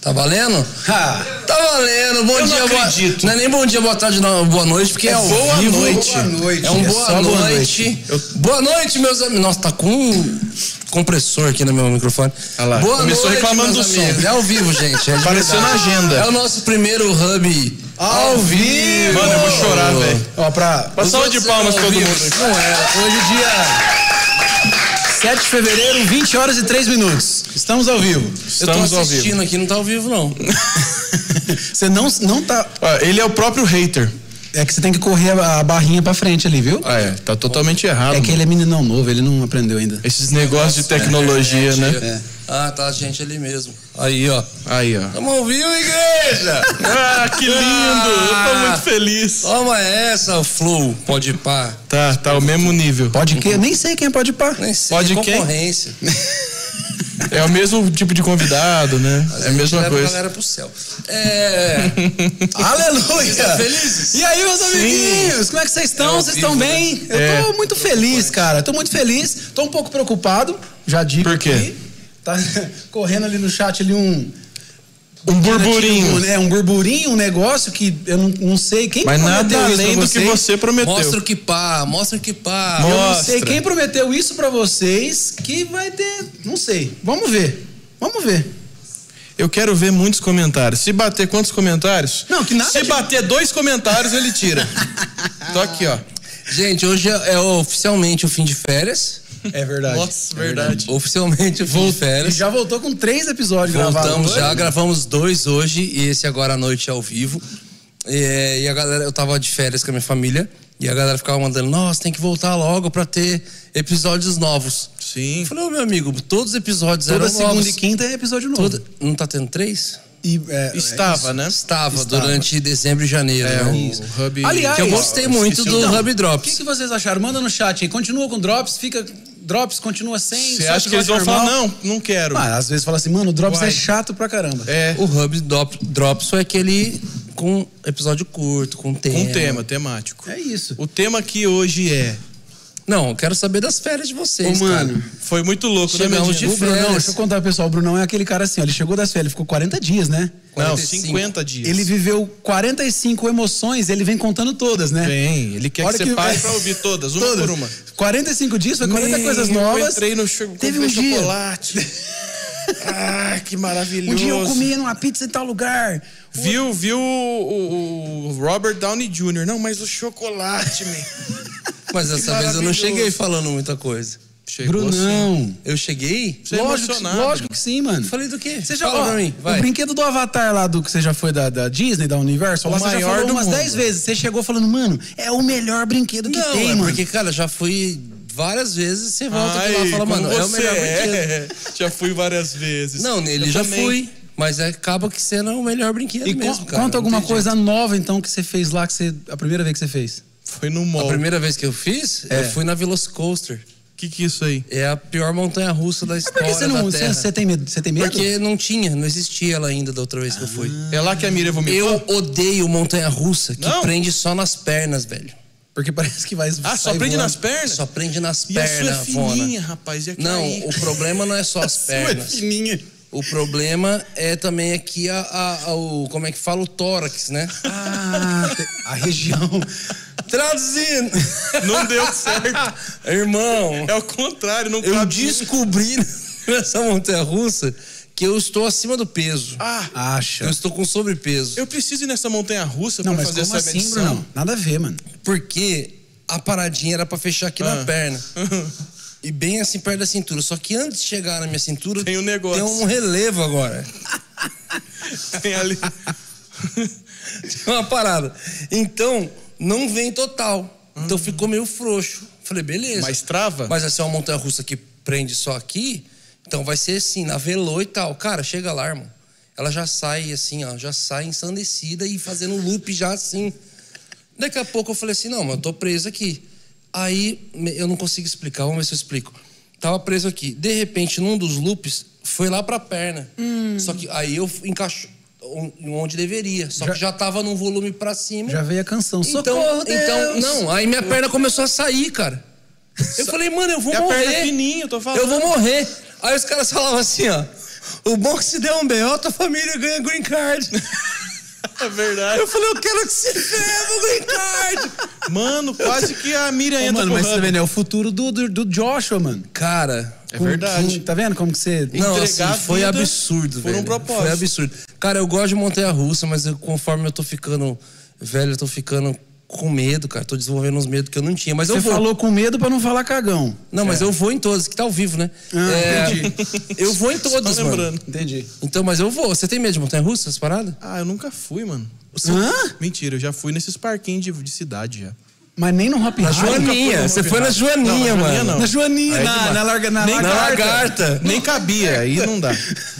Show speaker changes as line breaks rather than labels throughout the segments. Tá valendo?
Ah.
Tá valendo. Bom
Eu não
dia, boa
acredito.
Não é nem bom dia, boa tarde, não. Boa noite, porque é, ao
boa
vivo.
noite. Boa noite.
É um
É
boa,
só boa
noite.
noite. Eu-
Boa noite, meus amigos. Nossa, tá com um compressor aqui no meu microfone.
Olha lá,
Boa
começou
noite,
reclamando
meus
do som.
amigos. É ao vivo, gente. É de
Apareceu
verdade.
na agenda.
É o nosso primeiro hub
Ao vivo! Mano, eu vou chorar, velho.
Ó, pra.
Uma salva de
é
palmas todo mundo. aqui.
Não era. Hoje, dia 7 de fevereiro, 20 horas e 3 minutos. Estamos ao vivo.
Estamos
eu tô
ao vivo.
assistindo aqui, não tá ao vivo, não.
Você não, não tá.
Ó, Ele é o próprio hater.
É que você tem que correr a, a barrinha pra frente ali, viu?
Ah, é. Tá totalmente errado.
É que ele é meninão novo, ele não aprendeu ainda.
Esses negócios de tecnologia, né?
É.
Ah, tá, gente, ali mesmo. Aí, ó.
Aí, ó.
Tamo ao vivo, igreja!
Ah, que lindo! Eu tô muito feliz.
Toma essa, Flow, pode pá.
Tá, tá o mesmo nível.
Pode que? Eu nem sei quem pode pá.
Nem sei,
Pode
é
quem?
concorrência.
É o mesmo tipo de convidado, né? É a mesma
Leva a
coisa.
galera pro céu. É.
Aleluia!
Felizes?
E aí, meus amiguinhos, como é que vocês estão?
ao
Vocês
vivo,
estão
né?
bem? Eu
É.
tô muito feliz, cara. Tô muito feliz. Tô um pouco preocupado, já digo.
Por quê?
aqui. Tá correndo ali no chat ali um.
Um
Um,
burburinho.
né, um burburinho, um negócio que eu não, não sei quem
Mas
prometeu
nada
isso
além
um pra
do que
vocês.
você prometeu.
Mostra o que pá, mostra o que pá.
Eu não
Mostra.
sei quem prometeu isso pra vocês que vai ter. Não sei. Vamos ver. Vamos ver.
Eu quero ver muitos comentários. Se bater quantos comentários?
Não, que nada
Se
de-
bater dois comentários, ele tira. Tô aqui, ó.
Gente, hoje é, é oficialmente o fim de férias.
É verdade.
Nossa, verdade.
Oficialmente o fim de
E
férias.
já voltou com três episódios gravados.
Voltamos
hoje.
já, gravamos dois hoje e esse agora à noite ao vivo. É, E, a galera, eu tava de férias com a minha família e a galera ficava mandando, nossa, tem que voltar logo pra ter episódios novos.
Sim.
Eu falei, ô meu amigo, todos os episódios
Toda
eram
segunda
novos.
e quinta é episódio novo.
Toda- Não tá tendo três?
E, é, é,
Estava, né?
Estava,
Estava.
durante dezembro e janeiro,
É,
né?
o Hub.
Aliás,
Que eu gostei
ó,
muito
esqueci
do
o nome.
Hub
O que,
Drops.
que vocês acharam? Manda no chat aí. Continua com drops, fica. Drops, continua sem.
Você
só
acha que eles vão
episódio
falar,
normal?
não, não quero.
Ah, às vezes fala assim, mano, o drops
Uai.
é chato pra caramba.
É,
O Hub Dop- Drops foi aquele com episódio curto, com tema.
um tema temático.
É isso.
O tema aqui hoje é...
Não, eu quero saber das férias de vocês,
Ô, mano,
cara.
Foi muito louco, né,
Chegamos
Medina?
de
O Brunão,
férias.
deixa eu contar pro pessoal. O Brunão é aquele cara assim, ó, ele chegou das férias, ele ficou 40 dias, né?
Não,
45.
50 dias.
Ele viveu 45 emoções, ele vem contando todas, né?
Vem, ele quer
Hora
que você pare
vai-
pra ouvir todas, uma por uma.
45 dias, foi 40
Meu,
coisas
eu
novas.
entrei no cho-
Teve
comprei
um dia.
chocolate. ah, que maravilhoso.
Um dia eu comia numa pizza em tal lugar.
Viu, viu o, o- o Robert Downey Jr. Não, mas o chocolate, man.
Mas dessa vez eu não
maravilhoso.
cheguei falando muita coisa.
Chegou assim.
Brunão.
Eu cheguei?
Você é
lógico, que,
emocionado,
lógico que sim, mano.
Falei do quê?
Você já,
Fala
ó,
pra mim, vai.
O brinquedo do Avatar lá do que você já foi da, da Disney, da Universal,
O
lá você já
maior
falou
do
umas
mundo.
10 vezes. Você chegou falando, mano, é o melhor brinquedo que
não,
tem,
é
mano.
porque, cara, já fui várias vezes, você volta aqui lá
Ai,
e fala,
como
mano, é o
você
melhor brinquedo.
é. Já fui várias vezes.
Não, nele
Eu
já
também.
fui, mas é, acaba que sendo o melhor brinquedo
E
é mesmo,
con-
cara. não
conta alguma
tem jeito.
coisa nova, então, que você fez lá, que você. A primeira vez que você fez.
Foi no
A
mall.
primeira vez que eu fiz,
É.
eu fui na Velocicoaster.
Que que é isso aí?
É a pior montanha russa da
Por
história
que você não.
da
Você,
Terra.
você tem medo? Você tem medo?
Porque não tinha, não existia ela ainda da outra vez que eu fui.
É lá que a Miriam vomitou?
Eu odeio montanha russa que
Não?
prende só nas pernas, velho.
Porque parece que vai.
Ah, só prende nas pernas?
Só prende nas
E a sua é
pernas,
fininha,
Vona.
rapaz. E a que
Não,
aí?
o problema não é só as
A
pernas.
sua é fininha.
O problema é também aqui a, a- a- o. Como é que fala? O tórax, né?
Ah, te- a região.
Traduzindo!
Não deu certo.
Irmão,
É o contrário, não
eu
cabe.
descobri nessa montanha russa que eu estou acima do peso.
Ah,
Eu
Acha.
estou com sobrepeso.
eu preciso ir nessa montanha russa
Não,
pra
mas
fazer
como
essa
assim,
medição.
Bruno? Nada a ver, mano.
Porque a paradinha era pra fechar aqui
Ah.
na perna. E bem assim perto da cintura. Só que antes de chegar na minha cintura.
Tem um negócio.
Tem um relevo agora.
Tem ali.
Tem uma parada. Então, não vem total. Então ficou meio frouxo. Falei, beleza.
Uhum. Mas trava?
Mas essa é uma montanha russa que prende só aqui. Então vai ser assim, na velô e tal. Cara, chega lá, irmão. Ela já sai assim, ó. Já sai ensandecida e fazendo loop já assim. Daqui a pouco eu falei assim, não, mas eu tô preso aqui. Aí me- eu não consigo explicar, vamos ver se eu explico. Tava preso aqui. De repente, num dos loops, foi lá pra perna. Só que aí eu encaixo on- onde deveria. Só que já tava num volume pra cima.
Já veio a canção.
Então,
Socorro, Deus!
então, não, aí minha perna começou a sair, cara. Eu falei, mano, eu vou
É né?" a
morrer.
perna fininha, eu tô falando.
Eu vou morrer. Aí os caras falavam assim, ó. O bom que se der um B.O., tua família ganha green card.
É verdade.
Eu falei, eu quero que se ferra o green card.
Mano, quase que a Miriam
Ô,
entra
mano,
pro
mas
ramo.
tá vendo? É o futuro do, do, do Joshua, mano.
Cara,
É verdade.
Tá vendo como que você...
não, assim,
Entregar a
foi
vida
absurdo,
por um
velho.
propósito.
Foi absurdo. Cara, eu gosto de montanha-russa, mas eu- conforme eu tô ficando velho, eu tô ficando com medo, cara. Tô desenvolvendo uns medos que eu não tinha, mas eu
Você
vou.
falou com medo pra não falar cagão.
Não,
É.
mas eu vou em todas, que tá ao vivo, né? É, Eu vou em todas,
Ah, Só
mano.
lembrando.
Entendi.
Então, mas eu vou. Você tem medo de montanha-russa, essas paradas?
Ah, eu nunca fui, mano.
Hã?
Mentira, eu já fui nesses parquinhos de, de cidade já.
Mas nem no Hop
Na Joaninha.
nunca fui no
Ah, é Você foi na
Hopi Hari.
Joaninha,
Não, na
mano.
Na
Joaninha não.
Joaninha,
Aí
na,
demais.
na, larga, na,
Nem na lagarta.
Nem cabia, aí não dá.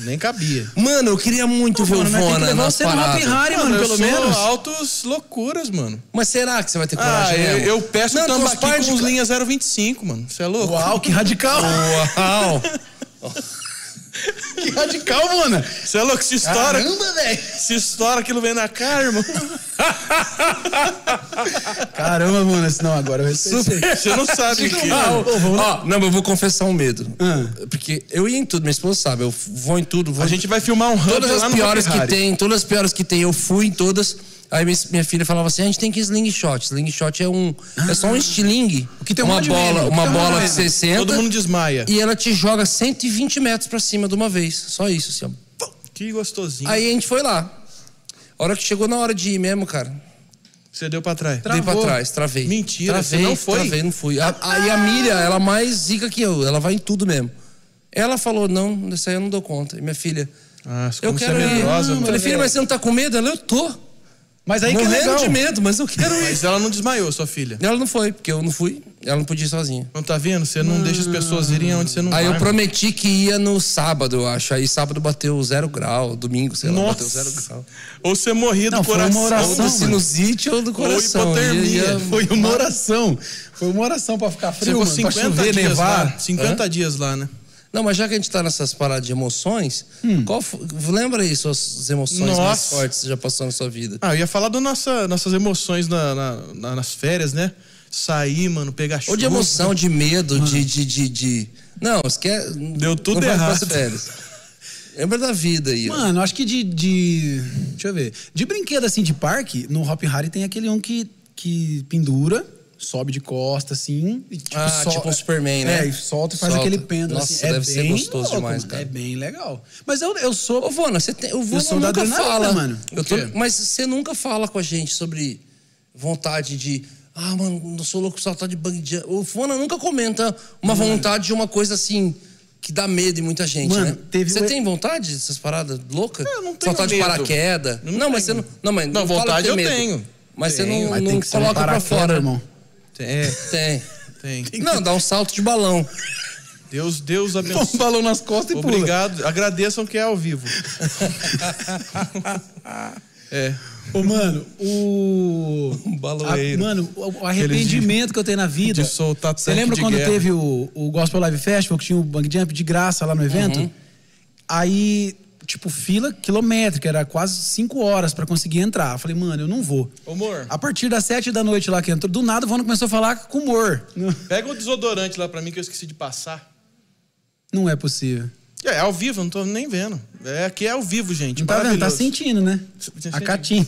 Nem cabia.
Mano, eu queria muito ver o
Mano, mas tem que
Vona
levar
nas
você no Hop
paradas.
Hari, mano,
eu
pelo
sou
menos.
altos loucuras, mano.
Mas será que você vai ter
Ah,
coragem
eu,
mesmo?
eu peço
Não, tem uns
tambaqui
par de
com uns
ca-
linhas 025, mano. Você é louco?
Uau, que radical.
Uau!
que radical, mano.
Você é louco? Se estoura,
Caramba, velho.
se estoura aquilo vem na cara, irmão.
Caramba, mano. esse- Não, agora eu respeito.
Você não sabe o que.
Ó,
é.
ó, não, mas eu vou confessar um medo.
Ah.
Porque eu ia em tudo, minha esposa sabe, eu vou em tudo. Vou
A
em
gente vai filmar um ramo
todas
lá
as
no
piores que
Ferrari.
tem, todas as piores que tem, eu fui em todas. Aí minha, minha filha falava assim: a gente tem que slingshot. Slingshot é um. é só um estilingue.
Ah. O que tem um
uma
monte de
bola,
medo, o que
uma
tem um monte
bola
de
que você
medo.
senta
Todo mundo desmaia.
e ela te joga 120 metros pra cima de uma vez. Só isso, assim, ó.
Que gostosinho.
Aí a gente foi lá. A hora que chegou na hora de ir mesmo, cara.
Você deu pra trás.
Dei pra
Travou.
trás, travei.
Mentira,
travei,
você não foi?
Travei, não fui.
Ah.
A- Aí a Miriam, ela é mais zica que eu, ela vai em tudo mesmo. Ela falou, não, dessa aí eu não dou conta. E minha filha,
Ah,
eu
como você
quero
é
ir.
medrosa,
Eu
mano.
falei, filha, mas você não tá com medo? Ela, eu tô.
Mas aí que é
Morrendo
legal.
de medo, mas eu quero ir.
Mas ela não desmaiou, sua filha.
Ela não foi, porque eu não fui. Ela não podia ir sozinha.
Não tá vendo? Você não deixa as pessoas irem onde você não
Aí
vai.
eu prometi que ia no sábado, eu acho. Aí sábado bateu zero grau, domingo, sei lá,
Nossa.
bateu zero grau.
Ou você é morria do
Não, foi uma
coração.
Ou do
oração. Não, mano.
sinusite ou do coração.
hipotermia.
Foi uma oração. Foi uma oração pra ficar
Você
frio,
ficou
mano, pra
50
chover,
dias
nevar.
lá. 50 dias lá, né?
Não, mas já que a gente tá nessas paradas de emoções, qual fo- lembra aí suas emoções mais
Hum. Nossa.
fortes que você já passou na sua vida?
Ah, eu ia falar das nossa, nossas emoções na- na- na- nas férias, né? Sair, mano, pegar chuva.
Ou de emoção, de medo, de, de, de, de- Não, esquece.
Ah. Deu tudo
não vai
errado.
pras férias. Lembra da vida aí. ó.
Mano, acho que de, de- Deixa eu ver. De brinquedo assim de parque, no Hop Harry tem aquele um que, que pendura, sobe de costa assim. E, tipo,
Ah, tipo um Superman, né?
É, e solta e faz
Solta.
aquele pêndulo
Nossa,
assim.
deve
é
ser
bem
gostoso
louco,
demais,
mano.
cara.
É bem legal. Mas eu, eu sou.
Ô, Vona, você tem. O
sou da
Vona nunca
adrenalina,
fala.
mano.
Eu tô-
O quê?
mas você nunca fala com a gente sobre vontade de. Ah, mano, não sou louco saltar de bug jump. O Vona nunca comenta uma vontade de uma coisa assim. Que dá medo em muita gente,
Mano,
né?
teve
Você
um-
tem vontade dessas paradas loucas?
eu não tenho
Saltar de
medo.
paraquedas?
Eu
Não,
não
mas você
tenho.
não. Não, mas
Não,
fala que
vontade
tem
eu
medo.
tenho.
Mas
Tenho,
você não, não
um
coloca pra
paraquedas,
fora,
irmão.
É,
Tem.
tem.
Não, dá um salto de balão.
Deus, Deus
Põe um
abençoe.
balão nas costas e pula.
Obrigado. Agradeçam que é ao vivo. é.
Ô, mano, o.
Um baloeiro.
Ah,
A- mano, o o arrependimento que eu tenho na vida.
de soltar
Você
tanque
lembra
de
quando
guerra.
teve o, o Gospel Live Festival, que tinha o Bang Jump de graça lá no evento? Aí, tipo, fila quilométrica, era quase cinco horas pra conseguir entrar. Eu falei, mano, eu não vou.
Ô, amor.
A partir das sete da noite lá que entrou, do nada o Vano começou a falar com humor. Não,
Pega o desodorante lá pra mim que eu esqueci de passar.
não é possível.
É, é ao vivo, eu não tô nem vendo. É, aqui é ao vivo, gente.
Não tá vendo? Tá
Maravilhoso.
sentindo, né?
Sentindo.
A catinha.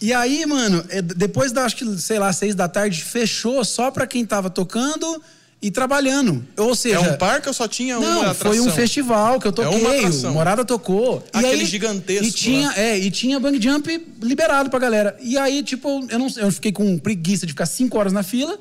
E aí, mano, é, d- depois da, acho que, sei lá, seis da tarde, fechou só pra quem tava tocando e trabalhando. Ou
É
seja...
um parque ou só tinha uma
é
Não,
atração?
foi um festival que eu
É uma
toquei,
atração.
o Morada tocou. E
Aquele
aí-
gigantesco
E tinha,
lá.
é, e tinha bang jump liberado pra galera. E aí, tipo, eu não sei, eu fiquei com preguiça de ficar cinco horas na fila.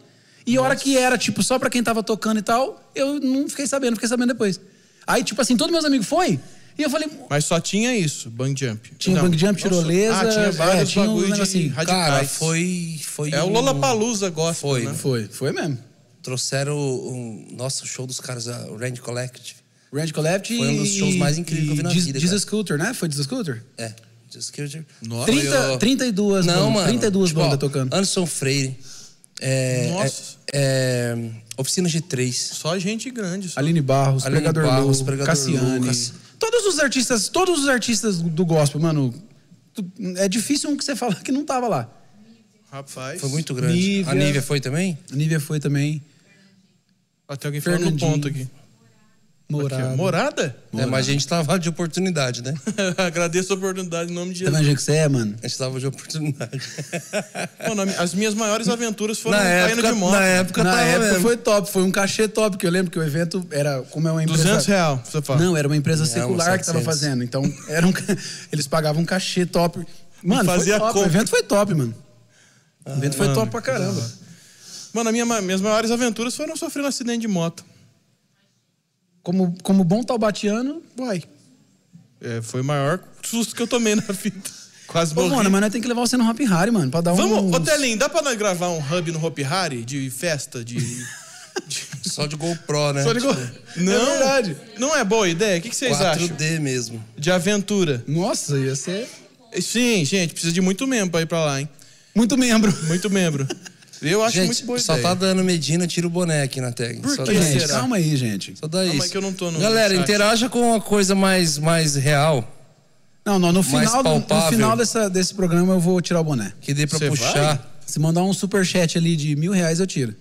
E a hora que era, tipo, só pra quem tava tocando e tal, eu não fiquei sabendo, fiquei sabendo depois. Aí, tipo assim, todos meus amigos foi. E eu falei,
Mas só tinha isso, bang jump.
Tinha
Não.
bang jump,
Nossa.
tirolesa.
Ah, tinha vários
é, tinha um
bagulho de
negócio assim.
radicais.
Cara, foi. foi
É o
um-
Lollapalooza gospel,
Foi.
né?
Foi, foi mesmo.
Trouxeram um, nosso show dos caras, a- o Range Collective.
Randy Collect
Foi um dos shows mais incríveis que eu vi na vida,
Jesus
cara.
Scooter, né? Foi Jesus Scooter?
É. Just Killed Your-
Nossa.
Foi
30,
o-
32
Não,
bandas,
mano.
32
tipo,
bandas
ó,
tocando.
Anderson Freire. É,
Nossa.
é- é, Oficina G3.
Só gente grande. Só.
Aline Barros,
Aline
Pregador
Barros,
Lou,
Pregador
Cassiane.
Lou, Cassi-
Todos os artistas, todos os artistas do gospel, mano, tu- é difícil um que você falar que não tava lá.
Rapaz.
Foi muito grande.
Nívia.
A Nívia foi também?
A Nívia foi também.
Ah, tem alguém falando no
Fernandinho.
ponto aqui.
Morada.
Aqui, ó. Morada?
É, mas a gente tava de oportunidade, né?
Agradeço a oportunidade em nome de
Tá vendo
Jesus.
onde é que você é, mano?
A gente tava de oportunidade.
Mano, as minhas maiores aventuras foram
na,
caindo
época,
tá de moto.
na época,
Na
tava
época
mesmo.
foi top, foi um cachê top, que eu lembro que o evento era como é uma empresa.
200 real, você fala.
Não, era uma empresa
Não,
secular que tava
700.
fazendo. Então, era um ca- eles pagavam um cachê top. Mano,
Fazia
foi top.
compra.
O evento foi top, mano. O evento foi
mano,
top pra caramba.
Mano, a minha, ma- minhas maiores aventuras foram sofrendo acidente de moto.
Como, como bom taubatiano, vai.
É, foi o maior susto que eu tomei na vida. Quase
Ô,
morri.
mano, mas nós temos que levar você no Hop Harry, mano, pra dar um.
Vamos, ô Telinho, dá pra nós gravar um hub no Hopi Hari? De festa, de... de...
Só de GoPro, né?
Só ligou? Não,
É verdade.
não é boa ideia? O que, que vocês acham?
4D mesmo.
De aventura.
Nossa, ia ser.
Sim, gente, precisa de muito membro pra ir pra lá, hein?
Muito membro.
Muito membro. Eu acho muito
Gente,
boa
só
ideia.
tá dando Medina, tira o boné aqui na tag.
Por
só
quê?
dá isso.
Gente,
será?
calma aí, gente.
Só dá
mas
isso.
que eu não tô no-
Galera,
no chat.
interaja com uma coisa mais, mais real,
Não, não, no
Mais
final, do- no
palpável.
final dessa, desse programa eu vou tirar o boné.
que dê pra
Cê
puxar.
vai?
Se mandar um superchat ali de mil reais, eu tiro.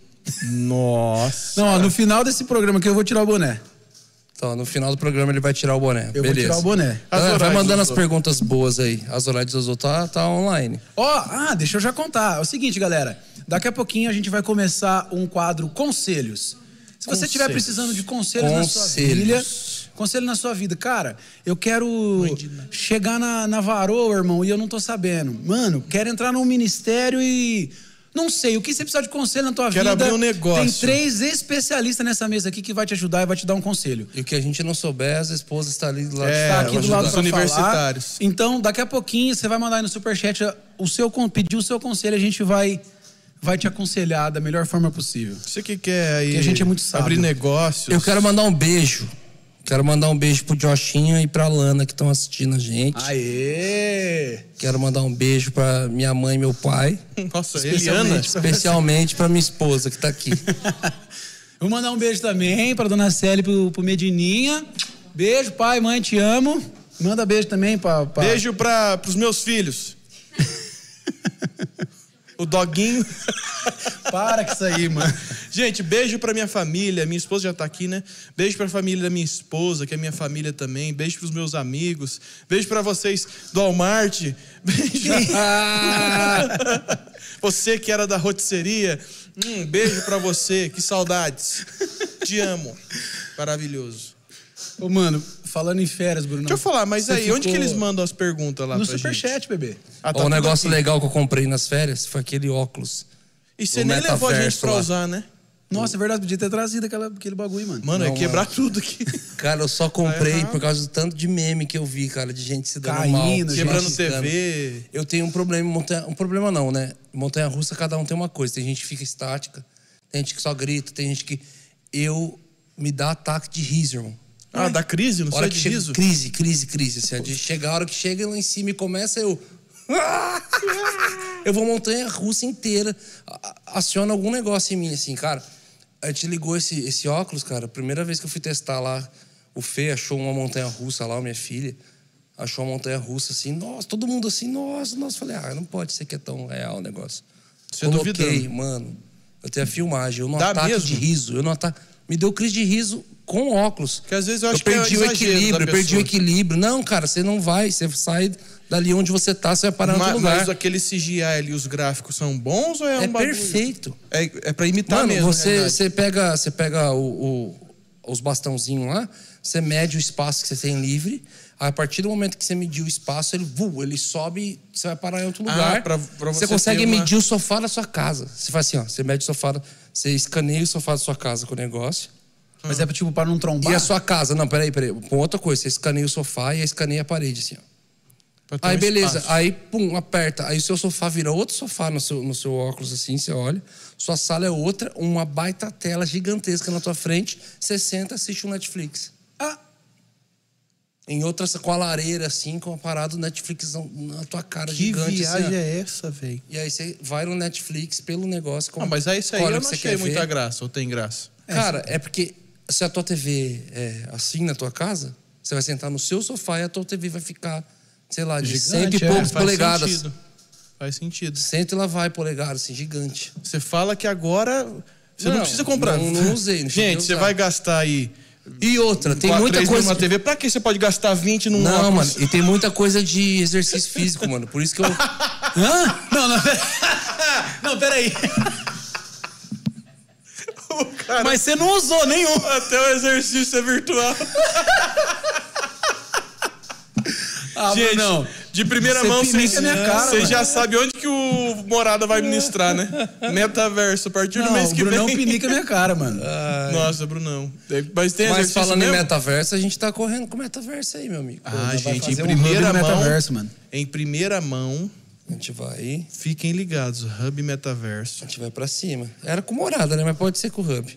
Nossa.
Não, ó, no final desse programa aqui eu vou tirar o boné.
Então, no final do programa ele vai tirar o boné.
Eu vou
Beleza.
tirar o boné.
Galera,
As
vai
horários,
mandando as
Zozô.
perguntas boas aí. As horários do Zozô tá, tá online.
Ó, ah, deixa eu já contar. É o seguinte, galera. Daqui a pouquinho a gente vai começar um quadro Conselhos. Se você estiver
Conselhos.
precisando de conselhos,
Conselhos.
na sua vida, conselho na sua vida, cara, eu quero chegar na, na varoa, irmão, e eu não tô sabendo. Mano, quero entrar num ministério e. Não sei, o que você precisa de conselho na tua
Quero
vida?
abrir um negócio.
Tem três especialistas nessa mesa aqui que vai te ajudar e vai te dar um conselho.
E o que a gente não souber, as esposas estão ali do lado
É,
de
tá
fora.
aqui
eu
do
acho
lado
dos
pra
universitários.
falar. Então, daqui a pouquinho, você vai mandar aí no Superchat eh, o seu, con- pedir o seu conselho, a gente vai, vai te aconselhar da melhor forma possível.
Você que quer aí
Porque a gente é muito sábio.
abrir negócios.
Eu quero mandar um beijo. Quero mandar um beijo pro Joshinha e pra Lana que estão assistindo a gente.
Ah. Aê!
Quero mandar um beijo pra minha mãe e meu pai.
Nossa,
Especialmente
Eliana.
pra-
Especialmente pra minha esposa que tá aqui.
Vou mandar um beijo também pra Dona Célia e pro, pro Medininha. Beijo, pai, mãe, te amo. Manda beijo também pra... pra-
Beijo pra, pros meus filhos. o doguinho.
Para com isso aí, mano.
Gente, beijo pra minha família. Minha esposa já tá aqui, né? Beijo pra família da minha esposa, que é minha família também. Beijo pros meus amigos. Beijo pra vocês do Walmart. Beijo. você que era da rotisseria. Hum, beijo pra você. Que saudades. Te amo. Maravilhoso.
Ô, mano, falando em férias, Bruno.
Deixa eu falar, mas
você
aí, onde que
ficou
eles mandam as perguntas lá
No
pra gente?
Superchat, bebê.
Ah, tá
Ó, um
tudo
negócio
aqui.
legal que eu comprei nas férias foi aquele óculos.
E você
do
nem levou a gente
metaverso
pra
lá.
usar, né?
Nossa, é verdade, podia ter trazido aquela, aquele bagulho, mano.
Mano, é
Não,
quebrar tudo aqui.
Cara, eu só comprei
errado.
por causa do tanto de meme que eu vi, cara, de gente se dando
Caindo,
mal.
gente
Quebrando
se dando.
TV.
Eu tenho um problema, em montanha, um problema não, né? Montanha russa, cada um tem uma coisa. Tem gente que fica estática, tem gente que só grita, tem gente que. Eu me dá ataque de riso, irmão.
Ah, da crise, não
A hora
sei
que
de
chega,
riso.
crise, crise, crise. Assim, ó, de chegar a hora que chega lá em cima e começa, eu. eu vou montanha russa inteira. a- a- Aciona algum negócio em mim, assim, cara. A gente ligou esse, esse óculos, cara. Primeira vez que eu fui testar lá, o Fê achou uma montanha russa lá, minha filha. Achou uma montanha russa assim, nossa, todo mundo assim, nossa, nossa. Falei, ah, não pode ser que é tão real o negócio.
Você tá
Coloquei,
duvidando.
mano. Eu tenho a filmagem, eu não
Dá
ataque
mesmo?
de riso, eu não ataque. Me deu crise de riso com óculos.
Porque às vezes eu acho que é
perdi o
exagero da
equilíbrio, eu perdi
pessoa.
o equilíbrio. Não, cara, você não vai, você sai dali onde você tá, você vai parar em
Ma-
outro
Mas,
lugar.
aquele CGI ali, os gráficos são bons ou é,
é
um bagulho?
perfeito.
É, é pra imitar
Mano,
mesmo. na
você,
verdade.
você pega, você pega o- o- os bastãozinhos lá, você mede o espaço que você tem livre. A partir do momento que você mediu o espaço, ele, vu, ele sobe, você vai parar em outro
Ah,
lugar.
pra- pra você
você consegue
ter uma-
medir o sofá da sua casa. Você faz assim, ó, você mede o sofá, da- você escaneia o sofá da sua casa com o negócio.
Mas é tipo para não trombar.
E a sua casa, não, peraí, peraí. Com outra coisa, você escaneia o sofá e escaneia a parede, assim, ó.
Pra ter
Aí
um
beleza,
espaço.
aí pum, aperta. Aí o seu sofá vira outro sofá no seu, no seu óculos, assim, você olha. Sua sala é outra, uma baita tela gigantesca na tua frente. Você senta assiste um Netflix.
Ah,
Em outra, com a lareira, assim, com a parada do Netflix na tua cara
Que
gigante.
viagem
assim, ó.
é essa, velho?
E aí você vai no Netflix pelo negócio. Com
Não, Ah, mas aí isso aí
escolhe
eu
o
não
que você
achei
quer
muita
ver.
graça, ou tem graça.
Cara, é porque se a tua TV é assim na tua casa, você vai sentar no seu sofá e a tua TV vai ficar, sei lá, de
Gigante,
cento e
é,
poucos
Faz
polegadas.
sentido. Faz sentido.
Cento e lá vai polegadas, assim, gigante.
Você fala que agora você não,
Não,
precisa comprar.
não- não usei, não cheguei a
Gente, você
usar.
vai gastar aí
E outra, tem muita coisa.
Uma TV, pra que você pode gastar 20 num
Não,
óculos?
mano, e tem muita coisa de exercício físico, mano. Por isso que eu.
Hã? Não, não, pera... não, peraí. Mas você não usou nenhum.
Até o exercício é virtual.
Ah,
Gente,
não.
de primeira
Você
mão,
pinica
vocês
a minha cara,
vocês
mano.
já sabem onde que o Morada vai ministrar, né? Metaverso, a partir do
Não,
mês
o
que
Brunão
vem.
pinica minha cara, mano.
Nossa, Brunão. É, Mas tem
Mas
exercício
falando em
mesmo?
metaverso, a gente tá correndo com o metaverso aí, meu amigo.
Ah,
vai
gente, em
fazer um hub
primeira
no
mão...
metaverso, mano.
Em primeira mão,
um- A gente vai.
fiquem ligados. Hub Metaverso.
A gente vai pra cima. Era com morada, né? Mas pode ser com o hub.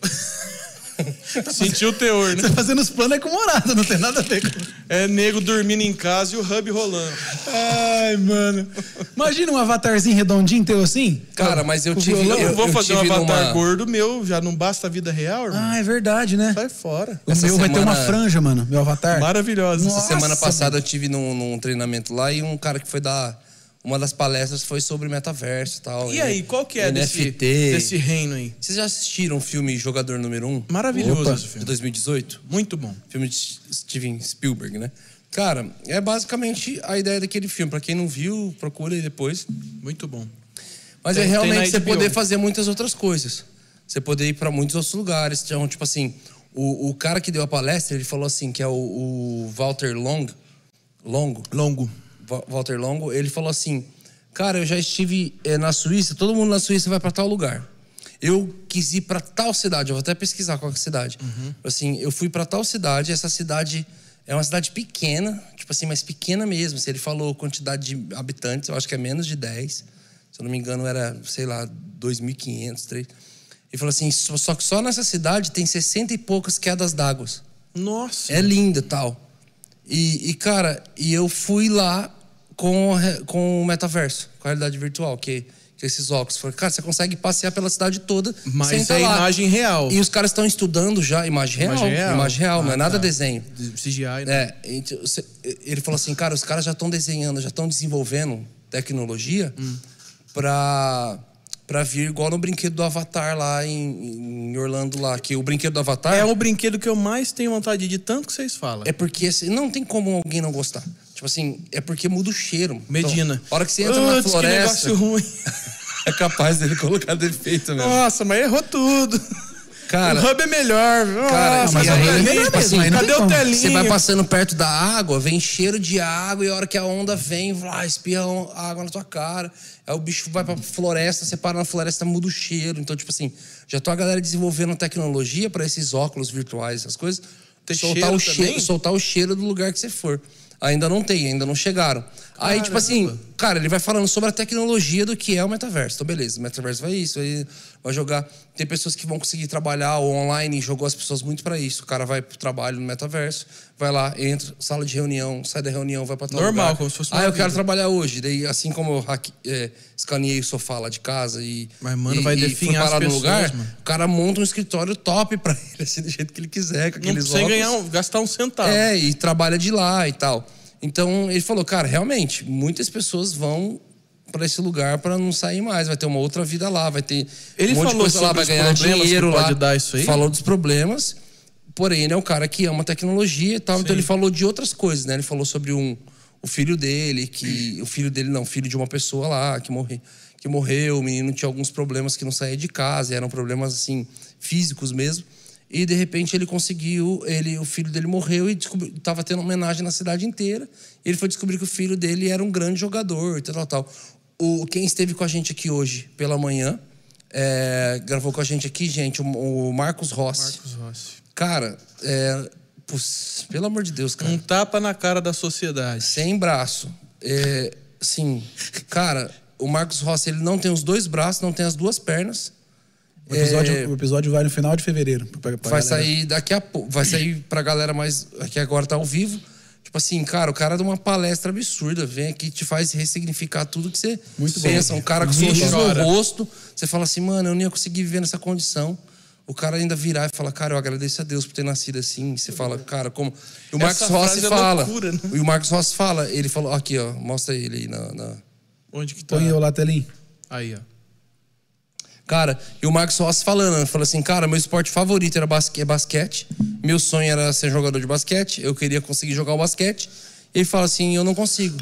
Sentiu o teor, né?
Tá fazendo os planos é com morada, não tem nada a ver com.
É nego dormindo em casa e o hub rolando.
Ai, mano. Imagina um avatarzinho redondinho teu assim?
Cara, mas eu
Com
tive-
violão?
Eu,
Eu-
vou
eu
fazer um
tive
avatar
numa-
gordo meu, já não basta a vida real, irmão?
Ah, é verdade, né?
Sai fora.
O
Essa
meu vai ter uma
semana-
franja, mano. Meu avatar.
Maravilhosa.
Nossa.
Semana passada
mano.
eu tive num, num treinamento lá e um cara que foi dar. Uma das palestras foi sobre metaverso e tal.
E aí, qual que é desse,
NFT.
desse reino aí?
Vocês já assistiram o filme Jogador Número 1?
Maravilhoso
Opa.
esse
De
filme.
2018?
Muito bom.
Filme de Steven Spielberg, né? Cara, é basicamente a ideia daquele filme. Pra quem não viu, procura aí depois.
Muito bom.
Mas
Tem-
é
tem na
realmente você
HBO.
poder fazer muitas outras coisas. Você poder ir pra muitos outros lugares. Então, tipo assim, o, o cara que deu a palestra, ele falou assim, que é o, o Walter Long. Longo?
Longo.
Wa- Walter Longo, ele falou assim: Cara, eu já estive eh, na Suíça, todo mundo na Suíça vai pra tal lugar. Eu quis ir pra tal cidade, eu vou até pesquisar qual que é a cidade. Assim, eu fui pra tal cidade, essa cidade é uma cidade pequena, tipo assim, mas pequena mesmo. Se ele falou quantidade de habitantes, eu acho que é menos de 10. Se eu não me engano, era, sei lá, 2.500, 3. Ele falou assim: só só que só nessa cidade tem 60 e poucas quedas d'água.
Nossa.
É linda e tal. E, e, cara, e eu fui lá com, o re- com o metaverso, com a realidade virtual, que, que esses óculos. Falei, cara, você consegue passear pela cidade toda
Mas
sem tá
é
lá.
imagem real.
E os caras estão estudando já imagem real.
Imagem
Imagem
real.
real, não
Ah,
é nada
tá.
desenho.
CGI, né?
É, então, você- ele falou assim, cara, os caras já estão desenhando, já estão desenvolvendo tecnologia
Hum.
pra, pra vir igual no brinquedo do Avatar lá em, em Orlando lá, que o brinquedo do Avatar...
É. o brinquedo que eu mais tenho vontade de, tanto que vocês falam.
É porque assim, não tem como alguém não gostar. Tipo assim, é porque muda o cheiro. mano.
Medina.
Então, a hora que você entra na
Putz,
floresta,
Que negócio ruim.
é capaz dele colocar defeito mesmo.
Nossa, mas errou tudo.
Cara,
o hub é melhor.
Cara,
Nossa,
mas
cadê
aí-
o
aí não é
telinho?
mesmo, aí não
cadê
tem
o
como.
telinho?
você vai passando perto da água, vem cheiro de água, e a hora que a onda vem, lá, espirra on- água na tua cara. Aí o bicho vai pra floresta, você para na floresta, muda o cheiro. Então, tipo assim, já tô a galera desenvolvendo tecnologia pra esses óculos virtuais, essas coisas.
Ter
soltar
cheiro
o
também?
cheiro, soltar o cheiro do lugar que você for. Ainda não tem, ainda não chegaram. Aí, tipo assim, cara, ele vai falando sobre a tecnologia do que é o metaverso. Então, beleza, o metaverso vai isso, aí vai jogar. Tem pessoas que vão conseguir trabalhar online, e jogou as pessoas muito pra isso. O cara vai pro trabalho no metaverso, vai lá, entra, sala de reunião, sai da reunião, vai pra tal
Normal,
lugar.
como se fosse
Ah,
uma
eu quero
vida.
trabalhar hoje. Daí, assim como eu hacke- é, escaneei o sofá lá de casa e.
Mas, mano,
e-
vai
e fui
definhar as
parar
pessoas,
no lugar,
mano.
o cara monta um escritório top pra ele, assim, do jeito que ele quiser, com
Não,
aqueles
sem
óculos.
ganhar, um- gastar um centavo.
É, e trabalha de lá e tal. Então ele falou, cara, realmente, muitas pessoas vão pra esse lugar pra não sair mais, vai ter uma outra vida lá, vai ter
Ele
um monte de
falou
coisa lá, vai
sobre os
ganhar
problemas que
dinheiro lá.
pode dar isso aí?
Falou dos problemas, porém ele é um cara que ama tecnologia e tal, então ele falou de outras coisas, né? Ele falou sobre um o filho dele, que o filho dele não, filho de uma pessoa lá que morreu, que morreu, o menino tinha alguns problemas que não saía de casa, eram problemas assim físicos mesmo. E de repente ele conseguiu, ele, o filho dele morreu e estava tendo homenagem na cidade inteira. Ele foi descobrir que o filho dele era um grande jogador, e tal, tal, tal. O, quem esteve com a gente aqui hoje pela manhã, é, gravou com a gente aqui, gente, o, o Marcos Rossi.
Marcos Rossi.
Cara, é, putz, pelo amor de Deus, cara.
Um tapa na cara da sociedade.
Sem braço. É, sim, cara, o Marcos Rossi ele não tem os dois braços, não tem as duas pernas.
O episódio,
É.
o episódio vai no final de fevereiro. pra- pra
vai
galera.
sair daqui a pouco. Vai sair pra galera mais. que agora tá ao vivo. Tipo assim, cara, o cara dá uma palestra absurda. Vem aqui, te faz ressignificar tudo que você
Muito bom.
pensa. Um cara com
Vixe,
sorriso
chora.
no rosto. Você fala assim, mano, eu não ia conseguir viver nessa condição. O cara ainda virar e falar, cara, eu agradeço a Deus por ter nascido assim. Você fala, cara, como. E o Marcos
Essa
Rossi
frase é
fala.
loucura, né?
E o Marcos Rossi fala, ele falou, aqui, ó, mostra ele aí na. na-
Onde que tá?
Põe eu lá, Telinho.
Aí, ó.
Cara, e o Marcos Rossi falando, falou assim, cara, meu esporte favorito era basque- é basquete, meu sonho era ser jogador de basquete, eu queria conseguir jogar o basquete. Ele fala assim, eu não consigo.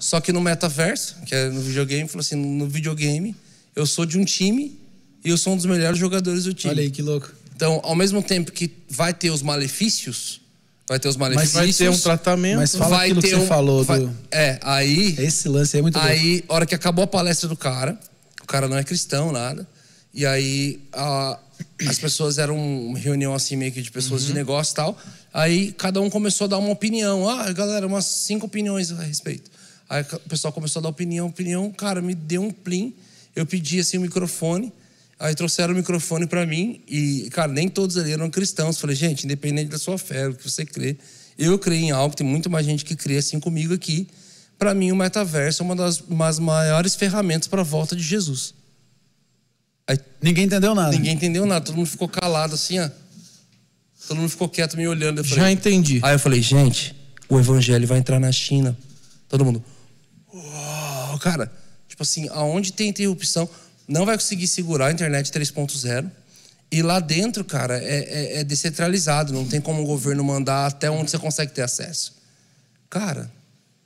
Só que no metaverso, que é no videogame, falou assim, no videogame, eu sou de um time e eu sou um dos melhores jogadores do time.
Olha aí, que louco.
Então, ao mesmo tempo que vai ter os malefícios, vai ter os
Mas
malefícios. um
vai ter um tratamento.
Mas é fala aquilo que você falou
vai-
do-
É, aí.
Esse lance aí é muito louco.
Aí, a hora que acabou a palestra do cara, o cara não é cristão, nada. E aí, a- as pessoas eram uma reunião assim, meio que de pessoas de negócio e tal. Aí, cada um começou a dar uma opinião. Ah, galera, umas cinco opiniões a respeito. Aí, o pessoal começou a dar opinião, opinião. Cara, me deu um plim. Eu pedi, assim, o microfone. Aí trouxeram o microfone pra mim e, cara, nem todos ali eram cristãos. Falei, gente, independente da sua fé, o que você crê, eu creio em algo, tem muito mais gente que crê assim comigo aqui. Pra mim, o metaverso é uma das umas maiores ferramentas pra volta de Jesus. Aí
Ninguém entendeu nada.
ninguém entendeu nada, todo mundo ficou calado assim, ó. Todo mundo ficou quieto me olhando. Eu
Já
falei,
entendi.
Aí eu falei, gente, o evangelho vai entrar na China. Todo mundo. Uau, cara, tipo assim, aonde tem interrupção, não vai conseguir segurar a internet 3.0. E lá dentro, cara, é, é- é descentralizado. Não tem como o governo mandar até onde você consegue ter acesso. Cara,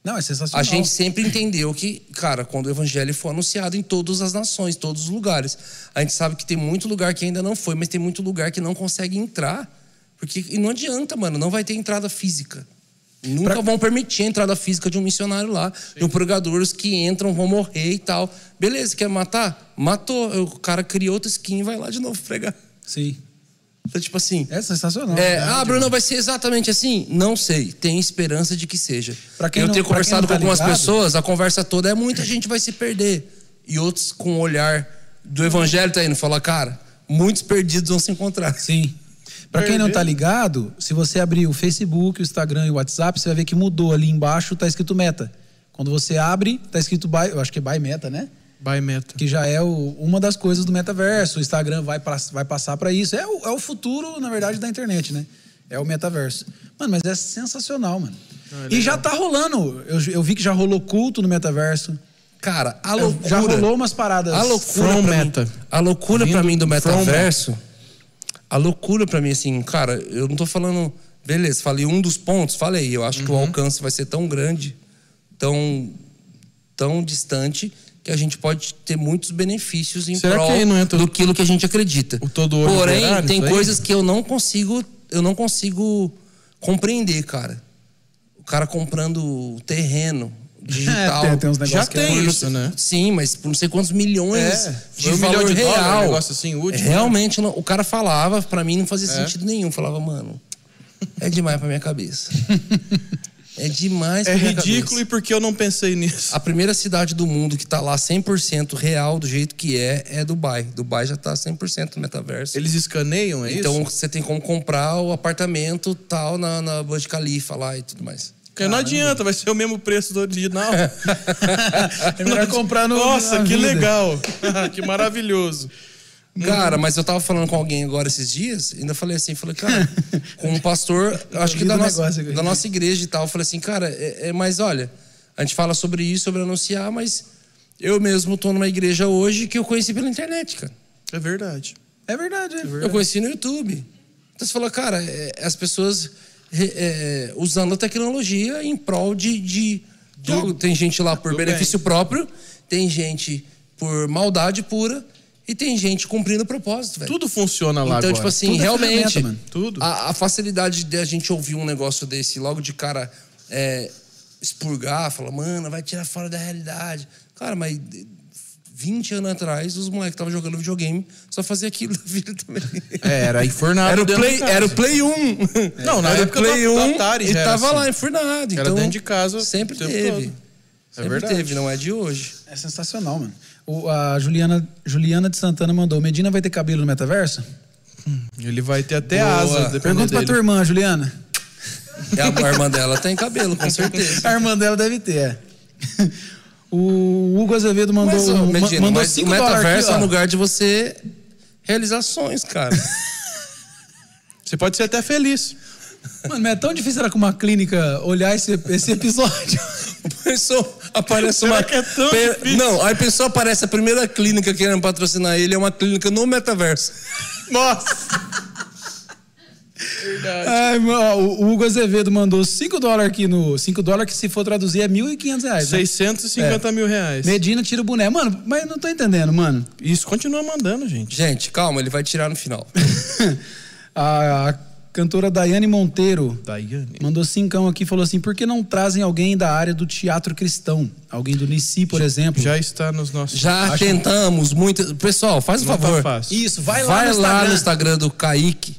Não, é sensacional.
a gente sempre entendeu que, cara, quando o evangelho for anunciado em todas as nações, todos os lugares, a gente sabe que tem muito lugar que ainda não foi, mas tem muito lugar que não consegue entrar. Porque e não adianta, mano, não vai ter entrada física. Nunca vão permitir a entrada física de um missionário lá. De um pregador, os que entram vão morrer e tal. Beleza, quer matar? Matou. O cara criou outra skin e vai lá de novo pregar.
Sim.
Então, tipo assim.
É sensacional.
É,
né?
ah, Bruno, vai ser exatamente assim? Não sei. Tem esperança de que seja.
Pra quem
Eu
não-
tenho
pra quem
conversado
não
com
tá
algumas
ligado-
pessoas, a conversa toda é muita gente vai se perder. E outros com o olhar do evangelho tá indo, fala, cara, muitos perdidos vão se encontrar.
Sim. Pra quem não tá ligado, se você abrir o Facebook, o Instagram e o WhatsApp, você vai ver que mudou ali embaixo, tá escrito meta. Quando você abre, tá escrito by, eu acho que é by meta, né?
By meta.
Que já é o- uma das coisas do metaverso. O Instagram vai, pass- vai passar pra isso. É o, é o futuro, na verdade, da internet, né? É o metaverso. Mano, mas é sensacional, mano.
é
e já tá rolando. Eu, eu vi que já rolou culto no metaverso.
Cara, a loucura.
É, Já rolou umas paradas.
A loucura
From
pra
meta.
mim, a loucura para
Vindo
mim do
from
metaverso. A loucura pra mim assim, cara, eu não tô falando, beleza, falei um dos pontos, falei, eu acho que
Uhum.
o alcance vai ser tão grande, tão tão distante que a gente pode ter muitos benefícios em
Será
prol
que aí não entra o-
do aquilo que a gente acredita.
o todo olho
Porém,
operário,
tem
isso aí?
coisas que eu não consigo, eu não consigo compreender, cara. O cara comprando terreno digital.
tem- tem uns negócios
Já que é- tem
Por não
isso,
sei-
né?
Sim, mas por não sei quantos milhões
É,
de
foi um
valor
milhão de
real.
dólar, um negócio assim, útil, né? É.
Realmente, não- o cara falava, pra mim não fazia sentido nenhum. Falava, mano, é demais pra minha cabeça. é demais
É
pra minha
ridículo
cabeça.
e porque eu não pensei nisso.
A primeira cidade do mundo que tá lá 100% real, do jeito que é, é Dubai. Dubai já tá 100% no metaverso.
Eles escaneiam, é
então
isso?
você tem como comprar o apartamento tal na, na Burj Khalifa lá e tudo mais.
Porque não adianta, vai ser o mesmo preço do original.
É melhor comprar no.
Nossa,
na
que
vida.
legal. que maravilhoso.
Cara, mas eu tava falando com alguém agora esses dias, ainda falei assim, falei, cara, com um pastor, acho que da
Vida do
nossa,
um negócio aqui.
da nossa igreja e tal, eu falei assim, cara, é, é- mas olha, a gente fala sobre isso, sobre anunciar, mas eu mesmo tô numa igreja hoje que eu conheci pela internet, cara.
É verdade.
É verdade, é verdade.
Eu conheci no YouTube. Então você falou, cara, é- as pessoas re- é, usando a tecnologia em prol de. de- de algo. tem gente lá por
do
benefício próprio, tem gente por maldade pura e tem gente cumprindo o propósito, velho.
Tudo funciona
Então,
lá agora.
tipo assim,
Tudo é
realmente.
ferramenta, mano.
Tudo.
A, a facilidade de a gente ouvir um negócio desse logo de cara é, expurgar, falar, mano, vai tirar fora da realidade. Cara, mas. de- 20 anos atrás, os moleques que estavam jogando videogame só fazia aquilo da vida também.
É, era infernado.
Era o Play, era o Play 1.
Não, na
era um
época da- da Atari
e
já era
tava
assim.
lá enfurnado.
Era
então,
dentro de casa o
Sempre
tempo
teve.
todo. É
Sempre
verdade.
teve, não é de hoje.
É sensacional, mano. O- a Juliana, Juliana de Santana mandou: Medina vai ter cabelo no metaverso?
Ele vai ter até
Boa.
É asa, dependendo
Pergunta pra
dele.
tua irmã, Juliana.
É a a irmã dela tem cabelo, com certeza.
A irmã dela deve ter, é. O Hugo Azevedo mandou, um,
Mas,
um-
ô, Medina,
mandou
mas o
cinco dólares
metaverso
aqui, ó.
é um lugar de você realizar sonhos, cara.
Você pode ser até feliz.
Mano, mas é tão difícil era com uma clínica olhar esse, esse episódio.
pessoa aparece uma.
que é tão
pe-
difícil?
Não, aí a pessoa aparece, a primeira clínica querendo patrocinar ele é uma clínica no metaverso.
Nossa!
Ai, meu, ó, o Hugo Azevedo mandou 5 dólares aqui no. 5 dólares que se for traduzir é 1.500 reais. né?
650 mil reais.
Medina tira o boné. Mano, mas não tô entendendo, mano.
Isso continua mandando, gente.
Gente, calma, ele vai tirar no final.
a, a cantora Daiane Monteiro
Daiane.
mandou cincão aqui e falou assim: por que não trazem alguém da área do teatro cristão? Alguém do Nici, por exemplo.
é
Já está nos nossos.
Já tentamos muitas. Pessoal, faz um
Não tá
favor.
fácil.
Isso, vai lá
Vai lá
no Instagram.
no Instagram do Kaique.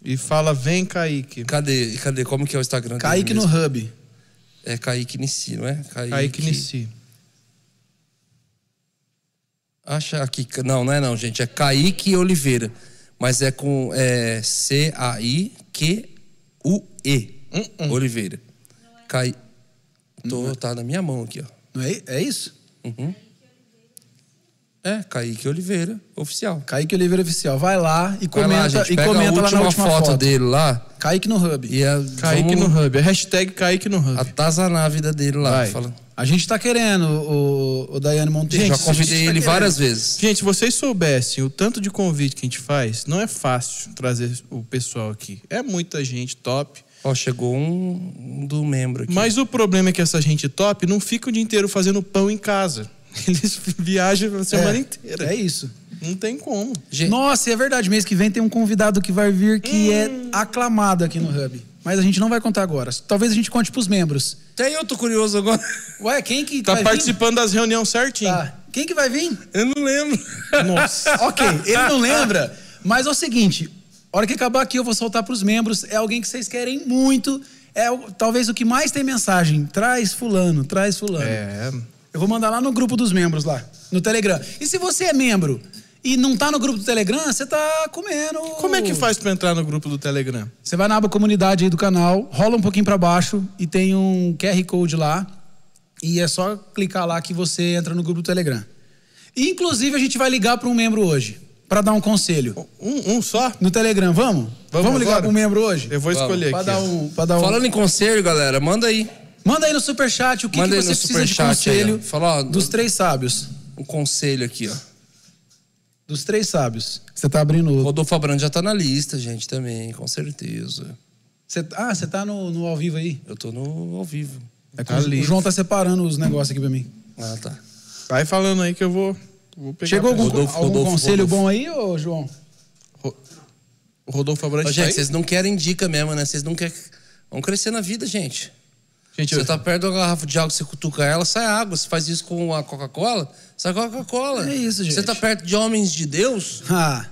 E fala, vem, Kaique.
Cadê? Cadê? Como que é o Instagram dele
Kaique no
mesmo?
Hub.
É Kaique Nissi, não é? Kaique,
Kaique Nissi.
Acha aqui. Não, não é não, gente. É Kaique Oliveira. Mas é com é, C-A-I-Q-U-E.
Hum,
Oliveira. Cai... Tô, tá na minha mão aqui, ó.
Não é, é isso?
É, Kaique Oliveira, oficial.
Kaique Oliveira Oficial. Vai lá e
Vai
comenta,
lá, gente.
e
Pega
comenta
a
lá
última
na última
foto,
foto.
dele lá.
Kaique no Hub.
E é,
Kaique
vamos
no Hub. É hashtag Kaique no Hub.
atazanar a vida dele lá.
Vai.
Fala.
A gente tá querendo, o, o Daiane Monteiro.
Já
Gente,
convidei
tá
ele
querendo.
várias vezes.
Gente, se vocês soubessem o tanto de convite que a gente faz, não é fácil trazer o pessoal aqui. É muita gente top.
Ó, chegou um, um do membro aqui.
Mas o problema é que essa gente top não fica o dia inteiro fazendo pão em casa. Eles viajam a semana inteira.
É isso.
Não tem como.
Gente,
Nossa, e é verdade. Mês que vem tem um convidado que vai vir que é
Hum.
aclamado aqui no Hub. Mas a gente não vai contar agora. Talvez a gente conte pros membros.
até eu tô curioso agora.
Ué, quem que
Tá
vai
participando das reuniões certinho.
vir? Tá. Quem que vai vir?
Eu não lembro.
Então-
Nossa.
Ok, ele não lembra. Mas é o seguinte, a hora que acabar aqui eu vou soltar pros membros. É alguém que vocês querem muito. É o- talvez o que mais tem mensagem. Traz fulano, traz fulano.
É.
Eu vou mandar lá no grupo dos membros lá, no Telegram. E se você é membro e não tá no grupo do Telegram, você tá comendo.
Como é que faz pra entrar no grupo do Telegram?
Você vai na aba comunidade aí do canal, rola um pouquinho pra baixo e tem um QR Code lá. E é só clicar lá que você entra no grupo do Telegram. E, inclusive, a gente vai ligar pra um membro hoje, pra dar um conselho.
Um, um só?
No Telegram, vamos? Vamos, ligar
agora?
pra um membro hoje?
Eu vou
Vamos.
escolher
Pra
aqui.
dar um, pra dar um...
Falando em conselho, galera, manda aí
Manda aí no superchat o que,
Manda
que
aí
você
no
precisa de
superchat aí, ó.
conselho
Fala, ó,
dos três sábios.
um conselho aqui, ó.
Dos três sábios. Você tá abrindo outro.
Rodolfo Abrantes já tá na lista, gente, também, com certeza.
Cê- ah, você tá no, no ao vivo aí?
Eu tô no ao vivo.
É que
Tá
o-
ali.
o João tá separando os negócios aqui pra mim.
Ah, tá.
Vai falando aí que eu vou, vou pegar.
Chegou algum,
Rodolfo,
algum
Rodolfo,
conselho
Rodolfo.
bom aí, ô João?
Ro- O Rodolfo
Ô,
Abrantes tá
gente,
aí?
vocês não querem dica mesmo, né? Vocês não querem. Vão crescer na vida, gente.
Gente,
Você
eu...
tá perto de uma garrafa de água, você cutuca ela, sai água. Você faz isso com a Coca-Cola, sai Coca-Cola.
É isso, gente.
Você tá perto de homens de Deus,
Ah.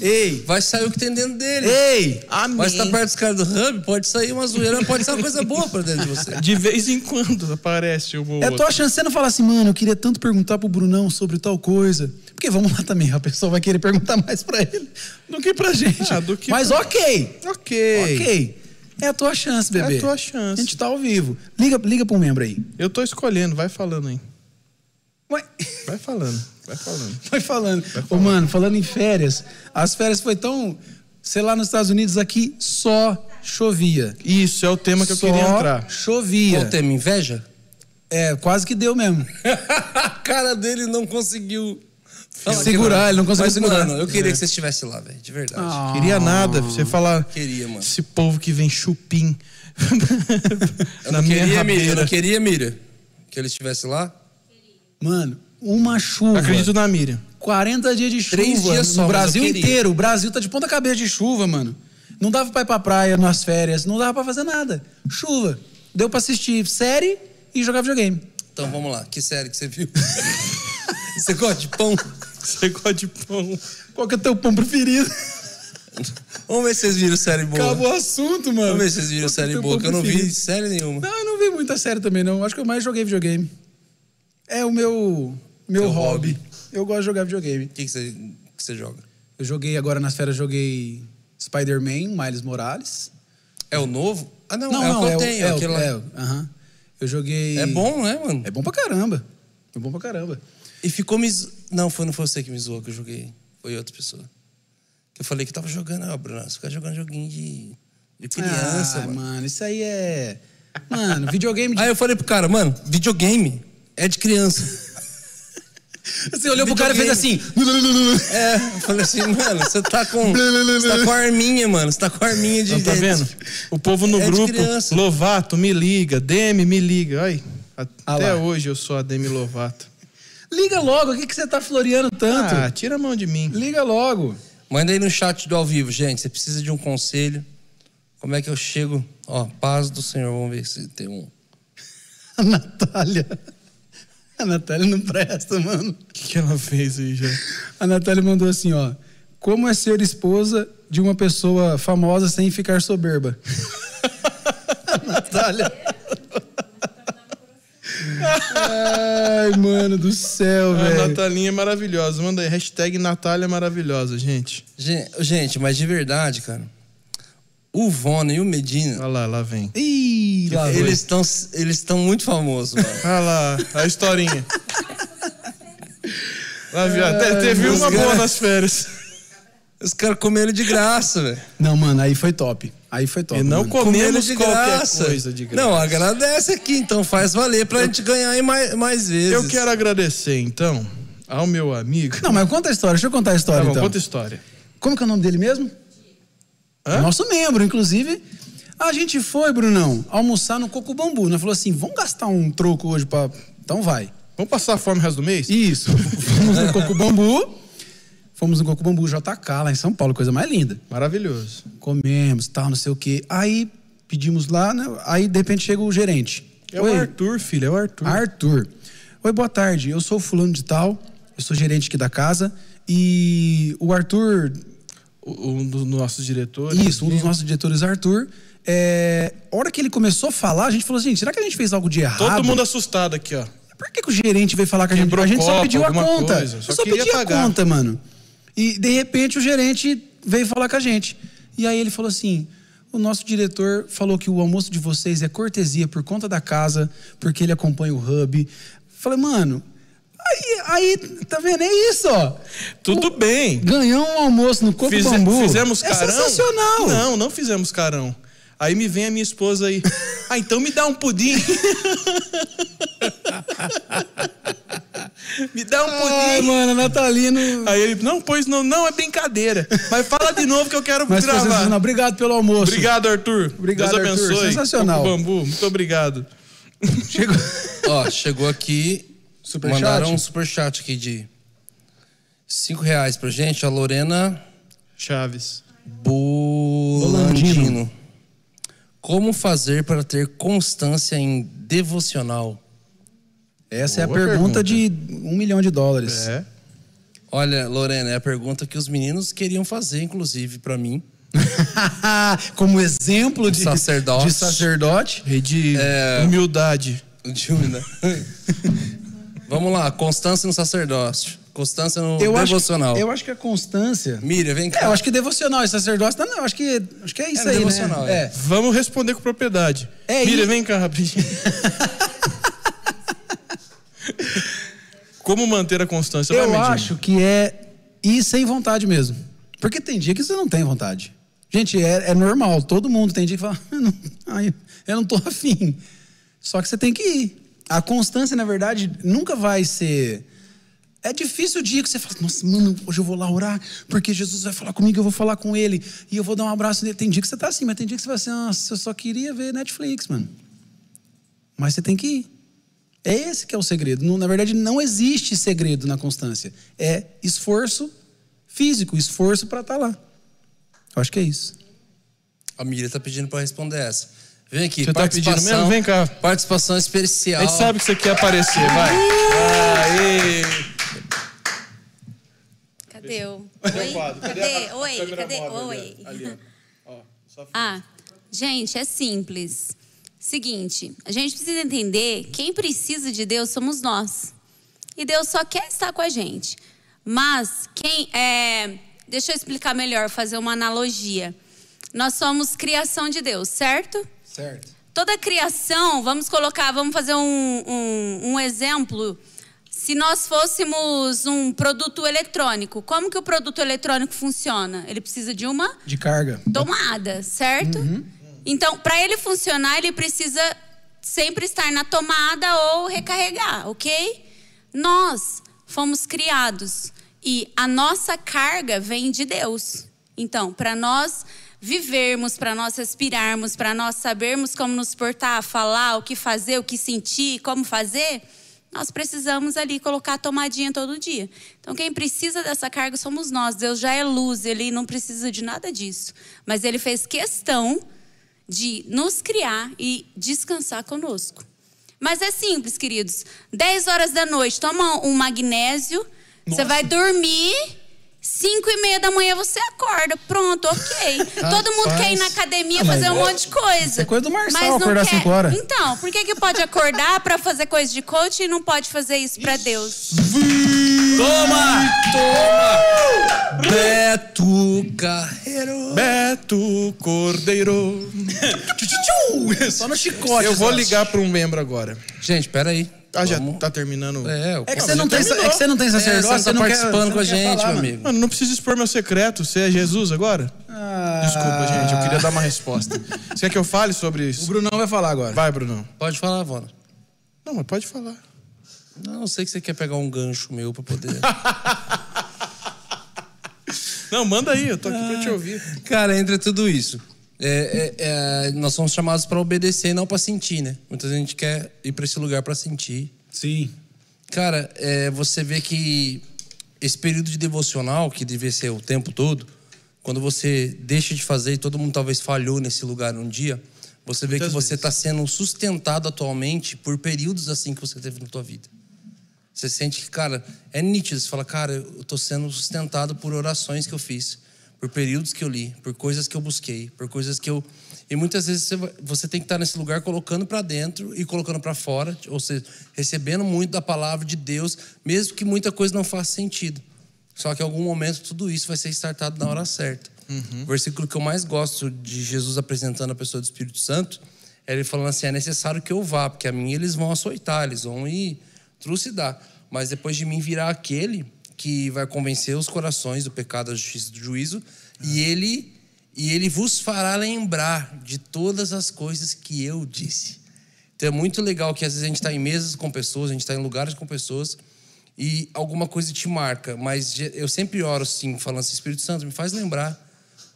Ei!
vai sair o que tem dentro dele.
É, Ei!
Amém.
Mas tá perto dos caras do hub, pode sair uma zoeira, pode sair uma coisa boa pra dentro de você.
De vez em quando aparece uma ou
É
outra.
tua chance, você não fala assim, mano, eu queria tanto perguntar pro Brunão sobre tal coisa. Porque vamos lá também, a pessoa vai querer perguntar mais pra ele do que pra gente.
Ah, do que
Mas ok!
Ok.
Ok. É a tua chance, bebê.
É a tua chance.
A gente tá ao vivo. Liga, liga pra um membro aí.
Eu tô escolhendo, vai falando aí.
Ué,
Vai falando, vai falando.
vai falando. Ô, mano, falando em férias, as férias foi tão. Sei lá, nos Estados Unidos aqui só chovia.
Isso, é o tema que eu
só
queria entrar.
Chovia.
Qual o tema? Inveja?
É, quase que deu mesmo.
a cara dele não conseguiu falar
Segurar,
que
ele não conseguiu
Mas,
segurar. É. Ah,
Mano, eu queria que você estivesse lá, velho, de verdade.
Queria nada, você falar.
Queria, mano.
Esse povo que vem chupim.
eu
na
não
minha
queria, Miriam, eu
rabeira.
não queria, Miriam, que ele estivesse lá.
Mano, uma chuva.
Acredito na Miriam.
40 dias de chuva.
Três dias só,
No
mas
Brasil
eu queria.
inteiro. O Brasil tá de ponta cabeça de chuva, mano. Não dava pra ir pra praia nas férias, não dava pra fazer nada. Chuva. Deu pra assistir série e jogar videogame.
Então vamos lá, que série que você viu? você gosta de pão?
Você gosta de pão.
Qual que é o teu pão preferido?
Vamos ver se vocês viram série boa.
Acabou o assunto, mano.
Vamos ver se vocês viram
Qual que é o
série
teu
boa,
pão
que eu não vi
preferido?
série nenhuma.
Não, eu não vi muita série também, não. Acho que eu mais joguei videogame. É o meu, meu
Teu
hobby.
hobby.
Eu gosto de jogar videogame.
O que, que, você, que você joga?
Eu joguei agora nas férias, joguei Spider-Man, Miles Morales.
É o novo? Ah, não,
Não,
é
não,
o que
é
eu
o-
tenho.
é o-
aquele lá.
é o- aham. Eu joguei.
É bom, né, mano?
É bom pra caramba. É bom pra caramba.
E ficou me. zo- Não, foi, não foi você que me zoou que eu joguei. Foi outra pessoa. Que eu ah, falei que tava jogando, ó, Bruno, você fica jogando joguinho de, de criança,
ah,
mano.
mano. Isso aí é Mano, videogame de...
Aí eu falei pro cara, mano, videogame é de criança.
Você olhou pro cara e fez assim.
É, eu falei assim, mano, você tá com. Você tá com a arminha, mano. Você tá com a arminha de.
Então, tá vendo? O povo no
É de
grupo,
criança.
Lovato, me liga. Demi, me liga. Ai, até
Ah lá.
hoje eu sou a Demi Lovato.
Liga logo, o que, que você tá floreando tanto?
Ah, tira a mão de mim.
Liga logo.
Manda aí no chat do ao vivo, gente. Você precisa de um conselho. Como é que eu chego? Ó, paz do Senhor. Vamos ver se tem um.
A Natália. A Natália não presta, mano.
O que, que ela fez aí já?
A Natália mandou assim, ó. Como é ser esposa de uma pessoa famosa sem ficar soberba? A Natália. Ai, mano do céu,
A
velho.
Natalinha é maravilhosa. Manda aí, hashtag Natália é maravilhosa, gente.
Gen- Gente, mas de verdade, cara. O Vona e o Medina,
Olha lá, lá vem.
Ih, lá vai.
eles estão eles estão muito famosos, mano.
Olha lá, a historinha. lá vem, ó. Te- teve
meus
uma boa
caras.
nas férias.
Os caras comeram de graça, velho.
Não, mano, aí foi top. Aí foi top.
E não
mano.
Comendo
comemos
de
qualquer
graça.
coisa de graça.
Não, agradece aqui, então faz valer pra gente ganhar aí mais, mais vezes.
Eu quero agradecer, então, ao meu amigo.
Não, mas conta a história. Deixa eu contar a história,
Tá bom,
então.
conta a história.
Como que é o nome dele mesmo?
Hã?
Nosso membro, inclusive. A gente foi, Brunão, almoçar no Coco Bambu. Nós falou assim, vamos gastar um troco hoje pra... Então vai.
Vamos passar fome o resto do mês?
Isso. Fomos no Coco Bambu. Fomos no Coco Bambu JK, lá em São Paulo. Coisa mais linda.
Maravilhoso.
Comemos, tal, não sei o quê. Aí pedimos lá, né? Aí de repente chega o gerente.
É
Oi,
o Arthur, filho, é o Arthur.
Arthur. Oi, boa tarde. Eu sou o fulano de tal. Eu sou gerente aqui da casa. E o Arthur
O- Um dos nossos diretores.
Isso, um dos nossos diretores, Arthur. É, a hora que ele começou a falar, a gente falou assim: será que a gente fez algo de errado?
Todo mundo assustado aqui, ó.
Por que, que o gerente veio falar com a gente?
Quebrou
A gente só
copo,
pediu a
alguma
conta.
coisa, só
Eu só
queria
pedi a
pagar.
conta, mano. E de repente o gerente veio falar com a gente. E aí ele falou assim: o nosso diretor falou que o almoço de vocês é cortesia por conta da casa, porque ele acompanha o hub. Falei, mano. Aí, aí, tá vendo? É isso, ó.
Tudo bem.
Ganhou um almoço no Coco
Fize-
Bambu.
Fizemos
É
carão?
sensacional.
Não, não fizemos carão. Aí me vem a minha esposa aí. Ah, então me dá um pudim. me dá um
Ai,
pudim.
mano, a Natalino.
Aí ele, não, pois não, não, é brincadeira. Mas fala de novo que eu quero
Mas foi
gravar.
sensacional. Obrigado pelo almoço.
Obrigado, Arthur.
Obrigado,
Deus
Arthur.
abençoe.
Sensacional.
Coco Bambu, muito obrigado.
Chegou.
Ó, chegou aqui.
Superchat?
mandaram um superchat aqui de 5 reais pra gente. A Lorena
Chaves.
Bolandino. Como fazer para ter constância em devocional?
Essa
Boa
é a pergunta,
pergunta.
de um milhão de dólares.
É.
Olha, Lorena, é a pergunta que os meninos queriam fazer, inclusive, pra mim.
Como exemplo de
Sacerdote.
de sacerdote.
Rei de
É.
humildade.
De humildade. né? Vamos lá, constância no sacerdócio. Constância no
É, Eu acho,
devocional.
que- eu acho que a constância.
Mira, vem
um É,
cá.
eu acho que devocional e sacerdócio. Não, não, eu acho que, acho que é isso
É,
aí,
devocional,
né?
é.
Vamos responder com propriedade.
É,
Mira,
e-
vem cá rapidinho. Como manter a constância?
Eu
Vai, né? Medina.
acho que é ir sem vontade mesmo. Porque tem dia que você não tem vontade. Gente, é, é normal. Todo mundo tem dia que fala, eu não, ai, eu não tô afim. Só que você tem que ir. A constância, na verdade, nunca vai ser. É difícil o dia que você fala, nossa, mano, hoje eu vou lá orar, porque Jesus vai falar comigo, eu vou falar com ele, e eu vou dar um abraço nele. Tem dia que você tá assim, mas tem dia que você vai assim, nossa, eu só queria ver Netflix, mano. Mas você tem que ir. É esse que é o segredo. Não- na verdade, não existe segredo na constância. É esforço físico, esforço para estar lá. Eu acho que é isso.
A Mira tá pedindo pra responder essa. Vem aqui,
Você tá pedindo
participação.
mesmo? Vem cá.
Participação
A
especial.
gente sabe que você quer aparecer, vai. Aê!
Cadê eu? Oi? Cadê? Oi? Cadê? Oi? Ah, gente, é simples. Seguinte, a gente precisa entender quem precisa de Deus somos nós. E Deus só quer estar com a gente. Mas quem é, deixa eu explicar melhor, fazer uma analogia. Nós somos criação de Deus, certo?
Certo.
Toda a criação, vamos colocar, vamos fazer um, um- um exemplo. Se nós fôssemos um produto eletrônico, como que o produto eletrônico funciona? Ele precisa de uma
De carga.
tomada, certo? Então, para ele funcionar, ele precisa sempre estar na tomada ou recarregar, ok? Nós fomos criados e a nossa carga vem de Deus. Então, para nós vivermos, para nós respirarmos, para nós sabermos como nos portar, falar, o que fazer, o que sentir, como fazer, nós precisamos ali colocar a tomadinha todo dia. Então, quem precisa dessa carga somos nós. Deus já é luz, ele não precisa de nada disso. Mas ele fez questão de nos criar e descansar conosco. Mas é simples, queridos. 10 horas da noite, toma um magnésio, você vai dormir. 5 e meia da manhã você acorda, pronto, ok. Todo mundo quer ir na academia fazer um monte de coisa.
é coisa do Marçal acordar cinco horas.
Então, por que, que pode acordar pra fazer coisa de coach e não pode fazer isso pra Deus?
Toma! Toma! Beto Carreiro.
Beto Cordeiro.
Tchutchu!
Só no chicote.
Eu vou
só.
ligar pra um membro agora.
Gente, peraí.
Ah, já
Vamos-
tá terminando.
É, eu-
É que
Não,
você não,
já
tem,
terminou.
é que você não tem
É,
sacerdócio,
você não tá participando com a gente, meu
amigo.
amigo.
Mano, não precisa expor meu secreto. Você é Jesus agora? Desculpa, gente. Eu queria dar uma resposta. Você quer que eu fale sobre
O
isso?
Brunão vai falar agora.
Vai, Bruno.
Pode falar, Vona.
Não, mas pode falar.
Não, eu sei que você quer pegar um gancho meu pra poder.
Não, manda aí. Eu tô aqui pra te ouvir.
Cara, entre tudo isso. É, é, é, nós somos chamados pra obedecer e não pra sentir, né? Muita gente quer ir pra esse lugar pra sentir.
Sim.
Cara, é, você vê que esse período de devocional, que devia ser o tempo todo, quando você deixa de fazer, e todo mundo talvez falhou nesse lugar um dia, você vê
Muitas
que você
vezes.
está sendo sustentado atualmente por períodos assim que você teve na tua vida. Você sente que, cara, é nítido. Você fala, cara, eu tô sendo sustentado por orações que eu fiz, por períodos que eu li, por coisas que eu busquei, por coisas que eu. E muitas vezes você, vai- você tem que estar nesse lugar colocando para dentro e colocando para fora, ou seja, recebendo muito da palavra de Deus, mesmo que muita coisa não faça sentido. Só que em algum momento tudo isso vai ser startado na hora certa. O versículo que eu mais gosto de Jesus apresentando a pessoa do Espírito Santo é ele falando assim: é necessário que eu vá, porque a mim eles vão açoitar, eles vão ir trucidar. Mas depois de mim virá aquele que vai convencer os corações do pecado, da justiça e do juízo, e ele e ele vos fará lembrar de todas as coisas que eu disse. Então é muito legal que às vezes a gente está em mesas com pessoas, a gente está em lugares com pessoas e alguma coisa te marca, mas ge- eu sempre oro assim, falando assim, Espírito Santo, me faz lembrar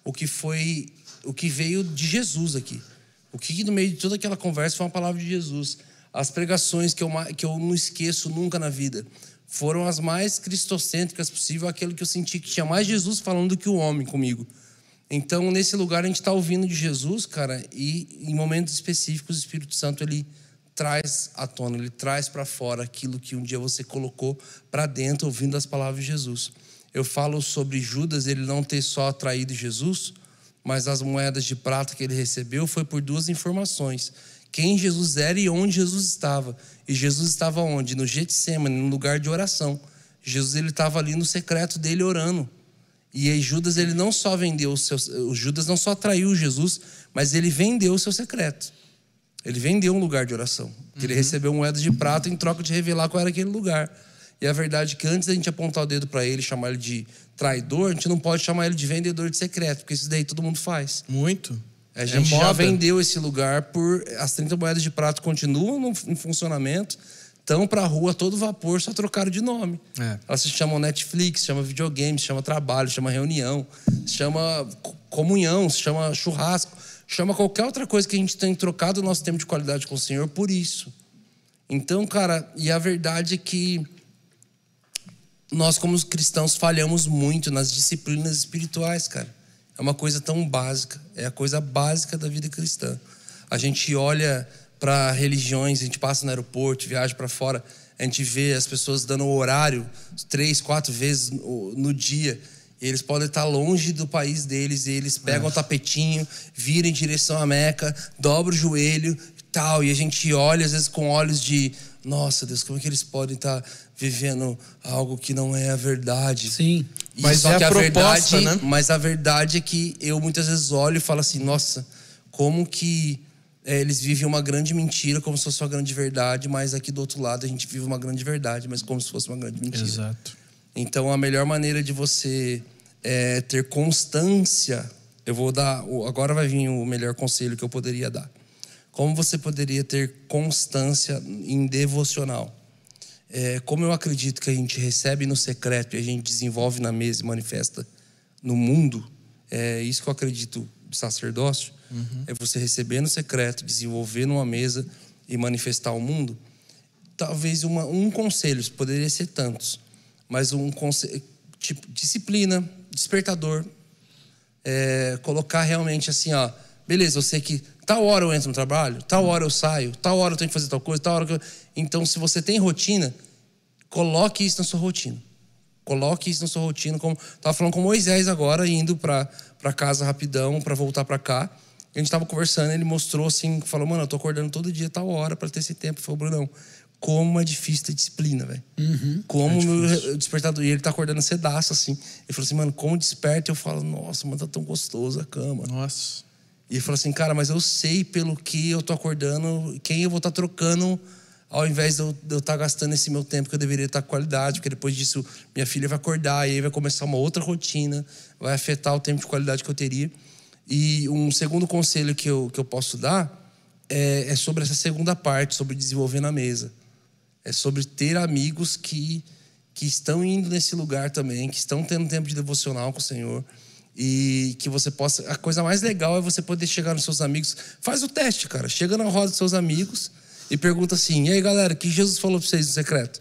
o que foi, o que veio de Jesus aqui. O que no meio de toda aquela conversa foi uma palavra de Jesus. As pregações que eu, ma- que eu não esqueço nunca na vida foram as mais cristocêntricas possível, aquilo que eu senti que tinha mais Jesus falando do que o homem comigo. Então, nesse lugar, a gente está ouvindo de Jesus, cara, e em momentos específicos, o Espírito Santo ele traz à tona, ele traz para fora aquilo que um dia você colocou para dentro ouvindo as palavras de Jesus. Eu falo sobre Judas, ele não ter só traído Jesus, mas as moedas de prata que ele recebeu foi por duas informações: quem Jesus era e onde Jesus estava. E Jesus estava onde? No Getsemane, no lugar de oração. Jesus ele estava ali no secreto dele orando. E aí Judas ele não só vendeu o seu, o Judas não só traiu Jesus, mas ele vendeu o seu secreto. Ele vendeu um lugar de oração. que Ele recebeu moedas de prata em troca de revelar qual era aquele lugar. E a verdade é que antes da gente apontar o dedo para ele, e chamar ele de traidor, a gente não pode chamar ele de vendedor de secreto, porque isso daí todo mundo faz.
Muito.
A gente já
É moda.
vendeu esse lugar por. As 30 moedas de prato continuam no, em funcionamento, estão pra rua a todo vapor, só trocaram de nome.
É.
Elas se chamam Netflix, chama videogame, se chama trabalho, se chama reunião, se chama co- comunhão, se chama churrasco, chama qualquer outra coisa que a gente tem trocado o nosso tempo de qualidade com o Senhor por isso. Então, cara, e a verdade é que nós, como cristãos, falhamos muito nas disciplinas espirituais, cara. É uma coisa tão básica, é a coisa básica da vida cristã. A gente olha para religiões, a gente passa no aeroporto, viaja para fora, a gente vê as pessoas dando o horário três, quatro vezes no no dia. E eles podem estar longe do país deles e eles pegam o tapetinho, viram em direção à Meca, dobram o joelho, tal, e a gente olha às vezes com olhos de nossa Deus, como é que eles podem estar vivendo algo que não é a verdade?
Sim.
E
Mas
só
é a
que a
proposta,
verdade,
né?
mas a verdade é que eu muitas vezes olho e falo assim, nossa, como que é, eles vivem uma grande mentira como se fosse uma grande verdade, mas aqui do outro lado a gente vive uma grande verdade, mas como se fosse uma grande mentira.
Exato.
Então, a melhor maneira de você é, ter constância, eu vou dar. o- Agora vai vir o melhor conselho que eu poderia dar. Como você poderia ter constância em devocional? É, como eu acredito que a gente recebe no secreto e a gente desenvolve na mesa e manifesta no mundo, é isso que eu acredito do sacerdócio, é você receber no secreto, desenvolver numa mesa e manifestar ao mundo. Talvez uma, um conselho, poderia ser tantos, mas um conselho, tipo, disciplina, despertador, é, colocar realmente assim, ó, beleza, eu sei que tal hora eu entro no trabalho, tal hora eu saio, tal hora eu tenho que fazer tal coisa, tal hora que eu... Então, se você tem rotina, coloque isso na sua rotina. Coloque isso na sua rotina. Como tava falando com o Moisés agora, indo para casa rapidão, para voltar para cá. A gente tava conversando, ele mostrou assim, falou, mano, eu tô acordando todo dia, tal hora, para ter esse tempo. Eu falei, Brunão, como é difícil ter disciplina, velho. como o meu despertador. E ele tá acordando cedaço, assim. Ele falou assim, mano, como desperta? Eu falo, nossa, mano, tá tão gostoso a cama.
Nossa.
E ele falou assim, cara, mas eu sei pelo que eu tô acordando, quem eu vou estar trocando, ao invés de eu estar gastando esse meu tempo que eu deveria estar com qualidade, porque depois disso minha filha vai acordar e aí vai começar uma outra rotina, vai afetar o tempo de qualidade que eu teria. E um segundo conselho que eu, que eu posso dar é, é sobre essa segunda parte, sobre desenvolver na mesa. É sobre ter amigos que, que estão indo nesse lugar também, que estão tendo tempo de devocional com o Senhor. E que você possa. A coisa mais legal é você poder chegar nos seus amigos. Faz o teste, cara. Chega na roda dos seus amigos e pergunta assim: e aí, galera, o que Jesus falou pra vocês no secreto?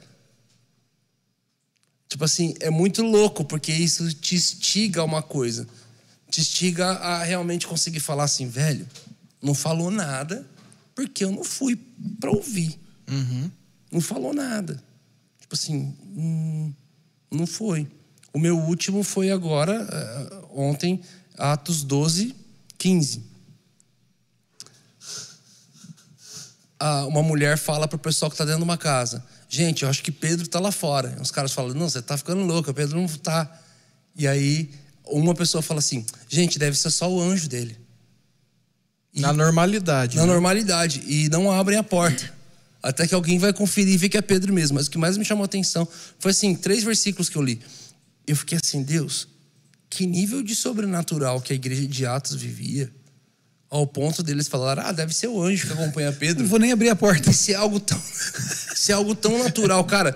Tipo assim, é muito louco, porque isso te instiga a uma coisa. Te instiga a realmente conseguir falar assim, velho, não falou nada, porque eu não fui pra ouvir. Não falou nada. Tipo assim, hum, não foi. O meu último foi agora, eh, ontem, Atos 12, 15. a- Ah, uma mulher fala pro pessoal que tá dentro de uma casa: Gente, eu acho que Pedro tá lá fora. E Os caras falam: Não, você tá ficando louca, Pedro não tá. E aí, uma pessoa fala assim: Gente, deve ser só o anjo dele.
Na normalidade.
Na
né?
normalidade. E não abrem a porta. Até que alguém vai conferir e ver que é Pedro mesmo. Mas o que mais me chamou a atenção foi assim: três versículos que eu li. Eu fiquei assim, Deus, que nível de sobrenatural que a igreja de Atos vivia, ao ponto deles falar: ah, deve ser o anjo que acompanha Pedro.
Não vou nem abrir a porta.
se é algo tão, se é algo tão natural, cara,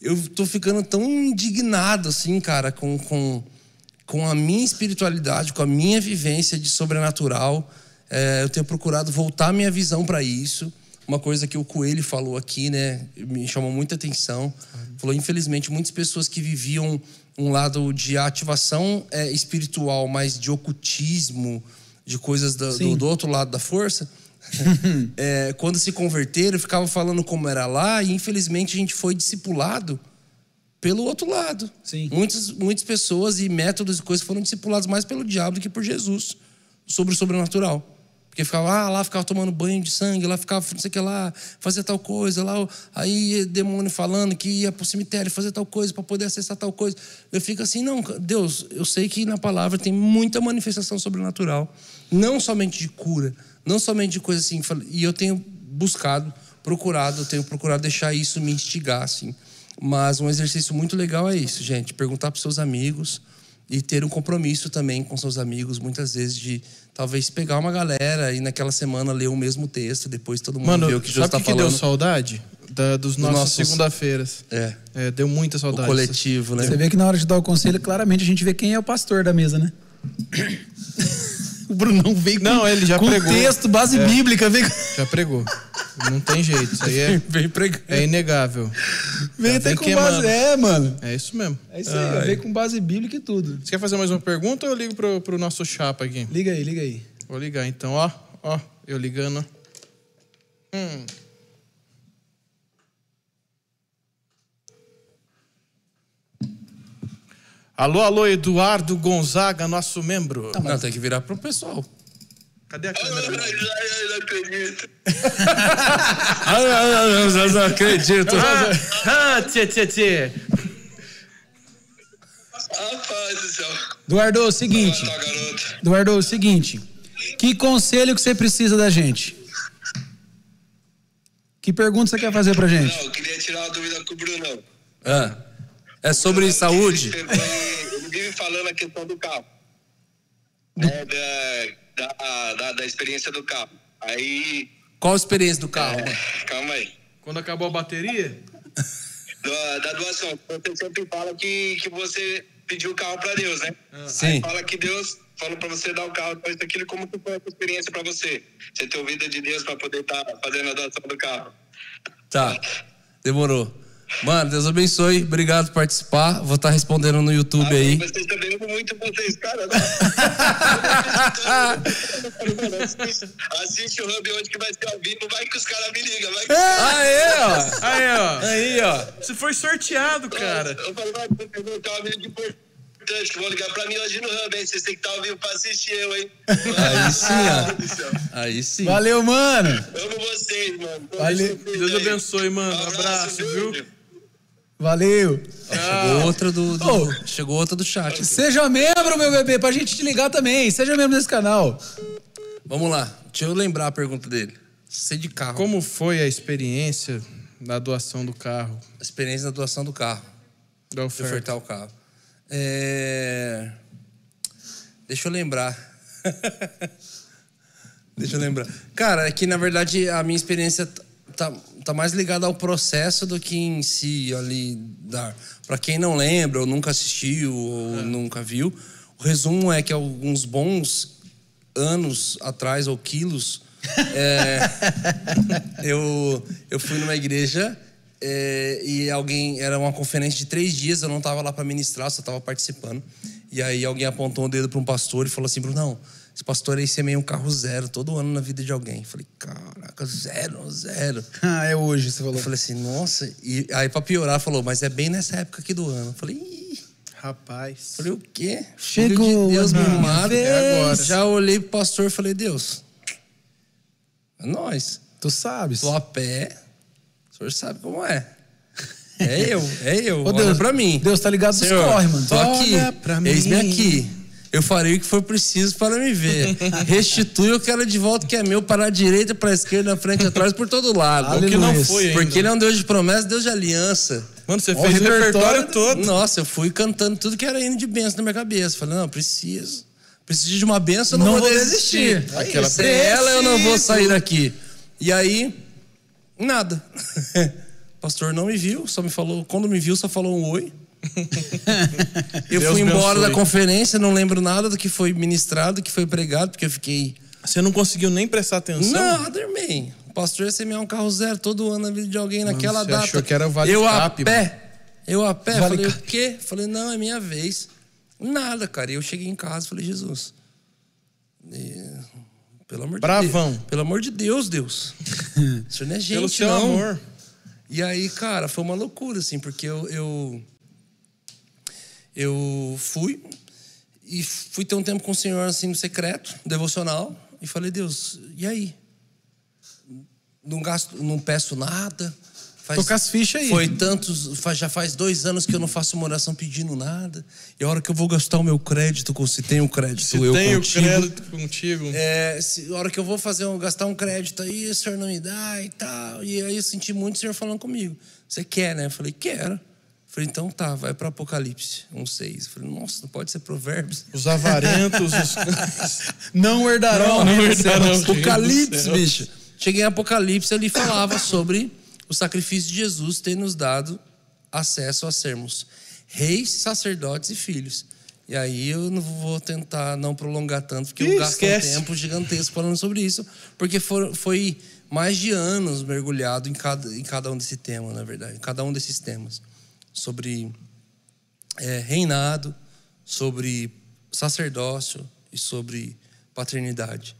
eu tô ficando tão indignado assim, cara, com, com, com a minha espiritualidade, com a minha vivência de sobrenatural. É, eu tenho procurado voltar minha visão para isso. Uma coisa que o Coelho falou aqui, né, me chamou muita atenção. Falou, infelizmente, muitas pessoas que viviam um lado de ativação é, espiritual, mas de ocultismo, de coisas da- do, do outro lado da força, é, quando se converteram, ficava falando como era lá, e infelizmente a gente foi discipulado pelo outro lado.
Sim.
Muitas, muitas pessoas e métodos e coisas foram discipulados mais pelo diabo do que por Jesus sobre o sobrenatural. Porque ficava ah, lá, ficava tomando banho de sangue, lá ficava não sei o que lá, fazia tal coisa, lá o- aí demônio falando que ia pro cemitério fazer tal coisa para poder acessar tal coisa. Eu fico assim, não, Deus, eu sei que na palavra tem muita manifestação sobrenatural, não somente de cura, não somente de coisa assim, e eu tenho buscado, procurado, eu tenho procurado deixar isso me instigar assim. Mas um exercício muito legal é isso, gente. Perguntar para seus amigos e ter um compromisso também com seus amigos, muitas vezes, de talvez pegar uma galera e naquela semana ler o mesmo texto, depois todo mundo
Mano,
vê o que Jesus
sabe
está
o que, que
falando.
deu saudade? Da- dos nossas
nossos-
segunda-feiras.
É.
É, deu muita
O
saudade.
coletivo, né?
Você vê que na hora de dar o conselho, claramente a gente vê quem é o pastor da mesa, né? o Brunão veio com,
Não, ele já
com
pregou. É.
texto, base bíblica, veio,
Já pregou. Não tem jeito. Isso aí é,
Vem pregando.
é inegável.
veio
Já
até
vem
com
queimando.
base. É, mano.
É isso mesmo.
É isso aí, veio com base bíblica e tudo.
Você quer fazer mais uma pergunta ou eu ligo pro, pro nosso chapa aqui?
Liga aí, liga aí.
Vou ligar então, ó. Ó, eu ligando. Hum. Alô, alô, Eduardo Gonzaga, nosso membro.
Não, tem que virar pro pessoal.
Cadê a câmera?
não acredito.
Ah, não, não acredito.
Ah, tchê, tchê, tchê.
Rapaz do céu.
Eduardo, é o seguinte.
Olha lá, garoto.
Eduardo, é o seguinte. Que conselho que você precisa da gente? Que pergunta você quer fazer pra gente?
Não, eu queria tirar uma dúvida com o Brunão.
Ah, é sobre saúde?
Ele pegou- ele vive falando a É, questão do carro. Né, da, da, da, da experiência do carro. Aí.
Qual a experiência do carro? mano?
Calma aí.
Quando acabou a bateria?
Da, da doação. Você sempre fala que, que você pediu o carro pra Deus, né?
Ah. Sim.
Aí fala que Deus falou pra você dar o carro depois daquilo. Como que foi essa experiência pra você? Você ter ouvido de Deus pra poder estar fazendo a doação do carro?
Tá. Demorou. Mano, Deus abençoe. Obrigado por participar. Vou estar respondendo no YouTube aí.
Vocês também amam muito vocês, cara. assiste, assiste o Hub hoje que vai ser ao vivo. Vai que os caras me ligam.
É,
Vai que...
Aê, ó.
Aí, Ah, é, ó.
Aí, ó.
Você foi sorteado, cara.
Eu falei, vai, eu vou estar ao vivo de importante. que Vão ligar pra mim hoje no Hub, hein? Vocês têm que estar ao vivo pra assistir eu, hein?
Aí sim,
Meu
ó.
Deus do céu.
Aí sim.
Valeu, mano.
Amo vocês, mano.
Valeu.
Deus abençoe, mano. Um abraço, viu?
beijo.
Valeu.
Chegou outra do, do-
Ô.
chegou outra do chat. aqui.
Seja membro, meu bebê, pra gente te ligar também. Seja membro desse canal.
Vamos lá. Deixa eu lembrar a pergunta dele. Ser de carro.
Como foi a experiência da doação do carro?
A experiência da doação do carro.
Da
De
oferta?
ofertar o carro. É... Deixa eu lembrar. Deixa eu lembrar. Cara, é que na verdade a minha experiência t- tá, tá mais ligada ao processo do que em si ali dar. Pra quem não lembra, ou nunca assistiu, ou nunca viu, o resumo é que alguns bons anos atrás, ou quilos, é, eu, eu fui numa igreja é, e alguém. Era uma conferência de três dias, eu não tava lá para ministrar, só tava participando. E aí alguém apontou o dedo para um pastor e falou assim: Bruno, não, esse pastor aí semeia um carro zero todo ano na vida de alguém. Eu falei: caraca, zero, zero.
Ah, é hoje, você
Eu
falou.
falei assim: nossa. E aí, para piorar, falou: mas é bem nessa época aqui do ano. Eu falei: Ih.
Rapaz.
Falei, o quê?
Chegou
Filho de Deus
a minha
mimado.
vez.
agora. Já olhei pro pastor e falei, Deus, é nós.
Tu sabes.
Tô a pé, o senhor sabe como é. É eu, é eu.
Ô,
Olha
Deus,
pra mim.
Deus tá ligado nos corre, mano.
Tô aqui.
Olha pra mim.
Eis-me aqui. Eu farei o que for preciso para me ver. Restitui o que era de volta, que é meu, para a direita, para a esquerda, na frente, atrás, por todo lado.
O que não
Aleluia.
foi ainda.
Porque ele é um Deus de promessa, Deus de aliança.
Mano, você
Ó,
fez o repertório
repertório-
todo.
Nossa, eu fui cantando tudo que era hino de benção na minha cabeça. Falei, não, preciso. Preciso de uma benção, eu não,
Não
vou,
vou
desistir.
desistir. Aí,
Aquela Sem
preciso.
ela eu não vou sair daqui. E aí, nada. O pastor não me viu, só me falou. Quando me viu, só falou um oi. eu
Deus
fui embora
abençoe.
da conferência, não lembro nada do que foi ministrado, do que foi pregado, porque eu fiquei.
Você não conseguiu nem prestar atenção?
Nada, irmão. O pastor ia semear um carro zero todo ano na vida de alguém naquela
você
data.
achou que era o Vale
eu a
Cap,
pé. Eu a pé.
Vale
falei,
Cap.
o quê? Falei, não, é minha vez. Nada, cara. E eu cheguei em casa e falei, Jesus. e- Pelo amor
Bravão.
de Deus. Pelo amor de Deus, Deus. O senhor não é gente,
Pelo seu
não.
amor.
E aí, cara, foi uma loucura, assim, porque eu. Eu, eu fui e fui ter um tempo com o Senhor, assim, no secreto, devocional, e falei, Deus, e aí? Não gasto, não peço nada. Faz,
Tô com as fichas aí.
Foi tantos, faz- já faz dois anos que eu não faço uma oração pedindo nada. E a hora que eu vou gastar o meu crédito, com- se tem o crédito,
Se
eu
tem
contigo.
o crédito contigo.
É, se- a hora que eu vou fazer um- gastar um crédito aí, o senhor não me dá e tal. E aí eu senti muito o senhor falando comigo. Você quer, né? Eu falei, quero. Eu falei, então tá, vai para Apocalipse 1,6. Eu falei, nossa, não pode ser Provérbios.
Os avarentos, os...
Não herdarão.
Não, não
né?
herdarão. Meu Deus do
Tá Apocalipse,
céu.
bicho. Cheguei em Apocalipse, ali falava sobre o sacrifício de Jesus ter nos dado acesso a sermos reis, sacerdotes e filhos. E aí eu não vou tentar não prolongar tanto, porque
Ih,
eu gasto um
esquece.
tempo gigantesco falando sobre isso, porque for- foi mais de anos mergulhado em cada, em cada um desse tema, na verdade, em cada um desses temas. Sobre é, reinado, sobre sacerdócio e sobre paternidade.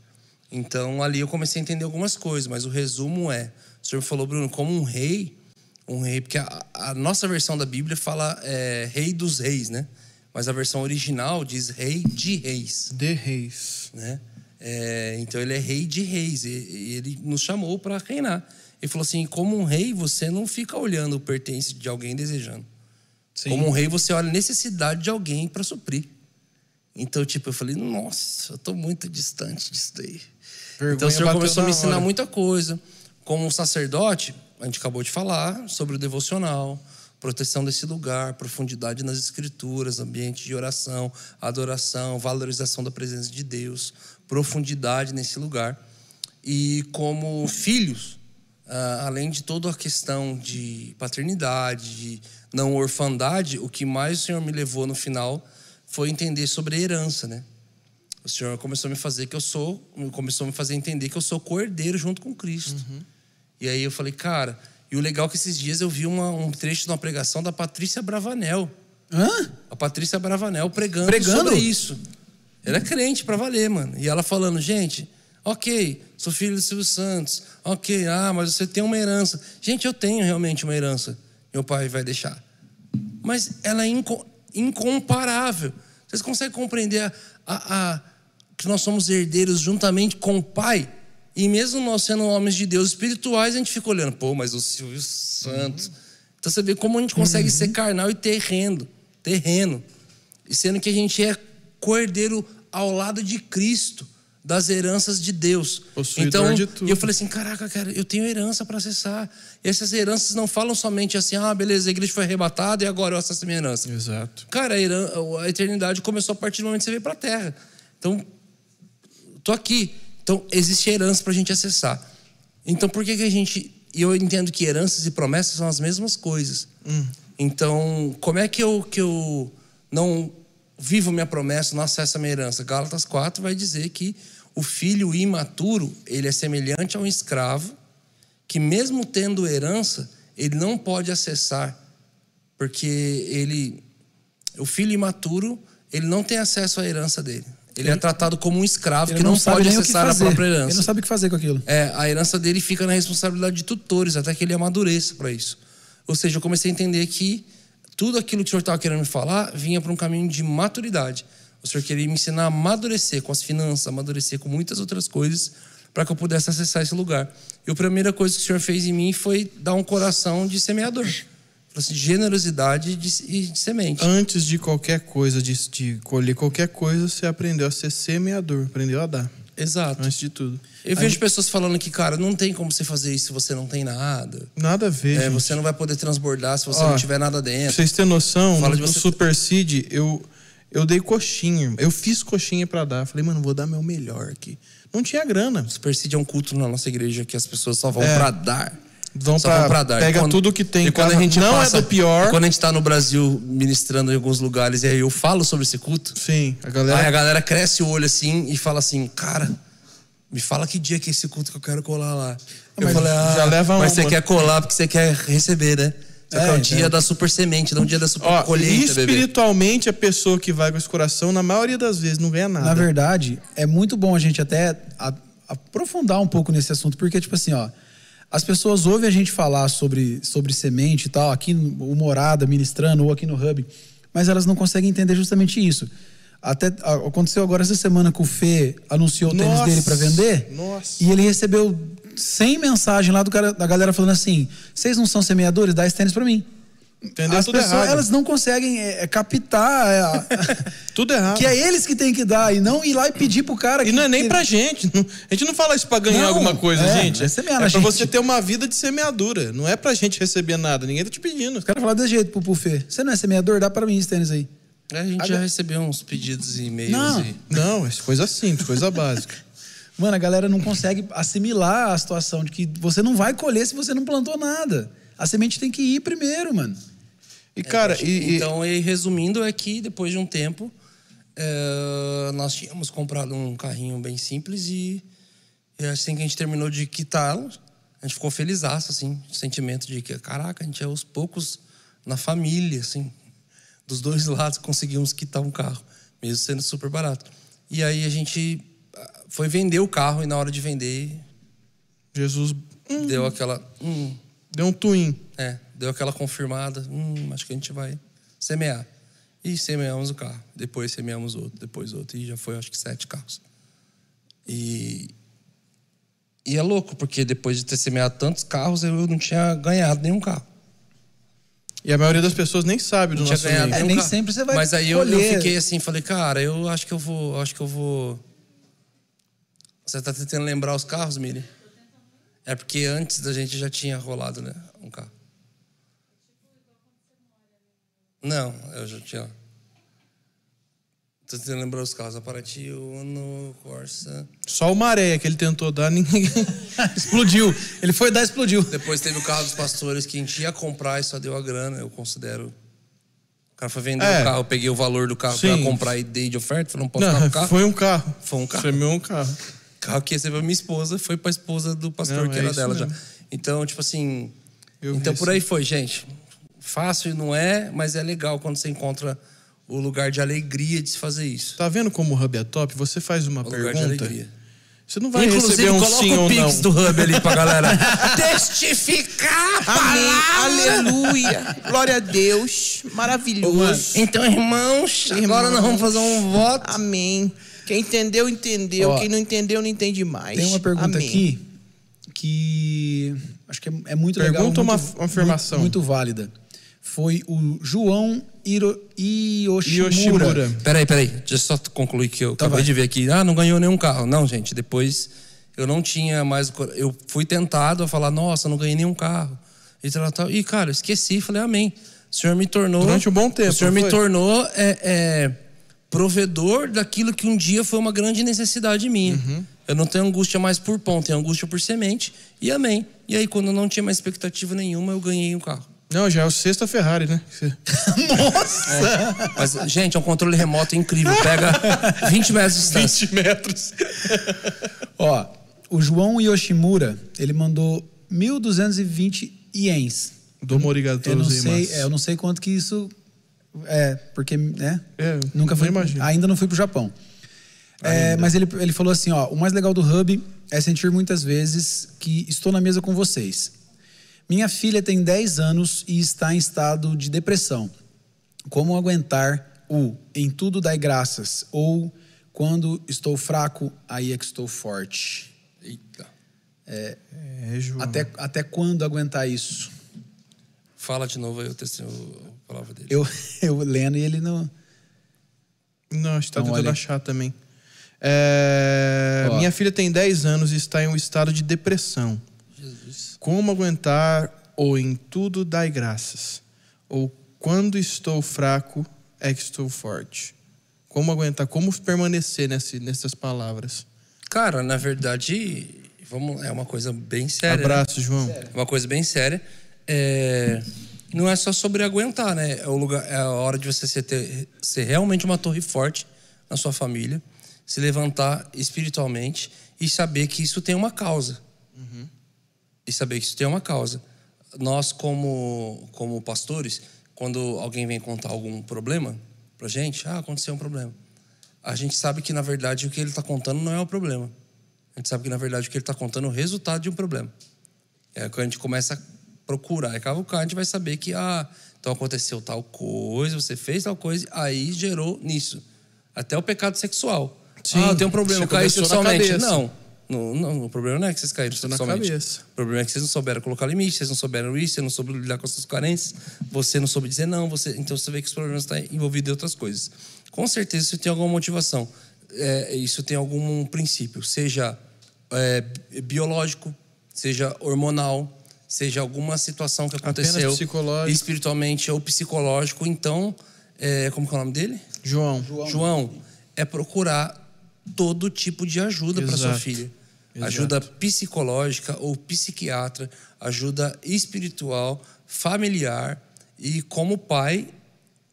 Então ali eu comecei a entender algumas coisas, mas o resumo é: o senhor falou, Bruno, como um rei, um rei, porque a, a nossa versão da Bíblia fala é, rei dos reis, né? Mas a versão original diz rei de reis
The Reis.
né? É, então ele é rei de reis e, e ele nos chamou para reinar. Ele falou assim: como um rei você não fica olhando o pertence de alguém desejando. Como um rei você olha a necessidade de alguém para suprir. Então tipo eu falei: nossa, eu tô muito distante disso daí.
Vergonha
então o senhor
bateu
começou a me
na
ensinar
hora.
muita coisa. Como um sacerdote, a gente acabou de falar sobre o devocional, proteção desse lugar, profundidade nas escrituras, ambiente de oração, adoração, valorização da presença de Deus, profundidade nesse lugar. e como filhos, ah, além de toda a questão de paternidade, de não orfandade, o que mais o Senhor me levou no final foi entender sobre herança, né? O Senhor começou a me fazer que eu sou, começou a me fazer entender que eu sou cordeiro junto com Cristo. E aí eu falei, cara, e o legal é que esses dias eu vi uma- um trecho de uma pregação da Patrícia Bravanel.
Hã?
A Patrícia Bravanel pregando,
Pregando?
sobre isso. Ela é crente pra valer, mano. E ela falando, gente, ok, sou filho do Silvio Santos, ok, ah, mas você tem uma herança. Gente, eu tenho realmente uma herança. Meu pai vai deixar. Mas ela é inco- incomparável. Vocês conseguem compreender a- a- a- que nós somos herdeiros juntamente com o pai? E mesmo nós sendo homens de Deus espirituais, a gente fica olhando, pô, mas o Silvio Santos.
Uhum.
Então você vê como a gente consegue ser carnal e terreno, terreno. E sendo que a gente é cordeiro ao lado de Cristo, das heranças de Deus.
Possuidor
então,
de
e
tudo.
eu falei assim, caraca, cara, eu tenho herança para acessar. E essas heranças não falam somente assim, ah, beleza, a igreja foi arrebatada e agora eu acesso a minha herança.
Exato.
Cara, a, heran- a eternidade começou a partir do momento que você veio para a Terra. Então, tô aqui. Então, existe herança para a gente acessar. Então, por que, que a gente. E eu entendo que heranças e promessas são as mesmas coisas. Então, como é que eu, que eu não vivo minha promessa, não acesso a minha herança? Gálatas 4 vai dizer que o filho imaturo ele é semelhante a um escravo que, mesmo tendo herança, ele não pode acessar, porque ele o filho imaturo, ele não tem acesso à herança dele. Ele é tratado como um escravo que não, pode
nem o que
acessar a
fazer.
própria
Ele não
herança.
sabe o que fazer com aquilo.
É, a herança dele fica na responsabilidade de tutores, até que ele amadureça para isso. Ou seja, eu comecei a entender que tudo aquilo que o senhor estava querendo me falar vinha para um caminho de maturidade. O senhor queria me ensinar a amadurecer com as finanças, amadurecer com muitas outras coisas, para que eu pudesse acessar esse lugar. E a primeira coisa que o senhor fez em mim foi dar um coração de semeador. Falou assim, generosidade e de- e de semente.
Antes de qualquer coisa, de, de colher qualquer coisa, você aprendeu a ser semeador, aprendeu a dar.
Exato.
Antes de tudo.
Eu vejo pessoas falando que, cara, não tem como você fazer isso se você não tem nada.
Nada a ver.
É,
gente.
você não vai poder transbordar se você
Ó,
não tiver nada
Pra
dentro.
vocês terem noção,
Fala
no,
de
no
você-
Super Seed, eu, eu dei coxinha. Eu fiz coxinha pra dar. Falei, mano, vou dar meu melhor aqui. Não tinha grana.
Supersídio é um culto na nossa igreja que as pessoas só vão
É.
pra dar.
Vão
só
pra-
vão pra dar.
pega
E quando-
tudo que tem em
E quando
casa.
a gente
Não é
passa-
do pior.
e Quando a gente tá no Brasil ministrando em alguns lugares e aí eu falo sobre esse culto,
Sim, a
aí a
galera.
galera cresce o olho assim e fala assim, cara, me fala que dia que é esse culto que eu quero colar lá. Eu
Mas
falei, ah,
já leva
mas
uma."
você quer colar porque você quer receber, né? Só que é,
É,
o dia
então.
da super semente, não o dia da super
Ó,
colheita, bebê.
espiritualmente, a pessoa que vai com esse coração, na maioria das vezes, não ganha nada.
Na verdade, é muito bom a gente até a- aprofundar um pouco nesse assunto, porque, tipo assim, ó, as pessoas ouvem a gente falar sobre, sobre semente e tal, aqui no o Morada, ministrando, ou aqui no Hub, mas elas não conseguem entender justamente isso. Até a- aconteceu agora essa semana que o Fê anunciou o tênis
Nossa,
dele pra vender.
nossa.
E ele recebeu 100 mensagens lá do cara, da galera falando assim: vocês não são semeadores? Dá esse tênis pra mim.
Entendeu?
As
Tudo
pessoas
errado.
elas não conseguem é, é, captar é, a-
Tudo errado.
que é eles que têm que dar e não ir lá e pedir pro cara.
E
que-
não é nem
que-
pra gente. Não- a gente não fala isso pra ganhar
Não,
alguma coisa,
é,
gente.
é semear na
pra
gente.
você ter uma vida de semeadura. Não é pra gente receber nada. Ninguém tá te pedindo.
Os caras falaram desse jeito pro Buffet. Você não é semeador? Dá pra mim esse tênis aí.
É, a gente já recebeu uns pedidos e e-mails.
Não.
E...
Não, é coisa simples, coisa básica.
Mano, a galera não consegue assimilar a situação de que você não vai colher se você não plantou nada. A semente tem que ir primeiro, mano.
E, cara, e, e-
É, Então, e resumindo, é que depois de um tempo, eh, nós tínhamos comprado um carrinho bem simples e, e assim que a gente terminou de quitá-lo, a gente ficou feliz, assim, sentimento de que, caraca, a gente é os poucos na família, assim, dos dois lados conseguimos quitar um carro, mesmo sendo super barato. E aí a gente ah, foi vender o carro e na hora de vender,
Jesus hum,
deu aquela. "Hum,
deu um twin.
é, deu aquela confirmada. Hum, acho que a gente vai semear. E semeamos o carro. Depois semeamos outro, depois outro. E já foi, acho que, sete carros. E. E é louco, porque depois de ter semeado tantos carros, eu não tinha ganhado nenhum carro.
E a maioria das pessoas nem sabe do
Não tinha
nosso
ganhado
meio.
É,
nenhum
nem
carro.
sempre você vai
Mas aí eu, eu
colher.
fiquei assim, falei, cara, eu acho que eu vou. Acho que eu vou. Você tá tentando lembrar os carros, Miri? É porque antes da gente já tinha rolado, né? Um carro. Não, eu já tinha. Tô tentando lembrar os carros. Aparati, Uno, Corsa.
Só o Maré que ele tentou dar, ninguém. explodiu. Ele foi dar, explodiu.
Depois teve o carro dos pastores que a gente ia comprar e só deu a grana, eu considero. O cara foi vender
É.
o carro, eu peguei o valor do carro
Sim.
pra comprar e dei de oferta. Falei, não posso dar
Não,
o carro.
foi um carro.
Foi um carro.
Tremeu um carro.
O carro que recebeu minha esposa foi pra esposa do pastor,
Não,
que
é
era
isso
dela já.
mesmo.
Então, tipo assim.
Eu
então
vi
por aí foi, gente. Fácil não é, mas é legal quando você encontra o lugar de alegria de se fazer isso.
Tá vendo como o Hub é top? Você faz uma
O lugar de
pergunta.
alegria.
Você não vai receber um
coloca
sim
o
ou não.
Pix do Hub ali pra galera. Testificar a palavra.
Aleluia. Glória a Deus. Maravilhoso.
Então, irmãos, agora nós vamos fazer um voto.
Amém. Quem entendeu, entendeu.
Ó,
Quem não entendeu, não entende mais.
Tem uma pergunta
Amém.
aqui que acho que é, é muito legal.
Pergunta ou uma
muito-
af- uma afirmação?
Muito, muito válida. Foi o João Iro, Ioshimura.
Yoshimura.
Peraí, peraí. Deixa eu só concluir que eu acabei
vai.
de ver aqui. Ah, não ganhou nenhum carro. Não, gente, depois eu não tinha mais. o cor- Eu fui tentado a falar, nossa, não ganhei nenhum carro. E tal, tal. E, cara, eu esqueci. Falei, amém. O senhor me tornou.
Durante um bom tempo,
O senhor
não
me
foi?
tornou é, é, provedor daquilo que um dia foi uma grande necessidade minha. Eu não tenho angústia mais por pão, tenho angústia por semente. E amém. E aí, quando eu não tinha mais expectativa nenhuma, eu ganhei um carro.
Não, já é o sexto Ferrari, né? Você-
Mas, gente, é um controle remoto incrível. Pega 20 metros de distância.
20 metros.
Ó, o João Yoshimura, ele mandou 1.220 iens.
Do Morigato
Eu não sei, é, eu não sei quanto que isso é, porque, né?
É,
nunca
nem
fui,
imagino.
ainda não fui pro Japão. É, mas ele, ele falou assim, ó, o mais legal do Hub é sentir muitas vezes que estou na mesa com vocês. Minha filha tem 10 anos e está em estado de depressão. Como aguentar o em tudo dai graças ou quando estou fraco, aí é que estou forte.
Eita.
É, João.
Até, até quando aguentar isso?
Fala de novo aí o texto, a palavra dele.
Eu, eu lendo e ele não...
Não, a gente tá
Então,
tentando
olha.
achar também. É,
Ó.
Minha filha tem 10 anos e está em um estado de depressão. Como aguentar ou em tudo dai graças? Ou quando estou fraco é que estou forte? Como aguentar? Como permanecer nesse, nessas palavras?
Cara, na verdade, vamos, é uma coisa bem séria. né?
Abraço, João.
É uma coisa bem séria. É, não é só sobre aguentar, né? É, o lugar, é a hora de você ser, ter- ser realmente uma torre forte na sua família, se levantar espiritualmente e saber que isso tem uma causa. E saber que isso tem uma causa. Nós, como, como pastores, quando alguém vem contar algum problema pra gente, ah, aconteceu um problema. A gente sabe que, na verdade, o que ele está contando não é o problema. A gente sabe que, na verdade, o que ele está contando é o resultado de um problema. É quando a gente começa a procurar e cavucar, a gente vai saber que, ah, então aconteceu tal coisa, você fez tal coisa, aí gerou nisso. Até o pecado sexual.
Sim,
ah, eu tenho um problema,
você
eu caí
começou na
sexualmente.
cabeça.
Não, não, não, o problema não é que vocês caíram
na
sexualmente.
cabeça.
O problema é que vocês não souberam colocar limite, vocês não souberam isso, vocês não souberam lidar com essas carências, você não soube dizer não, você... então você vê que os problemas estão envolvidos em outras coisas. Com certeza isso tem alguma motivação, É, isso tem algum princípio, seja é, bi- biológico, seja hormonal, seja alguma situação que aconteceu
psicológico.
espiritualmente ou psicológico. Então, é, como que é o nome dele?
João.
João. é procurar todo tipo de ajuda para sua
Exato.
filha.
Exato.
Ajuda psicológica ou psiquiatra, ajuda espiritual, familiar e como pai,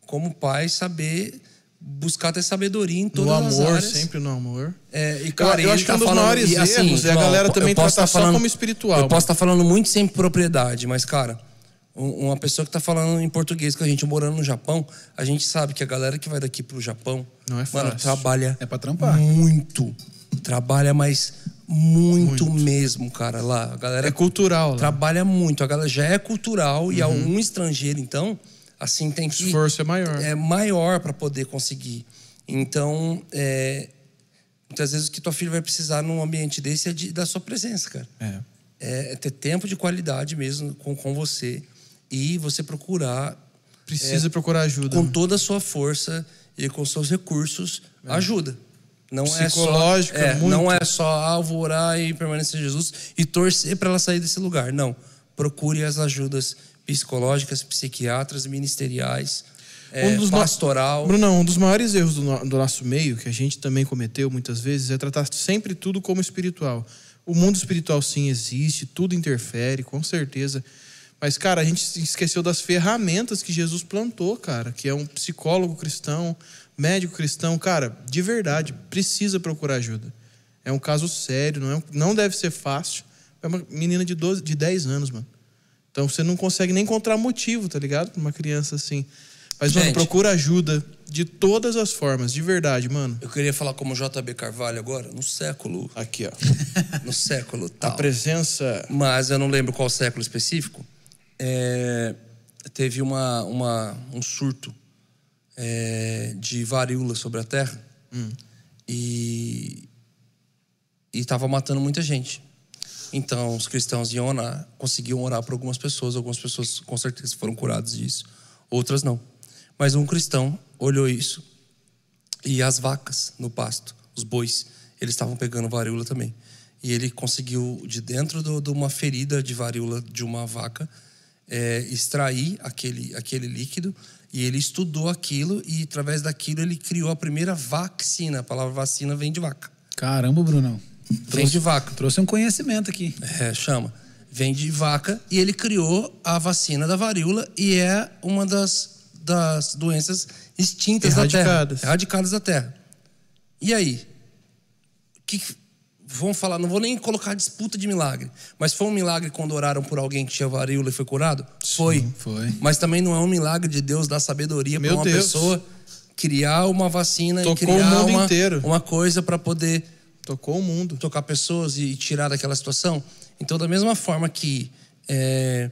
como pai saber buscar ter sabedoria em
No
todas as
amor,
áreas.
sempre no amor.
É, e
Eu-
cara,
eu
ele
acho que
tá
um dos
falando,
maiores
e, assim,
erros é a
João,
galera
eu
também
posso
tratar
tá
só
falando-
como espiritual.
Eu posso estar falando muito sem propriedade, mas, cara, um- uma pessoa que tá falando em português com a gente morando no Japão, a gente sabe que a galera que vai daqui pro Japão,
Não é
mano,
fácil.
trabalha
É pra trampar.
muito. Trabalha, mas muito, mesmo, cara, lá. A galera
É cultural lá.
Trabalha muito. A galera já é cultural e algum estrangeiro, então, assim, tem que.
esforço é maior.
É maior para poder conseguir. Então, é, muitas vezes o que tua filha vai precisar num ambiente desse é de- da sua presença, cara.
É.
É, é ter tempo de qualidade mesmo com, com você e você procurar
Precisa procurar ajuda.
com toda a sua força e com seus recursos, ajuda. Não
É. Psicológico,
é só, é,
muito.
não é só ah, eu vou orar e permanecer em Jesus e torcer para ela sair desse lugar. Não, procure as ajudas psicológicas, psiquiatras, ministeriais É,
Um no-
pastoral.
Bruno, um dos maiores erros do, no- do nosso meio, que a gente também cometeu muitas vezes, é tratar sempre tudo como espiritual. O mundo espiritual sim existe, tudo interfere, com certeza. Mas, cara, a gente se esqueceu das ferramentas que Jesus plantou, cara, que é um psicólogo cristão, médico cristão. Cara, de verdade, precisa procurar ajuda. É um caso sério, não, é, um- não deve ser fácil. É uma menina de, 12, de 10 anos, mano. Então você não consegue nem encontrar motivo, tá ligado? Pra uma criança assim. Mas, mano,
Gente.
procura ajuda de todas as formas, de verdade, mano.
Eu queria falar como JB Carvalho agora, no século,
Aqui, ó.
no século
A
tal.
presença.
mas eu não lembro qual século específico, é, teve uma, uma- um surto é, de varíola sobre a Terra e e estava matando muita gente. Então os cristãos iam orar, conseguiam orar por algumas pessoas, algumas pessoas com certeza foram curadas disso, outras não. Mas um cristão olhou isso e as vacas no pasto, os bois, eles estavam pegando varíola também. E ele conseguiu, de dentro do- de uma ferida de varíola de uma vaca, é, extrair aquele, aquele líquido. E ele estudou aquilo e, através daquilo, ele criou a primeira vacina. A palavra vacina vem de vaca.
Caramba, Brunão.
Vem de vaca.
Trouxe um conhecimento aqui.
É, chama. Vem de vaca e ele criou a vacina da varíola e é uma das, das doenças extintas
Erradicadas.
da Terra. Erradicadas da Terra. E aí? Que, que- vamos falar, não vou nem colocar disputa de milagre, mas foi um milagre quando oraram por alguém que tinha varíola e foi curado? Foi.
foi.
Mas também não é um milagre de Deus dar sabedoria para
Meu
uma
Deus.
pessoa criar uma vacina
Tocou
e criar
o mundo
uma,
inteiro.
uma coisa para poder
Tocou o mundo.
tocar pessoas e tirar daquela situação. Então, da mesma forma que é,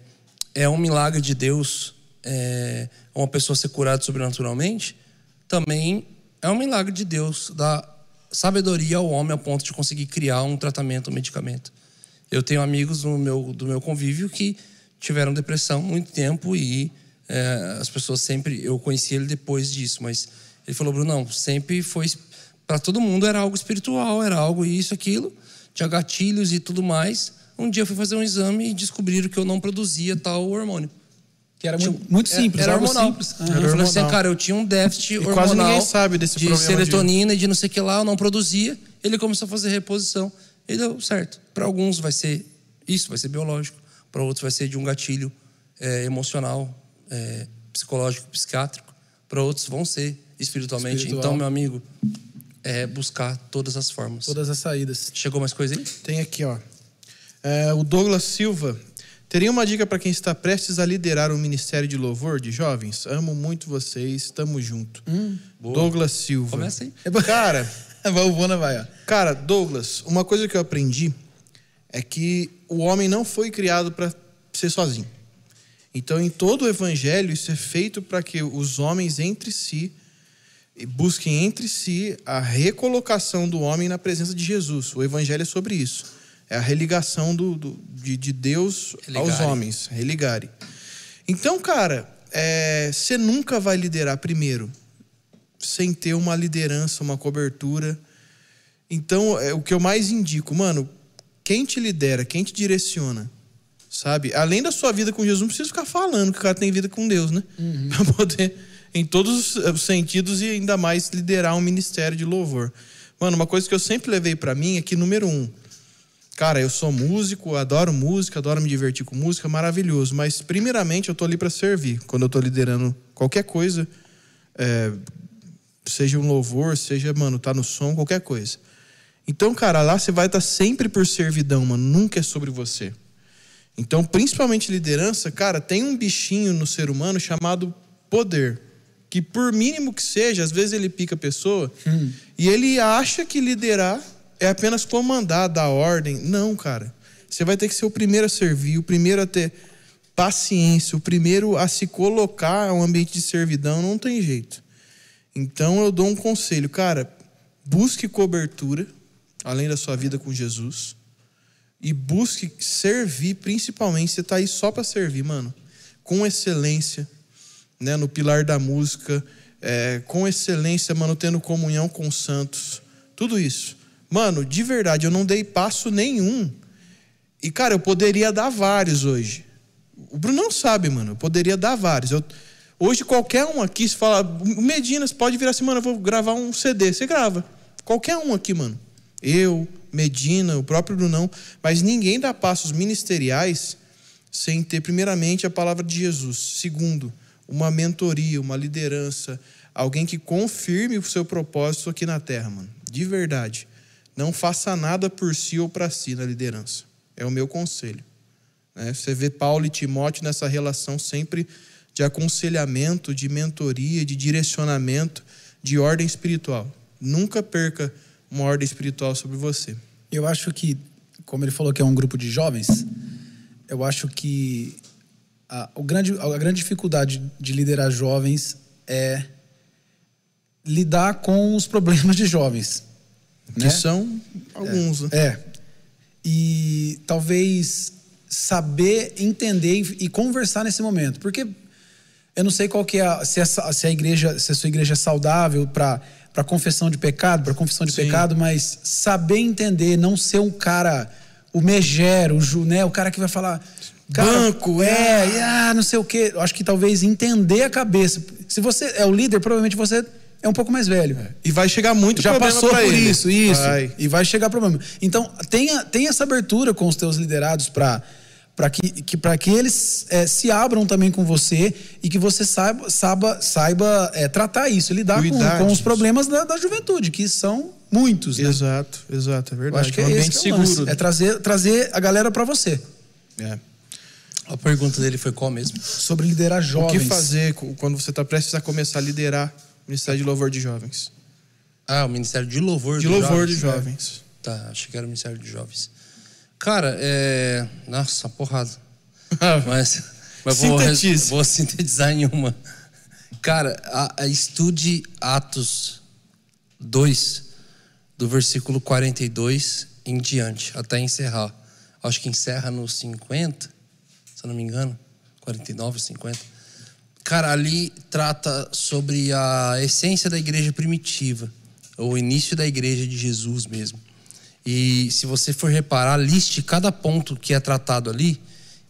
é um milagre de Deus é, uma pessoa ser curada sobrenaturalmente, também é um milagre de Deus dar sabedoria ao homem a ponto de conseguir criar um tratamento, um medicamento. Eu tenho amigos no meu, do meu convívio que tiveram depressão muito tempo e é, as pessoas sempre. Eu conheci ele depois disso, mas ele falou: Bruno, não, sempre foi. Para todo mundo era algo espiritual, era algo isso, aquilo, tinha gatilhos e tudo mais. Um dia eu fui fazer um exame e descobriram que eu não produzia tal hormônio.
Que tipo, é, era muito, muito simples,
Era
algo
hormonal.
simples.
Era Eu falei assim,
hormonal.
cara, eu tinha um déficit
quase
hormonal
ninguém sabe desse
de
problema de-
serotonina e de não sei o que lá, eu não produzia. Ele começou a fazer reposição e deu certo. Para alguns vai ser isso, vai ser biológico. Para outros vai ser de um gatilho eh, emocional, eh, psicológico, psiquiátrico. Para outros vão ser espiritualmente.
Espiritual.
Então, meu amigo, é buscar todas as formas.
Todas as saídas.
Chegou mais coisa aí?
Tem aqui, ó. É, o Douglas Silva. Teria uma dica pra quem está prestes a liderar um ministério de louvor de jovens? Amo muito vocês, tamo junto. Douglas Silva.
Hum. Começa aí.
Cara,
É, Vai, o Bona vai, ó.
Cara, Douglas, uma coisa que eu aprendi é que o homem não foi criado para ser sozinho. Então, em todo o evangelho, isso é feito para que os homens entre si e busquem entre si a recolocação do homem na presença de Jesus. O evangelho é sobre isso. É a religação do, do- de, de Deus aos
Religare.
homens. Religare. Então, cara, é, você nunca vai liderar primeiro sem ter uma liderança, uma cobertura. Então, é, o que eu mais indico, mano, quem te lidera, quem te direciona, sabe? Além da sua vida com Jesus, não precisa ficar falando que o cara tem vida com Deus, né? Pra poder, em todos os, eh, os sentidos e ainda mais liderar um ministério de louvor. Mano, uma coisa que eu sempre levei pra mim é que, número um, cara, eu sou músico, adoro música, adoro me divertir com música, maravilhoso. Mas, primeiramente, eu tô ali pra servir. Quando eu tô liderando qualquer coisa, é, seja um louvor, seja, mano, tá no som, qualquer coisa. Então, cara, lá você vai estar sempre por servidão, mano. Nunca é sobre você. Então, principalmente liderança, cara, tem um bichinho no ser humano chamado poder. Que por mínimo que seja, às vezes ele pica a pessoa e ele acha que liderar é apenas comandar, dar ordem. Não, cara. Você vai ter que ser o primeiro a servir, o primeiro a ter paciência, o primeiro a se colocar a um ambiente de servidão. Não tem jeito. Então eu dou um conselho, cara, busque cobertura além da sua vida com Jesus e busque servir, principalmente você tá aí só para servir, mano, com excelência, né, no pilar da música, é, com excelência, mano, tendo comunhão com os santos, tudo isso. Mano, de verdade, eu não dei passo nenhum. E cara, eu poderia dar vários hoje. O Bruno não sabe, mano, eu poderia dar vários. Eu, Hoje qualquer um aqui, se falar, Medina, você pode virar assim, mano, eu vou gravar um CD. Você grava. Qualquer um aqui, mano. Eu, Medina, o próprio Brunão. Mas ninguém dá passos ministeriais sem ter, primeiramente, a palavra de Jesus. Segundo, uma mentoria, uma liderança. Alguém que confirme o seu propósito aqui na Terra, mano. De verdade. Não faça nada por si ou para si na liderança. É o meu conselho. né? Você vê Paulo e Timóteo nessa relação sempre de aconselhamento, de mentoria, de direcionamento, de ordem espiritual. Nunca perca uma ordem espiritual sobre você.
Eu acho que, como ele falou que é um grupo de jovens, eu acho que a, o grande, a grande dificuldade de liderar jovens é lidar com os problemas de jovens.
Que são alguns. né?
É. E talvez saber entender e- e conversar nesse momento. Porque eu não sei qual que é a, se, essa, se a igreja, se a sua igreja é saudável para para confissão de pecado, para confissão de pecado, mas saber entender, não ser um cara o megero, o ju, né, o cara que vai falar cara,
Banco,
é, e, ah, não sei o quê. Eu Acho que talvez entender a cabeça. Se você é o líder, provavelmente você é um pouco mais velho
E vai chegar muito
já
problema
passou por
pra ele.
isso, isso.
Vai.
E vai chegar problema. Então, tenha, tenha essa abertura com os teus liderados para para que, que, pra que eles eh, se abram também com você e que você saiba, saiba, saiba eh, tratar isso, lidar com,
Cuidar
com os
disso.
problemas da, da juventude, que são muitos. Né?
Exato, exato, é
Eu
verdade.
acho que
um
é
ambiente
esse que é o lance.
seguro.
É trazer, trazer a galera para você.
É.
A pergunta dele foi qual mesmo?
Sobre liderar
O
jovens.
que fazer co- quando você está prestes a começar a liderar o Ministério de Louvor de Jovens?
Ah, o Ministério de Louvor
De
dos
Louvor
Jovens,
de
né?
Jovens.
Tá, achei que era o Ministério de Jovens. Cara, é. Nossa, porrada. mas mas vou, res-
Sintetize.
vou sintetizar em uma. Cara, a- a- estude Atos 2, do versículo 42 em diante, até encerrar. Acho que encerra no 50, se eu não me engano. 49, 50. Cara, ali trata sobre a essência da igreja primitiva, o início da igreja de Jesus mesmo. E se você for reparar, liste cada ponto que é tratado ali,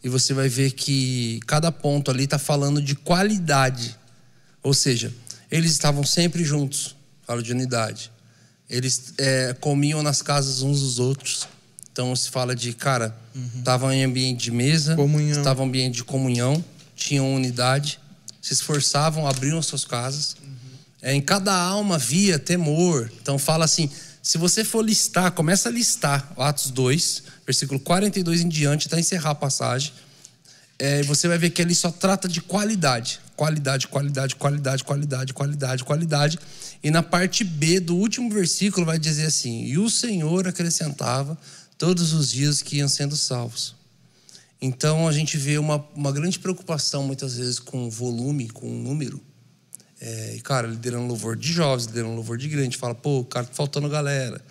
e você vai ver que cada ponto ali está falando de qualidade. Ou seja, eles estavam sempre juntos, falo de unidade. Eles é, comiam nas casas uns dos outros. Então se fala de, cara, estavam em ambiente de mesa,
Comunhão.
estavam em ambiente de comunhão, tinham unidade, se esforçavam, abriam suas casas. É, em cada alma havia temor. Então fala assim: se você for listar, começa a listar Atos 2, versículo 42 em diante, até encerrar a passagem. É, você vai ver que ele só trata de qualidade. Qualidade, qualidade, qualidade, qualidade, qualidade, qualidade. E na parte B do último versículo vai dizer assim: E o Senhor acrescentava todos os dias que iam sendo salvos. Então a gente vê uma, uma grande preocupação muitas vezes com o volume, com o número. É, e, cara, liderando louvor de jovens, liderando louvor de grande, fala, pô, cara, tá faltando galera,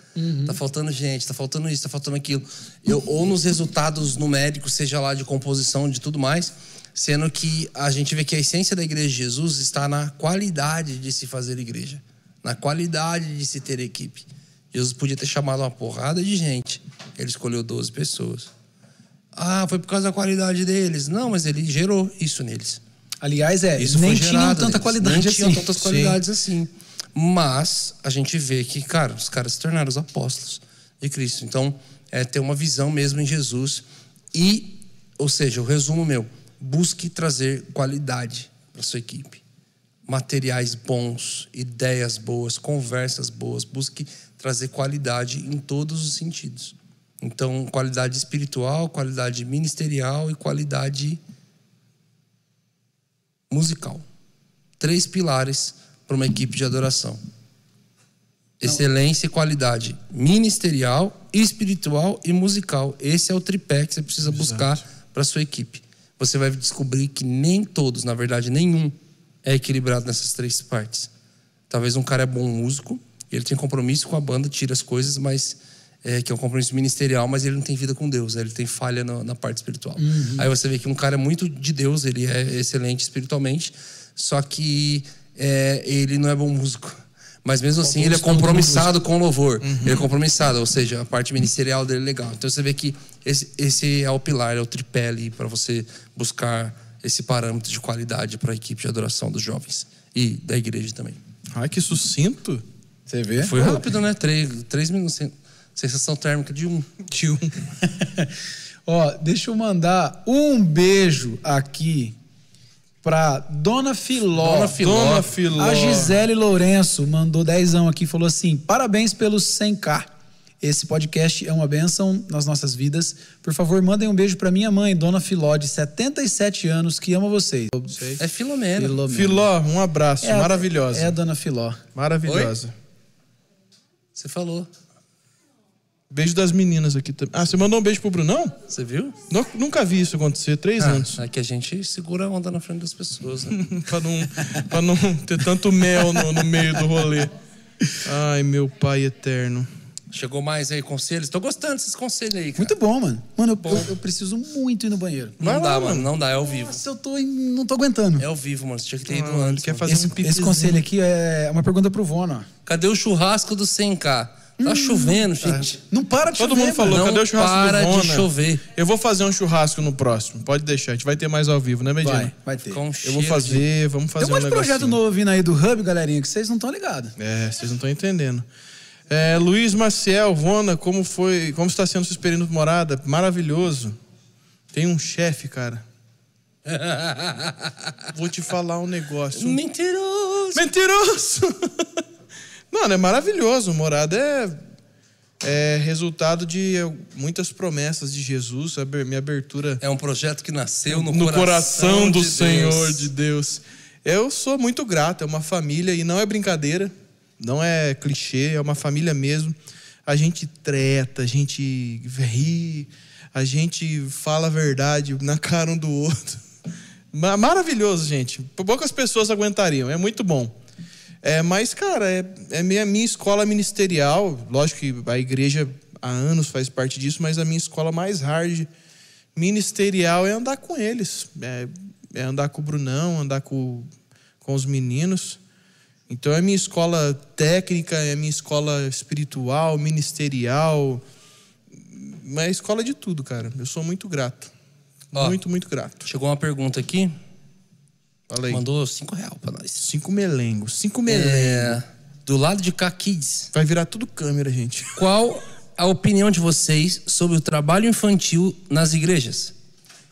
tá faltando gente, tá faltando isso, tá faltando aquilo. Eu, ou nos resultados numéricos, seja lá de composição, de tudo mais, sendo que a gente vê que a essência da igreja de Jesus está na qualidade de se fazer igreja, na qualidade de se ter equipe. Jesus podia ter chamado uma porrada de gente, ele escolheu 12 pessoas. Ah, foi por causa da qualidade deles. Não, mas ele gerou isso neles.
Aliás, é,
Isso
nem
foi
tinham
gerado
tanta
neles.
qualidade
Nem
assim.
tinham tantas qualidades assim. Mas a gente vê que, cara, os caras se tornaram os apóstolos de Cristo. Então, é ter uma visão mesmo em Jesus. E, ou seja, o resumo meu, busque trazer qualidade para sua equipe. Materiais bons, ideias boas, conversas boas. Busque trazer qualidade em todos os sentidos. Então, qualidade espiritual, qualidade ministerial e qualidade musical. Três pilares para uma equipe de adoração: excelência e qualidade ministerial, espiritual e musical. Esse é o tripé que você precisa buscar para sua equipe. Você vai descobrir que nem todos, na verdade, nenhum é equilibrado nessas três partes. Talvez um cara é bom músico, ele tem compromisso com a banda, tira as coisas, mas é, que é um compromisso ministerial, mas ele não tem vida com Deus, ele tem falha na, na parte espiritual. Aí você vê que um cara é muito de Deus, ele é excelente espiritualmente, só que é, ele não é bom músico. Mas mesmo assim, ele é compromissado com o louvor. Ele é compromissado, ou seja, a parte ministerial dele é legal. Então você vê que esse, esse é o pilar, é o tripé ali para você buscar esse parâmetro de qualidade para a equipe de adoração dos jovens e da igreja também.
Ai, que sucinto.
Você vê?
Foi rápido, né? Três, três minutos. sen- Sensação térmica de um.
Tio.
Ó, deixa eu mandar um beijo aqui pra Dona Filó.
Dona Filó.
Dona Filó.
A Gisele Lourenço mandou dezão aqui e falou assim: parabéns pelos 100k. Esse podcast é uma bênção nas nossas vidas. Por favor, mandem um beijo pra minha mãe, Dona Filó, de 77 anos, que ama vocês.
É Filomena.
Filó, um abraço.
um É a-
Maravilhosa.
É a Dona Filó.
Maravilhosa.
Você falou.
Beijo das meninas aqui também. Ah, você mandou um beijo pro Brunão?
Você viu?
Nu- Nunca vi isso acontecer. Três anos.
Ah, é que a gente segura a onda na frente das pessoas, né?
pra, não, pra não ter tanto mel no, no meio do rolê. Ai, meu pai eterno.
Chegou mais aí, conselhos. Tô gostando desses conselhos aí, cara.
Muito bom, mano. Mano, eu- eu, eu preciso muito ir no banheiro.
Não
Vai
dá,
lá,
mano. Não dá, é ao vivo.
Nossa, eu tô, em- não tô aguentando.
É ao vivo, mano. Você tinha que ter ido
Ah,
antes.
quer
mano.
fazer
Esse,
um pipizinho.
esse conselho aqui é uma pergunta pro Vona.
Cadê o churrasco do 100K? Tá
Hum.
chovendo,
É.
gente.
Não para de
Todo
chover,
mundo falou,
Não
cadê o churrasco
para
do
de
Rona?
chover.
Eu vou fazer um churrasco no próximo. Pode deixar, a gente vai ter mais ao vivo, né, Medina?
Vai, vai ter.
Com
Eu
cheiro
vou
de-
fazer, vamos fazer
Tem um monte de projeto
negocinho.
novo vindo aí do Hub, galerinha, que vocês não estão ligados.
É, vocês não estão entendendo. É, Luiz Maciel, Vona, como foi, como está sendo sua experiência de morada? Maravilhoso. Tem um chefe, cara. Vou te falar um negócio.
Mentiroso.
Mentiroso! Mano, é maravilhoso. Morada é, é resultado de é, muitas promessas de Jesus, aber- minha abertura
É um projeto que nasceu no,
no, coração, do
de
Senhor
Deus.
de Deus. Eu sou muito grato, é uma família e não é brincadeira, não é clichê, é uma família mesmo. A gente treta, a gente ri, a gente fala a verdade na cara um do outro. Ma- Maravilhoso, gente. Poucas pessoas aguentariam, é muito bom. É, mas, cara, é, é minha, minha escola ministerial. Lógico que a igreja há anos faz parte disso, mas a minha escola mais hard ministerial é andar com eles. É, é andar com o Brunão, andar com, com os meninos. Então é minha escola técnica, é minha escola espiritual, ministerial. É a escola de tudo, cara. Eu sou muito grato.
Ó.
Muito, muito grato.
Chegou uma pergunta aqui.
Fala aí.
Mandou cinco real pra nós.
Cinco melengos. Cinco melengos.
É, do lado de cá, Kids.
Vai virar tudo câmera, gente.
Qual a opinião de vocês sobre o trabalho infantil nas igrejas?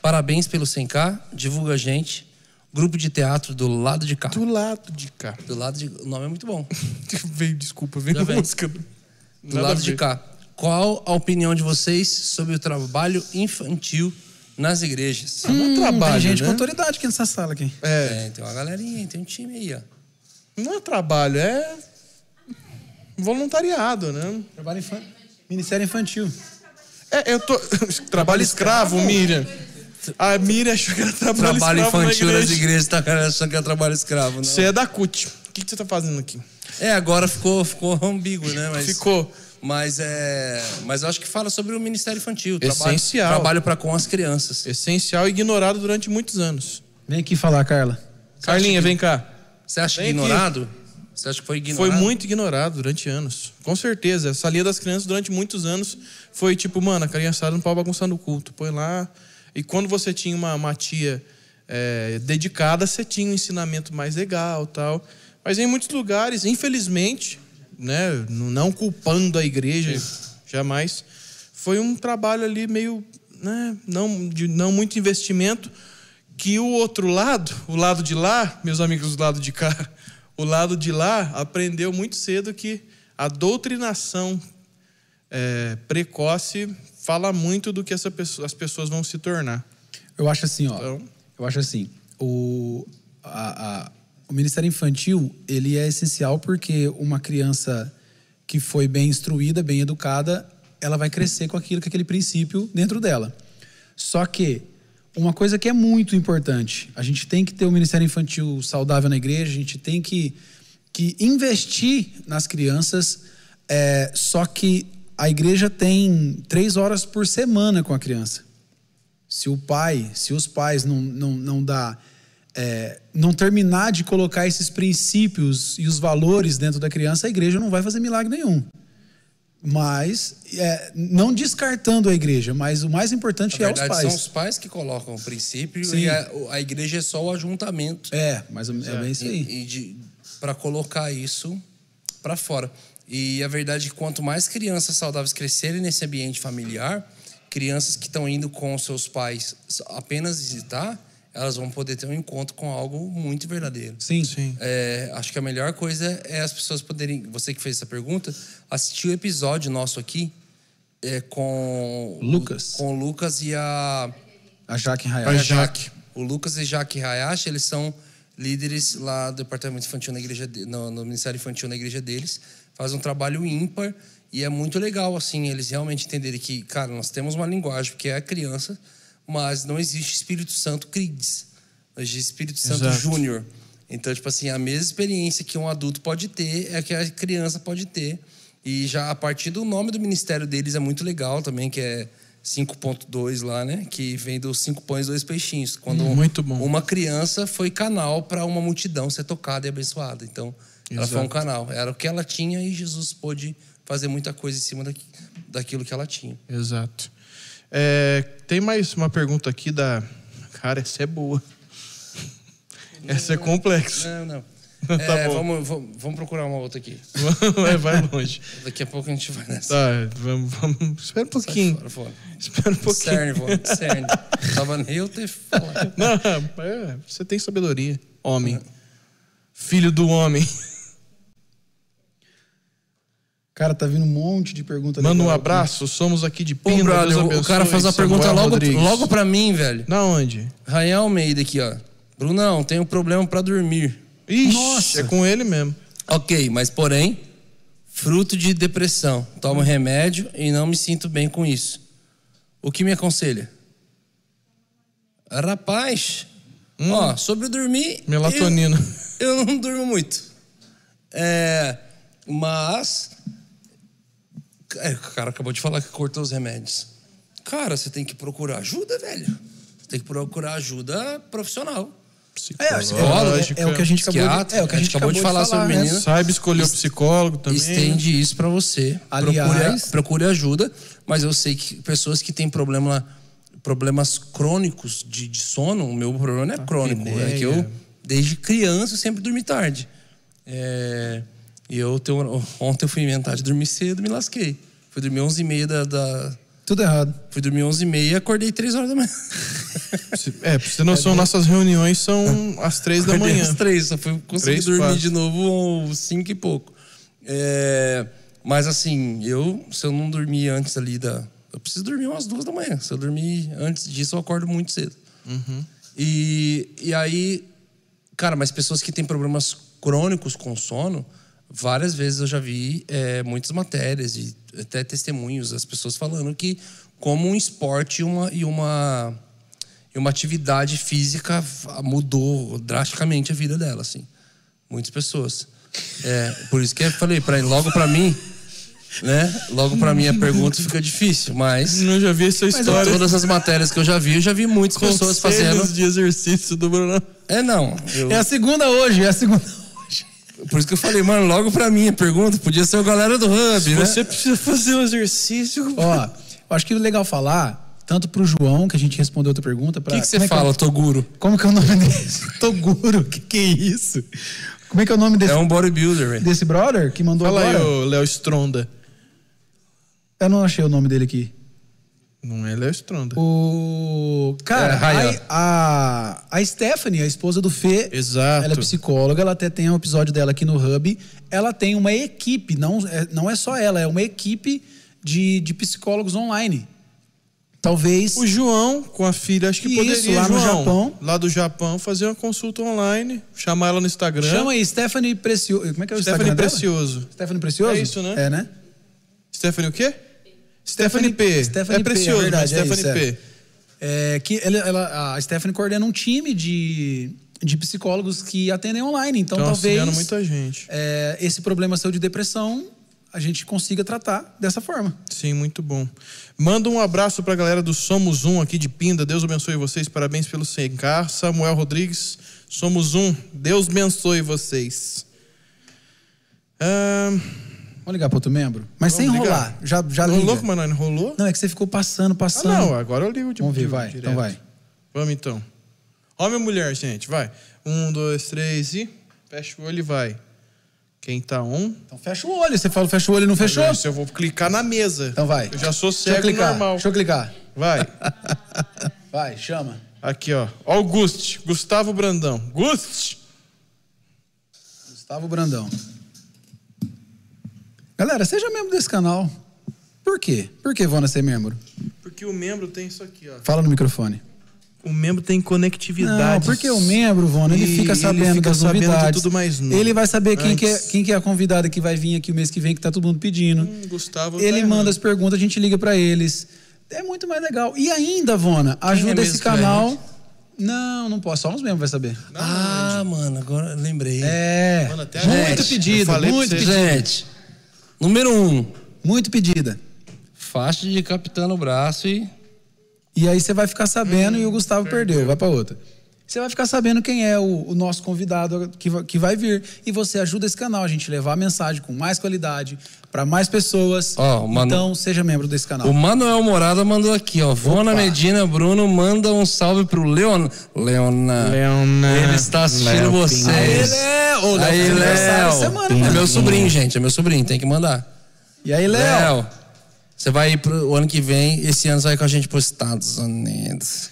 Parabéns pelo 100K, divulga a gente. Grupo de teatro do lado de cá.
Do lado de cá.
Do lado de... O nome é muito bom.
Veio, desculpa, veio
Já vem.
música.
Do lado de cá. Qual a opinião de vocês sobre o trabalho infantil nas igrejas?
Não é trabalho,
Tem gente
né?
com autoridade aqui nessa sala aqui.
É,
É, tem uma galerinha, aí, tem um time aí, ó.
não é trabalho, é voluntariado, né?
Trabalho infantil. Ministério infantil.
É, eu tô... Trabalho escravo, Miriam. A Miriam achou que era trabalho,
Trabalho
escravo
infantil
na
nas
igreja.
igrejas, tá achando que é trabalho escravo,
Você
não.
é da CUT. O que, que você tá fazendo aqui?
É, agora ficou, ficou ambíguo, né? Mas...
Ficou.
Mas é. Mas eu acho que fala sobre o Ministério Infantil.
Essencial.
Trabalho, trabalho para com as crianças.
Essencial e ignorado durante muitos anos.
Vem aqui falar, Carla.
Carlinha, vem cá.
Você acha
Vem aqui.
ignorado? Você acha que foi
Foi
ignorado?
muito ignorado durante anos. Com certeza. Essa linha das crianças durante muitos anos foi tipo, mano, a criançada não pode bagunçar no culto. Põe lá. E quando você tinha uma, uma tia é, dedicada, você tinha um ensinamento mais legal tal. Mas em muitos lugares, infelizmente, né, n- não culpando a igreja jamais, foi um trabalho ali meio né, não, de não muito investimento que o outro lado, o lado de lá, meus amigos do lado de cá, o lado de lá aprendeu muito cedo que a doutrinação é, precoce fala muito do que essa pessoa- as pessoas vão se tornar.
Eu acho assim, ó.
Então.
Eu acho assim. O, a- a- o Ministério Infantil, ele é essencial porque uma criança que foi bem instruída, bem educada, ela vai crescer com aquilo, com aquele princípio dentro dela. Só que uma coisa que é muito importante, a gente tem que ter o Ministério Infantil saudável na igreja, a gente tem que, que investir nas crianças, é, só que a igreja tem três horas por semana com a criança se o pai, se os pais não, não, não dá, é, não terminar de colocar esses princípios e os valores dentro da criança, a igreja não vai fazer milagre nenhum. Mas, é, não descartando a igreja, mas o mais importante
Na
é os
verdade,
pais.
são os pais que colocam o princípio
Sim.
e a, o- a igreja é só o ajuntamento.
É, mas é bem isso aí.
E, para colocar isso para fora. E a verdade é que quanto mais crianças saudáveis crescerem nesse ambiente familiar, crianças que estão indo com seus pais s- apenas visitar, elas vão poder ter um encontro com algo muito verdadeiro.
Sim.
Sim.
É, acho que a melhor coisa é as pessoas poderem. Você que fez essa pergunta, assistir o episódio nosso aqui é, com.
Lucas.
Com o Lucas e a.
A Jaque
a
Hayashi.
Jaque. O Lucas e Jaque Hayashi, eles são líderes lá do departamento infantil na igreja de- no, no Ministério Infantil na igreja deles. Fazem um trabalho ímpar e é muito legal, assim, eles realmente entenderem que, cara, nós temos uma linguagem que é a criança, mas não existe Espírito Santo Crides. Existe é Espírito Santo
Exato.
Júnior. Então, tipo assim, a mesma experiência que um adulto pode ter é a que a criança pode ter. E já a partir do nome do ministério deles é muito legal também, que é 5.2 lá, né? Que vem dos cinco pães e dois peixinhos. Quando
Hum, Muito bom.
uma criança foi canal para uma multidão ser tocada e abençoada. Então, ela foi um
Exato.
canal. Era o que ela tinha e Jesus pôde fazer muita coisa em cima daqui- daquilo que ela tinha.
Exato. É, tem mais uma pergunta aqui da. Cara, essa é boa. Essa é complexa.
Não, não.
Tá
É,
bom.
vamos, vamos, vamos procurar uma outra aqui.
Vai- Vai longe.
Daqui a pouco a gente vai nessa.
Tá, vamos, vamos. Espera um pouquinho.
Fora, fora.
Espera um pouquinho.
Discerne, vô, discerne. Tava nem eu ter falado.
Não, é, você tem sabedoria. Homem.
É.
Filho do homem.
Cara, tá vindo um monte de pergunta.
Manda um
legal.
abraço. Somos aqui de
Pô,
Pina.
brother,
Deus
o- o
abençoe.
cara faz uma
Samuel
pergunta logo,
Rodrigues.
logo pra mim, velho.
Da onde?
Rael Almeida aqui, ó. Brunão, tenho um problema pra dormir.
Ixi,
Nossa.
é com ele mesmo.
Ok, mas porém, fruto de depressão. Tomo remédio e não me sinto bem com isso. O que me aconselha? Rapaz, ó, sobre dormir.
Melatonina.
Eu, eu não durmo muito. É, mas. É, o cara acabou de falar que cortou os remédios. Cara, você tem que procurar ajuda, velho. Você tem que procurar ajuda profissional.
É, é,
Psicológica.
é, é o que a gente acabou de,
Psiquiatra,
é o que a gente acabou, de falar,
sobre
né?
menino.
Saiba escolher o psicólogo também.
Estende isso pra você.
Aliás-
procure, procure ajuda, mas eu sei que pessoas que têm problema, problemas crônicos de, de sono, o meu problema não é crônico. É que eu, desde criança, eu sempre dormi tarde. É, e eu tenho, ontem eu fui inventar de dormir cedo me lasquei. Fui dormir 11h30 da, da-
Tudo errado.
Fui dormir 11h30 e acordei 3 horas da manhã.
É, pra você ter noção, nossas reuniões são às três da
Acordei
manhã.
às três, só fui conseguir
Três,
dormir
quatro.
de novo às cinco e pouco. É, mas assim, eu, se eu não dormir antes ali da. Eu preciso dormir umas duas da manhã. Se eu dormir antes disso, eu acordo muito cedo.
Uhum.
E, e aí, cara, mas pessoas que têm problemas crônicos com sono, várias vezes eu já vi é, muitas matérias e até testemunhos, as pessoas falando que como um esporte e uma, e uma, e uma atividade física fa- mudou drasticamente a vida dela, assim. Muitas pessoas. É, por isso que eu falei, pra, logo pra mim, né? Logo pra mim a pergunta fica difícil, mas...
Eu já vi essa
Mas de
história.
todas as matérias que eu já vi, eu já vi muitas pessoas
Conselhos
fazendo.
de exercício do Bruno.
É, não. eu-
É assim. a segunda hoje, é a segunda hoje.
Por isso que eu falei, mano, logo pra mim a pergunta podia ser o galera do Hub, né?
Você precisa fazer um exercício.
Ó, eu acho que é legal falar, tanto pro João, que a gente respondeu outra pergunta. é
O que, que você fala, Toguro?
Como que é o nome desse? Toguro, que que é isso? Como é que é o nome desse,
É um bodybuilder, velho.
desse brother que mandou
Fala aí,
agora? Eu...
ô Léo Stronda.
não achei o nome dele aqui.
Não é Léo Stronda.
O... Cara,
É, Ryan.
a, a, a Stephanie, a esposa do Fê,
Exato.
ela é psicóloga, ela até tem um episódio dela aqui no Hub. Ela tem uma equipe, não é, não é só ela, é uma equipe de, de psicólogos online. Talvez...
O João, com a filha, acho que
Isso,
poderia,
lá no
João,
Japão.
Lá do Japão, fazer uma consulta online, chamar ela no Instagram.
Chama aí, Stephanie Precioso. Como é que é o
Stephanie
Instagram dela?
Precioso.
Stephanie Precioso?
É isso, né?
É, né?
Stephanie o quê? Stephanie P.
Stephanie
é precioso,
P, é verdade,
mas
é
Stephanie
isso,
P. Então,
É, que ela, ela- a Stephanie coordena um time de, de psicólogos que atendem online. Então,
Tão
talvez
auxiliando assim, muita gente.
é, esse problema seu de depressão a gente consiga tratar dessa forma.
Sim, muito bom. Manda um abraço pra galera do Somos Um aqui de Pinda. Deus abençoe vocês. Parabéns pelo sem car. Samuel Rodrigues, Somos Um. Deus abençoe vocês. Ahn,
Vamos ligar pro outro membro? Mas sem
Vamos ligar?
enrolar. Já, já
Rolou,
liga.
louco, mano? Rolou?
Não, é que você ficou passando,
Ah,
passando.
não, agora eu ligo de
Vamos ver,
de-
vai.
direto.
Então vai.
Vamos então. Homem ou mulher, gente? Vai. Um, dois, três e. Fecha o olho e vai. Quem tá on?
Então fecha o olho. Você falou fecha o olho e não fechou?
Se eu vou clicar na mesa.
Então vai.
é Eu já sou
Deixa eu
cego
clicar,
normal.
Deixa eu clicar.
Vai.
Vai, chama.
Aqui, ó. August. Gustavo Brandão. Gust!
Gustavo Brandão. Galera, seja membro desse canal. Por quê? Por que Vona ser membro?
Porque o membro tem isso aqui, ó.
Fala no microfone.
O membro tem
Não,
conectividade.
porque o membro, Vona, ele
E
fica
ele
sabendo
fica
das
sabendo de
novidades.
tudo mais novo.
Ele vai saber quem que, é,
Antes. Hum,
quem que é a convidada que vai vir aqui o mês que vem, que tá todo mundo pedindo.
Gustavo.
ele
tá
manda
errando.
as perguntas, a gente liga pra eles. É muito mais legal. E ainda, Vona, ajuda
é mesmo
esse
que vai,
canal.
gente?
Não, não posso. Só uns membros vai saber.
Ah, mano, agora eu lembrei.
É.
Mano, até agora.
muito
Eu
pedido,
falei pra
muito
vocês.
pedido.
Gente, número um,
Muito pedida.
faixa de capitã no braço e.
E aí você vai ficar sabendo e o Gustavo Hum, perdeu, vai pra outra. Você vai ficar sabendo quem é o, o nosso convidado que, va- que vai vir. E você ajuda esse canal a gente levar a mensagem com mais qualidade pra mais pessoas.
Ó, o Manu-
Então seja membro desse canal.
O Manuel Morada mandou aqui, ó. Vona
Opa.
Medina Bruno manda um salve pro Leon... Leona.
Leona.
Ele está assistindo
Léo
vocês.
Pinheiro.
Léo.
Léo,
Aí,
fez aniversário essa semana,
Léo. É
mano.
meu sobrinho, gente. É meu sobrinho. Tem que mandar.
E aí, Léo?
Léo. Você vai ir pro o ano que vem. Esse ano você vai com a gente pros Estados Unidos.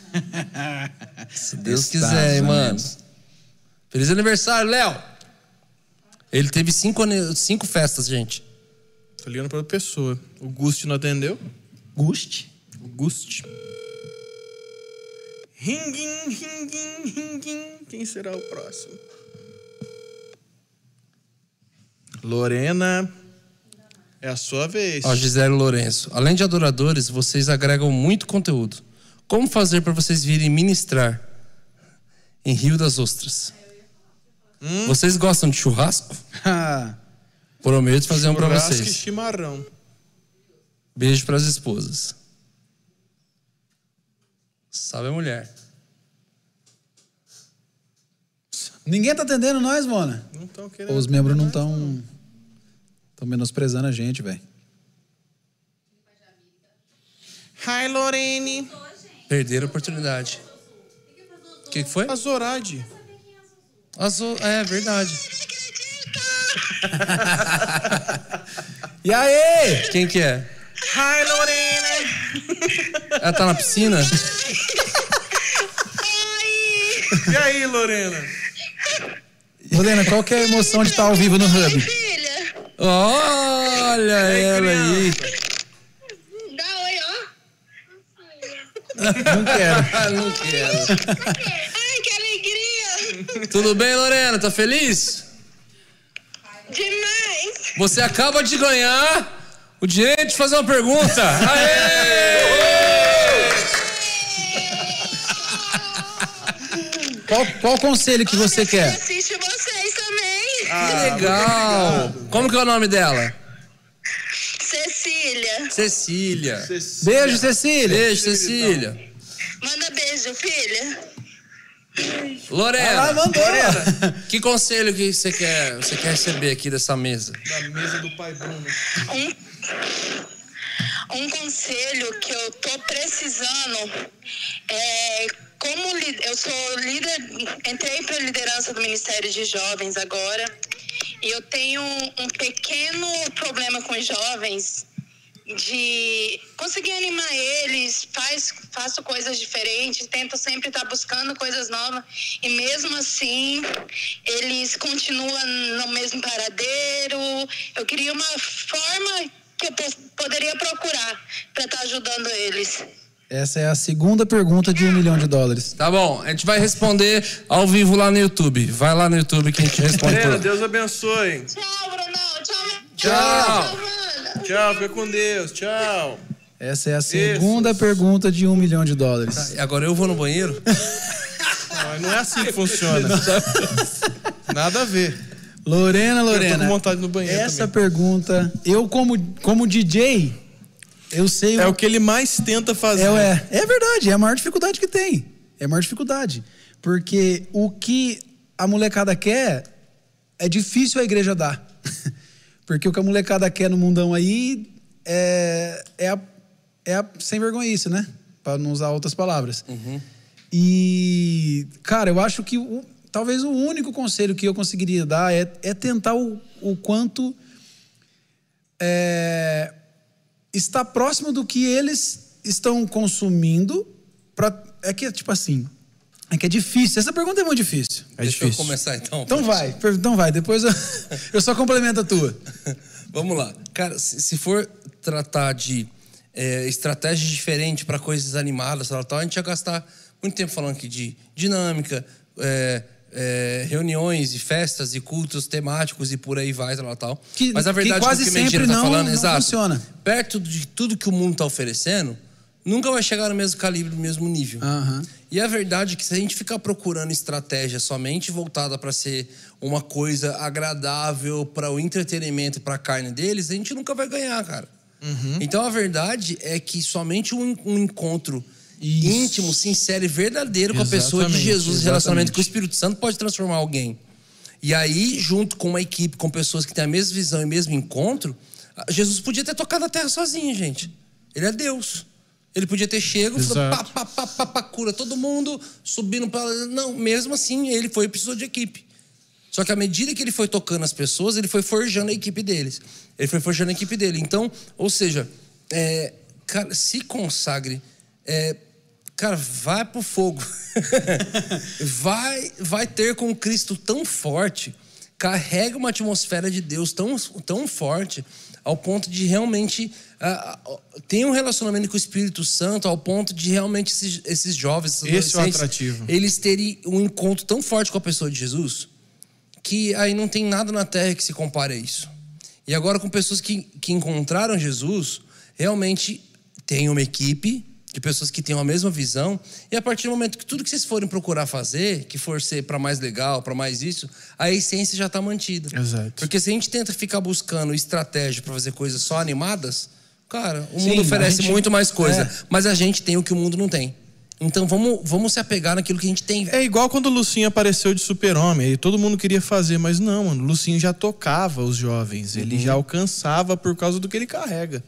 Se Deus quiser, hein, mano. Feliz aniversário, Léo. Ele teve cinco, ane- cinco festas, gente.
Tô ligando pra outra pessoa. O Gust não atendeu?
Guste.
O Gust. Ringuim, ringuim, ringuim. Quem será o próximo? Lorena. É a sua vez.
Ó, Gisele Lourenço. Além de adoradores, vocês agregam muito conteúdo. Como fazer para vocês virem ministrar em Rio das Ostras? Vocês gostam de churrasco? Prometo fazer um para
Churrasco e
vocês.
chimarrão.
Beijo para as esposas. Salve a mulher.
Ninguém tá atendendo nós, Mona.
Não estão
Pô,
querendo.
Os membros não estão. Estão menosprezando a gente, velho.
Hi, Lorene.
Perderam a oportunidade. O que, que foi?
A Zorade.
Azul. É verdade.
E aí?
Quem que é?
Hi, Lorena.
Ela tá na piscina?
E aí, Lorena?
Lorena, qual que é a emoção de estar ao vivo no Hub?
Filha,
Olha ela aí.
dá oi, ó.
Não quero.
Ah, não quero.
Ai, que alegria!
Tudo bem, Lorena? Tá feliz?
Demais!
Você acaba de ganhar o direito de fazer uma pergunta. Aê!
Qual, qual conselho que você quer? Ah.
Assiste vocês também.
Que legal! Como que é o nome dela?
Cecília,
Cecília.
Beijo, Cecília.
Beijo, Cecília.
manda beijo, filha.
Ah,
Lorena,
mandou.
que conselho que você quer, você quer receber aqui dessa mesa?
Da mesa do pai Bruno.
Um conselho que eu tô precisando é como li- eu sou líder, entrei para liderança do Ministério de Jovens agora e eu tenho um pequeno problema com os jovens de conseguir animar eles, faz, faço coisas diferentes, tento sempre estar buscando coisas novas e mesmo assim eles continuam no mesmo paradeiro. Eu queria uma forma que eu po- poderia procurar para estar ajudando eles.
Essa é a segunda pergunta de um milhão de dólares.
Tá bom, a gente vai responder ao vivo lá no YouTube. Vai lá no YouTube que a gente responde.
Lorena,
Por...
Deus abençoe.
Tchau, Brunão. Tchau, Mel.
Tchau.
Tchau, Wanda.
Tchau, fica com Deus. Tchau.
Ela é a segunda pergunta de um milhão de
Tá.
dólares.
Agora eu vou no banheiro?
Não, não é assim que funciona. Nada a ver.
Lorena,
Eu tô
Lorena.
com vontade no banheiro
Essa pergunta, eu como, como DJ, eu sei
É o que ele mais tenta fazer.
É, ué. é verdade, é a maior dificuldade que tem. É a maior dificuldade. Porque o que a molecada quer é difícil a igreja dar. Porque o que a molecada quer no mundão aí é, é, a, é a sem vergonha isso, né? Pra não usar outras palavras. E, cara, eu acho que o- talvez o único conselho que eu conseguiria dar é, é tentar o, o quanto é, estar próximo do que eles estão consumindo. Pra, é que, é tipo assim, é que é difícil. Essa pergunta é muito difícil.
É
Deixa eu
difícil.
começar então.
Então vai, per- então vai. Depois eu, eu só complemento a tua.
Vamos lá. Cara, se se for tratar de é, estratégias diferentes para coisas animadas, tal, tal, a gente ia gastar muito tempo falando aqui de dinâmica, é, é, reuniões e festas e cultos temáticos e por aí vai, tal, tal.
Que-
Mas a
que
verdade
quase
é que o que o Mentira
sempre
tá
não-
falando,
não
exato.
funciona.
Perto de tudo que o mundo tá oferecendo, nunca vai chegar no mesmo calibre, no mesmo nível.
Aham.
E a verdade é que se a gente ficar procurando estratégia somente voltada para ser uma coisa agradável para o entretenimento, para a carne deles, a gente nunca vai ganhar, cara.
Uhum.
Então a verdade é que somente um, um encontro íntimo, sincero e verdadeiro com a pessoa de
Exatamente,
Jesus,
exatamente.
relacionamento com o Espírito Santo pode transformar alguém. E aí, junto com uma equipe, com pessoas que têm a mesma visão e mesmo encontro, a- Jesus podia ter tocado a terra sozinho, gente. Ele é Deus. Ele podia ter chego, falado, pá,
Exato.
pá, pá, pá, pá, cura todo mundo, subindo pra. Não, mesmo assim, ele foi e precisou de equipe. Só que à medida que ele foi tocando as pessoas, ele foi forjando a equipe deles. Ele foi forjando a equipe dele. Então, ou seja, é, cara, se consagre. é, cara, vai pro fogo. vai, vai ter com Cristo tão forte, carrega uma atmosfera de Deus tão, tão forte, ao ponto de realmente ah, ah, ter um relacionamento com o Espírito Santo, ao ponto de realmente esses, esses jovens, esses
Esse é o
adolescentes,
atrativo.
eles terem um encontro tão forte com a pessoa de Jesus que aí não tem nada na Terra que se compare a isso. E agora, com pessoas que, que encontraram Jesus, realmente tem uma equipe de pessoas que têm a mesma visão, e a partir do momento que tudo que vocês forem procurar fazer, que for ser para mais legal, para mais isso, a essência já está mantida.
Exato.
Porque se a gente tenta ficar buscando estratégia para fazer coisas só animadas, cara, o
Sim,
mundo
a
oferece
gente-
muito mais coisa,
É.
mas a gente tem o que o mundo não tem. Então vamos, vamos se apegar naquilo que a gente tem. velho.
É igual quando o Lucinho apareceu de super-homem, aí todo mundo queria fazer, mas não, mano, o Lucinho já tocava os jovens, ele já alcançava por causa do que ele carrega.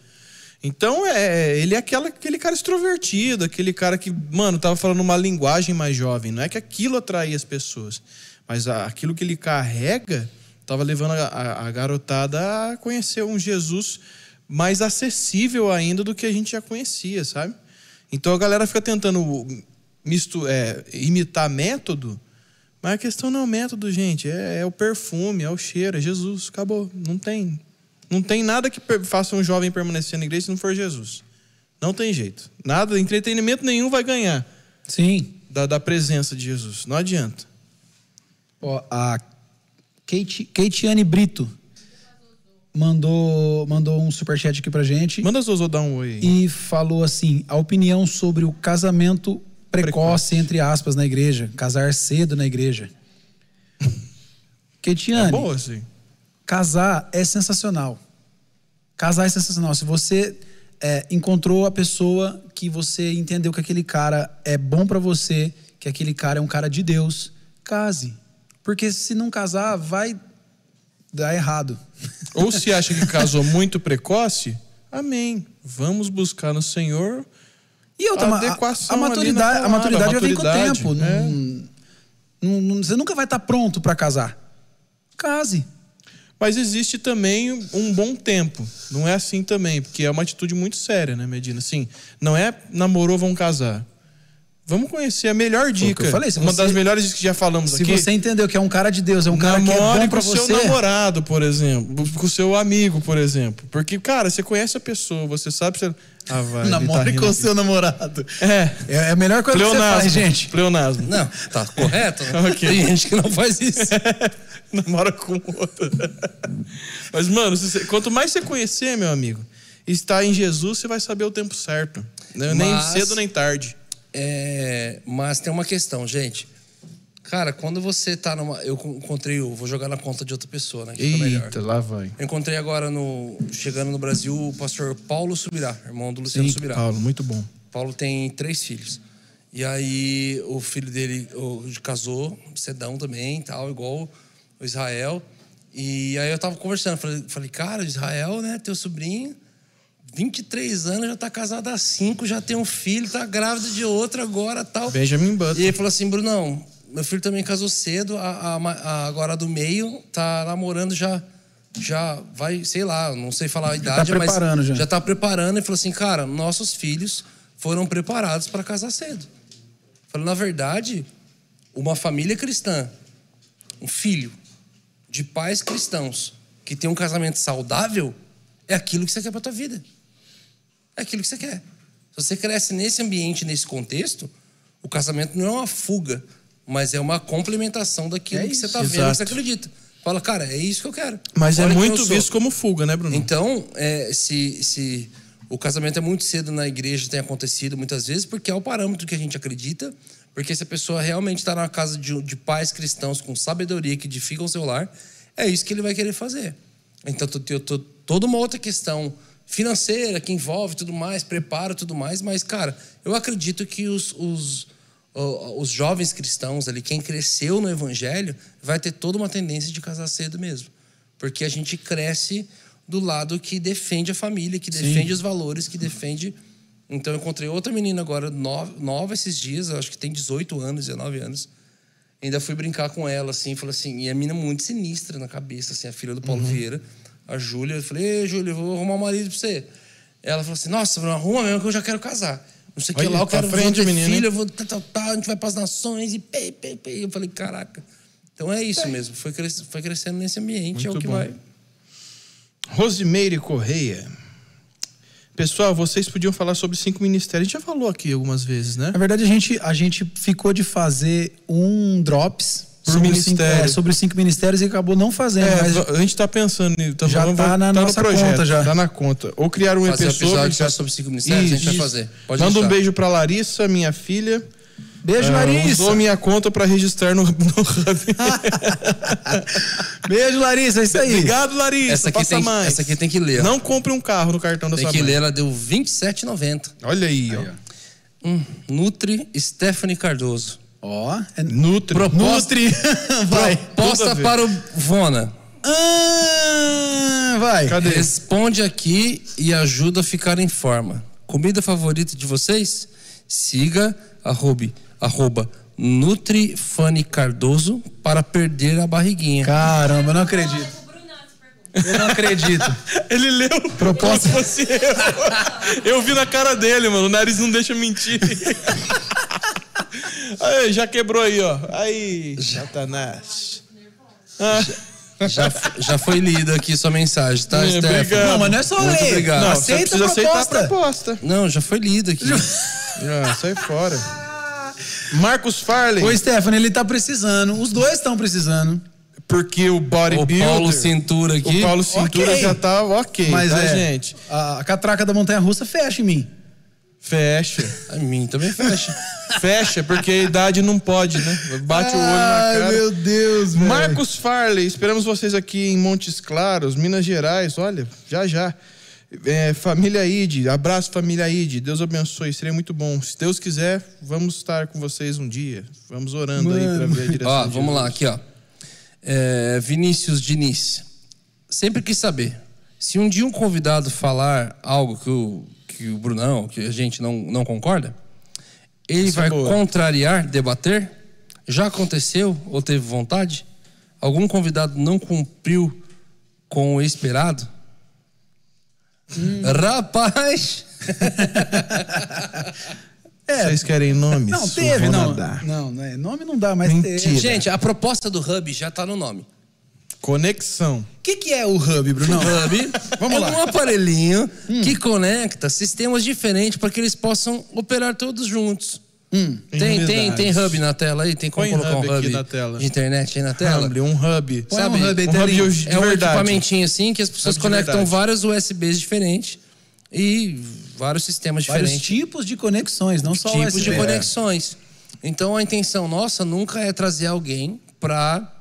Então, é, ele é aquela, aquele cara extrovertido, aquele cara que, mano, tava falando uma linguagem mais jovem. Não é que aquilo atraía as pessoas, mas a- aquilo que ele carrega tava levando a, a- a garotada a conhecer um Jesus mais acessível ainda do que a gente já conhecia, sabe? Então a galera fica tentando misto, é, imitar método, mas a questão não é o método, gente. É, é o perfume, é o cheiro, é Jesus. Acabou. Não tem. Não tem nada que per- faça um jovem permanecer na igreja se não for Jesus. Não tem jeito. Nada, entretenimento nenhum vai ganhar
Sim.
da, da presença de Jesus. Não adianta.
Ó, a Kate, Kateane Brito mandou, mandou um superchat aqui pra gente
Manda as Zozô dar um oi aí.
e falou assim: a opinião sobre o casamento precoce, entre aspas, na igreja, casar cedo na igreja.
É
Keitiane,
Boa, assim.
casar é sensacional. Casar é sensacional. Se você é, encontrou a pessoa que você entendeu que aquele cara é bom pra você, que aquele cara é um cara de Deus, case. Porque se não casar, vai dar errado.
Ou se acha que casou muito precoce, amém. Vamos buscar no Senhor.
E outra, ma- a, a
Adequação ali na
maturidade,
palavra,
a maturidade já vem com o
maturidade,
tempo.
é.
Não- não- não- você nunca vai estar pronto pra casar. Case.
Mas existe também um bom tempo. Não é assim também, porque é uma atitude muito séria, né, Medina? Assim, não é namorou, vão casar. Vamos conhecer a melhor
que eu
dica.
falei, se
uma
você-
das melhores dicas que já falamos
Se
aqui.
você entendeu que é um cara de Deus, é um cara que é
Namore
bom
com
pra
o seu
você.
namorado, por exemplo. Com o seu amigo, por exemplo. Porque, cara, você conhece a pessoa, você sabe. Você... Ah, vai. ele tá
Namore
rindo
com o
aqui.
seu namorado.
É.
É é a melhor coisa
Pleonasmo.
que você faz, gente.
Pleonasmo.
Não, tá correto? né?
Ok.
Tem gente que não faz isso.
namora com outra. Mas, mano, se você- quanto mais você conhecer, meu amigo, estar em Jesus, você vai saber o tempo certo. Né? Nem
Mas-
cedo, nem tarde.
É, mas tem uma questão, gente. Cara, quando você tá numa. Eu encontrei. Eu vou jogar na conta de outra pessoa, né? Que fica melhor.
lá vai.
Eu encontrei agora no. Chegando no Brasil, o pastor Paulo Subirá, irmão do Luciano Subirá.
Paulo, muito bom.
Paulo tem três filhos. E aí o filho dele o, casou, sedão também, tal, igual o Israel. E aí eu tava conversando, falei, falei, cara, Israel, né, teu sobrinho, 23 anos, já tá casado há 5, já tem um filho, tá grávida de outro agora tal.
Benjamin Button.
E ele falou assim, Brunão, meu filho também casou cedo, a, a, a- agora a do meio, tá namorando já. Já vai, sei lá, não sei falar a idade, mas.
preparando já.
Já tá preparando e falou assim, cara, nossos filhos foram preparados para casar cedo. Falei, na verdade, uma família cristã, um filho de pais cristãos que tem um casamento saudável, é aquilo que você quer pra tua vida. É aquilo que você quer. Se você cresce nesse ambiente, nesse contexto, o casamento não é uma fuga, mas é uma complementação daquilo que você tá vendo, que
É Exato.
você acredita. Fala, cara, é isso que eu quero.
Mas
Olha
é
quem eu
muito
sou.
visto como fuga, né, Bruno?
Então, é, se, se o casamento é muito cedo na igreja, tem acontecido muitas vezes, porque é o parâmetro que a gente acredita. Porque se a pessoa realmente está na casa de, de pais cristãos com sabedoria que edificam o seu lar, é isso que ele vai querer fazer. Então, tu- tem to- toda uma outra questão financeira que envolve tudo mais, preparo tudo mais, mas, cara, eu acredito que os- os, o- os jovens cristãos ali, quem cresceu no evangelho, vai ter toda uma tendência de casar cedo mesmo. Porque a gente cresce do lado que defende a família, que defende os valores, que defende. Então, eu encontrei outra menina agora, no- nova esses dias, eu acho que tem 18 anos, 19 anos. Ainda fui brincar com ela, assim, falei assim, e a menina muito sinistra na cabeça, assim, a filha do
Uhum.
Paulo Vieira, a Júlia. Eu falei, ei, Júlia, eu vou arrumar um marido pra você. Ela falou assim, nossa, Bruno, arruma mesmo que eu já quero casar. Não sei o que
Olha,
lá, eu
pra
quero
frente,
vou ter
menina, hein?
filho, eu vou tal, tal, tal, a gente vai pras nações e pei, pei, pei. Eu falei, caraca. Então é isso mesmo, foi, cres- foi crescendo nesse ambiente, é o
Muito
que
bom.
vai.
Rosimeire Correia. Pessoal, vocês podiam falar sobre cinco ministérios. A gente já falou aqui algumas vezes, né?
Na verdade, a gente, a gente ficou de fazer um drops
Por
sobre, os cinco,
ministério.
é, sobre os cinco ministérios e acabou não fazendo.
É,
mas
a gente tá pensando nisso. Tá
Já
falando,
tá
vamos-
na
no
nossa
projeto,
conta já.
Tá na conta. Ou criar um
Fazer um
episódio.
episódio só sobre cinco ministérios, a gente vai fazer. Pode
Manda um
deixar.
beijo pra Larissa, minha filha.
Beijo,
Ah,
Larissa.
Usou minha conta pra registrar no, no Hub.
Beijo, Larissa, é isso aí.
Obrigado, Larissa.
Essa aqui,
Passa
tem,
mais.
essa aqui tem que ler. ó.
Não compre um carro no cartão da
tem
sua
que
mãe.
ler, ela deu 27,90.
Olha aí, ó.
Nutri Stephanie Cardoso.
Ó, é
Nutri.
Proposta-
Nutri. vai.
tudo a
Posta
ver.
para o Vona.
Ah, vai.
Cadê?
Responde aqui e ajuda a ficar em forma. Comida favorita de vocês? Siga arroba, arroba Nutrifane Cardoso para perder a barriguinha.
Caramba, eu não acredito. Eu não acredito.
Ele leu
Proposta-
como se fosse eu. Eu vi na cara dele, mano. O nariz não deixa mentir. Aí, já quebrou aí, ó. Aí, Satanás.
Já, já foi lida aqui sua mensagem, tá,
É,
Stephanie?
obrigado.
Não, mas não é só
Muito
ler.
obrigado.
Ah, Não,
Aceita
você precisa
a
aceitar a
proposta.
proposta.
Não, já foi lida aqui.
Ah, sai fora. Marcos Farley.
Ô, Stephanie, ele tá precisando. Os dois estão precisando.
porque o
O
bodybuilder...
Paulo Cintura aqui.
o Paulo Cintura
Ok.
já tá ok,
Mas
tá,
é,
gente?
A, a catraca da montanha russa fecha em mim.
Fecha.
A mim também fecha.
Fecha, porque a idade não pode, né? Bate o olho na cara.
Deus,
Marcos Farley, esperamos vocês aqui em Montes Claros, Minas Gerais. Olha, já já. É, família Ide, abraço família Ide, Deus abençoe, seria muito bom. Se Deus quiser, vamos estar com vocês um dia. Vamos orando aí pra ver a direção.
Ó,
de
vamos
Deus.
lá, aqui, ó. É, Vinícius Diniz. Sempre quis saber. Se um dia um convidado falar algo que o, que o Brunão, que a gente não, não concorda, ele
é
vai
boa.
contrariar, debater? Já aconteceu ou teve vontade? Algum convidado não cumpriu com o esperado? Rapaz!
Vocês querem nomes?
Não, teve,
Vou
não.
nadar.
Não, não é- nome não dá, mas
Mentira.
teve.
Gente, a proposta do Hub já tá no nome.
Conexão.
O que, que é o Hub, Bruno?
Hub
Vamos
é
lá.
um aparelhinho
Hum.
que conecta sistemas diferentes para que eles possam operar todos juntos. tem, tem,
verdade.
tem hub na tela aí? Tem como
Põe
colocar
hub
um hub
aqui na tela.
de internet aí na tela?
Hub, um hub.
Põe um hub aí,
um hub
telinha.
de de
é um
verdade.
equipamentinho assim que as pessoas
Hub de
conectam
verdade.
vários USBs diferentes e vários sistemas
Vários
diferentes
tipos de conexões, não só
tipos de
tipo.
USB.
conexões. Então a intenção nossa nunca é trazer alguém para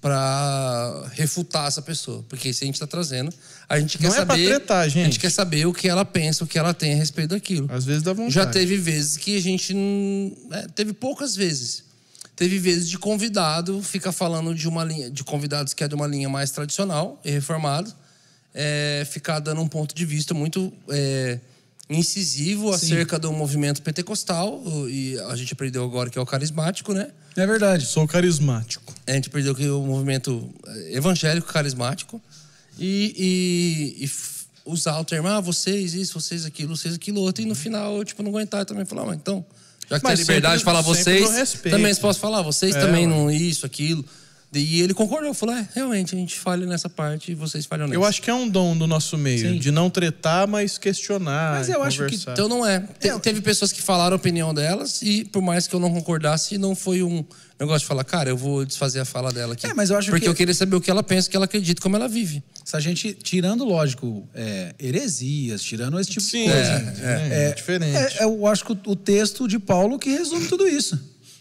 para refutar essa pessoa, porque se a gente está trazendo, a gente quer
Não é pra
saber,
tretar,
a gente
gente.
quer saber o que ela pensa, o que ela tem a respeito daquilo.
Às vezes dá vontade.
Já teve vezes que a gente hum, é, teve poucas vezes. Teve vezes de convidado, fica falando de uma linha, de convidados que é de uma linha mais tradicional e reformado, é, ficar dando um ponto de vista muito é, incisivo acerca do movimento pentecostal, o- e a gente aprendeu agora que é o carismático, né?
É verdade.
Sou carismático.
A gente perdeu que o movimento eh, evangélico carismático e, e- e f- usar o termo, ah, vocês isso, vocês aquilo, vocês aquilo outro, e no final eu tipo, não aguentar também falar, ah, então, já que tem
Uhum. Mas
liberdade
sempre-
de falar
sempre
vocês,
no respeito.
também posso falar, vocês
É,
também
ué.
não isso, aquilo. E ele concordou, falou, é, realmente, a gente falha nessa parte e vocês falham nessa.
Eu acho que é um dom do nosso meio,
Sim.
de não tretar, mas questionar.
Mas
e
eu acho que-
conversar.
Então não é. Te- teve pessoas que falaram a opinião delas e por mais que eu não concordasse, não foi um negócio de falar, cara, eu vou desfazer a fala dela aqui.
É, mas eu acho
Porque
que-
eu queria saber o que ela pensa, o que ela acredita, como ela vive.
Se a gente, tirando, lógico, é, heresias, tirando esse tipo
Sim,
de coisa.
é, é diferente.
É, eu acho que o, o texto de Paulo que resume tudo isso.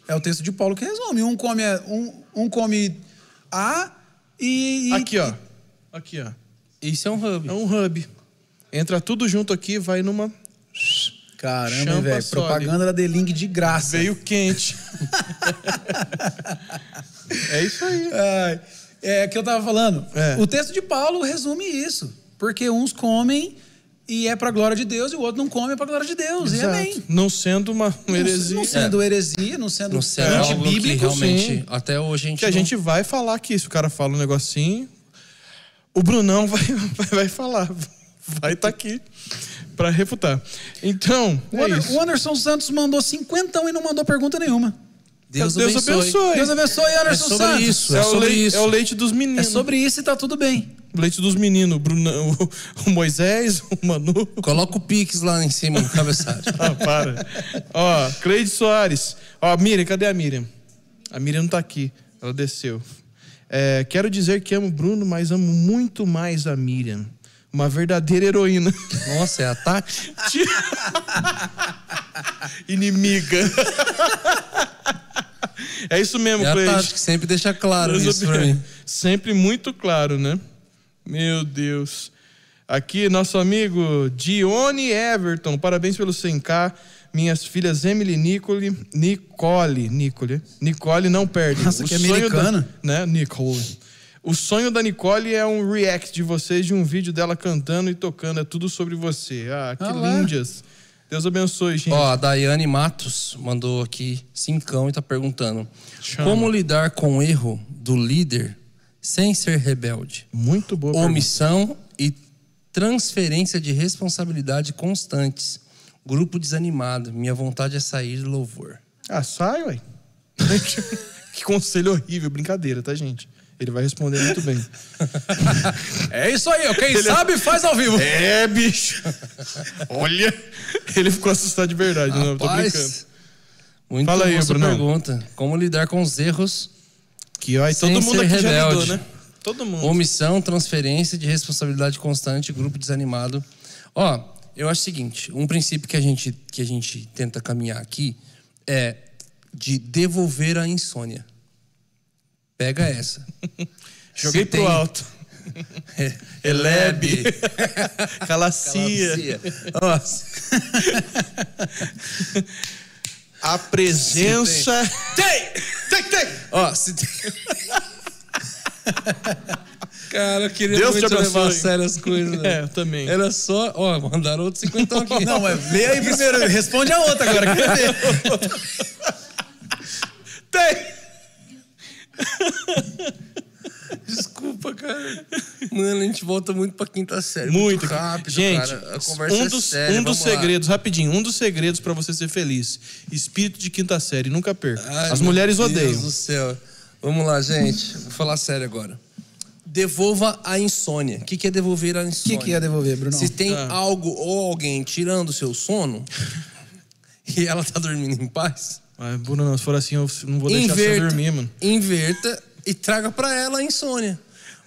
É o texto de Paulo que resume. Um come, a- um, um come A e. e-
Aqui, ó. Aqui, ó.
Isso é um hub.
É um hub. Entra tudo junto aqui, vai numa.
Caramba,
Champa
velho.
só ali.
Propaganda da D-Link de graça.
Veio quente. é isso aí.
Ai, é que eu tava falando.
É.
O texto de Paulo resume isso. Porque uns comem e é pra glória de Deus, e o outro não come é pra glória de Deus. E amém.
Não sendo uma
Não-
heresia.
Não sendo heresia, não sendo.
Não sei, é algo que
Antibíblico,
realmente
um sim.
até hoje a gente,
Que a
não-
gente vai falar aqui. Se o cara fala um negocinho, o Brunão vai, vai, vai falar. Vai estar aqui pra refutar. Então,
O,
é
Ander-
isso.
o Anderson Santos mandou 50 e não mandou pergunta nenhuma.
Deus,
Deus
abençoe.
abençoe. Oi.
Deus abençoe,
É
Anderson
sobre
Santos.
isso, é, sobre
leite,
isso.
é o leite dos meninos.
É sobre isso e tá tudo bem.
O leite dos meninos. O Brunão, o, o Moisés, o Manu.
Coloca o Pix lá em cima do cabeçalho.
Ah, para. Ó, Cleide Soares. Ó, Miriam, cadê a Miriam? A Miriam não tá aqui. Ela desceu. É, quero dizer que amo o Bruno, mas amo muito mais a Miriam. Uma verdadeira heroína.
Nossa, é a Tati?
Inimiga. é isso mesmo,
É a
Cleide.
Tati que sempre deixa claro
Deus
isso pra
abençoe.
mim.
Sempre muito claro, né? Meu Deus. Aqui, nosso amigo Dione Everton. Parabéns pelo 100K. Minhas filhas Emily e Nicole. Nicole. Nicole. Nicole não perde.
Nossa, que americana.
Da, né? Nicole. O sonho da Nicole é um react de vocês de um vídeo dela cantando e tocando. É tudo sobre você. Ah, que
Ah lá.
lindas. Deus abençoe, gente.
Ó, a Daiane Matos mandou aqui cincão e tá perguntando:
Chama.
Como lidar com o erro do líder sem ser rebelde?
Muito boa. pergunta.
Omissão e transferência de responsabilidade constantes. Grupo desanimado. Minha vontade é sair do louvor.
Ah, sai, ué. que conselho horrível, brincadeira, tá, gente? Ele vai responder muito bem.
É isso aí, ó. Quem sabe faz ao vivo.
É, bicho! Olha! Ele ficou assustado de verdade, não, eu tô brincando.
Rapaz, muito
Fala
Fala
aí,
aí,
Brunão.
pergunta. Como lidar com os erros,
Que ó, e
Sem
todo mundo
ser
aqui já
rebelde.
lidou, né? Todo mundo.
omissão, transferência de responsabilidade constante, grupo desanimado. Ó, eu acho o seguinte, um princípio que a gente, que a gente tenta caminhar aqui é de devolver a insônia. Pega essa.
Joguei
Se
pro
tem- É,
alto. Elebe. Calacia.
Calacia. Ó,
A presença. Tem! Tem, tem!
Ó, se tem... Cara, eu queria
Deus te
muito levar a
abençoe.
sério as coisas.
É,
velho.
eu também.
Era só... Ó, mandaram outro cinquentão aqui.
Não, é, lê aí primeiro, responde a outra agora. Quer ver?
Tem!
Desculpa, cara. Mano, a gente volta muito pra quinta série. É Muito,
Muito
rápido,
gente.
cara. A conversa
um
é
dos,
séria,
um dos
vamos lá.
segredos, rapidinho, um dos segredos pra você ser feliz. Espírito de quinta série, nunca perca.
Ai,
As mulheres
meu
odeiam.
Deus do céu. Vamos lá, gente. Vou falar sério agora. Devolva a insônia. O que, que é devolver a
O que,
insônia?
que ia devolver, Bruno?
Se tem algo ou alguém tirando o seu sono e ela tá dormindo em paz,
Mas, Bruno, se for assim, eu não vou deixar você dormir, mano.
Inverta e traga pra ela a insônia.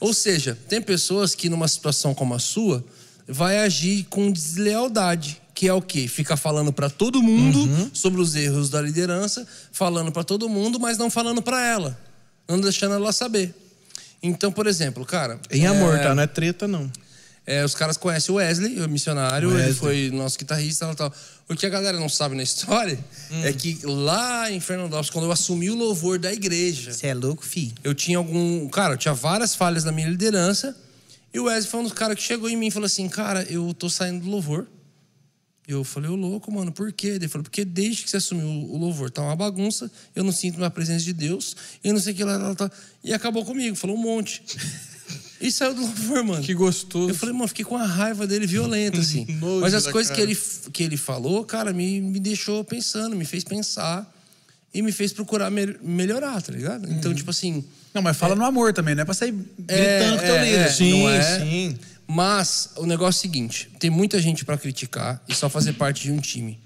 Ou seja, tem pessoas que numa situação como a sua vai agir com deslealdade, que é o quê? Fica falando pra todo mundo
Uhum.
sobre os erros da liderança, falando pra todo mundo, mas não falando pra ela, não deixando ela saber. Então, por exemplo, cara,
Em amor,
é,
tá? Não é treta, não.
É, os caras conhecem o Wesley, o missionário, ele
Wesley.
foi nosso guitarrista tal, tal. O que a galera não sabe na história
Hum.
é que lá em Fernandópolis, quando eu assumi o louvor da igreja,
Você é louco, fi?
eu tinha algum. Cara, eu tinha várias falhas na minha liderança. E o Wesley foi um dos caras que chegou em mim e falou assim: Cara, eu tô saindo do louvor. E eu falei, ô louco, mano, por quê? Ele falou, porque desde que você assumiu o louvor, tá uma bagunça, eu não sinto mais a presença de Deus, e não sei o que lá, lá, tá. E acabou comigo, falou um monte. E saiu do louvor, mano.
Que gostoso.
Eu falei, mano, fiquei com a raiva dele violenta, assim.
Nojo
Mas as
da
coisas que
cara.
ele, que ele falou, cara, me, me deixou pensando, me fez pensar e me fez procurar me- melhorar, tá ligado? Então,
Uhum.
tipo assim.
Não, mas fala no amor também, não é pra sair gritando
é,
que teu
é,
líder.
é,
Sim,
não é?
sim.
Mas o negócio é o seguinte: tem muita gente pra criticar e só fazer parte de um time.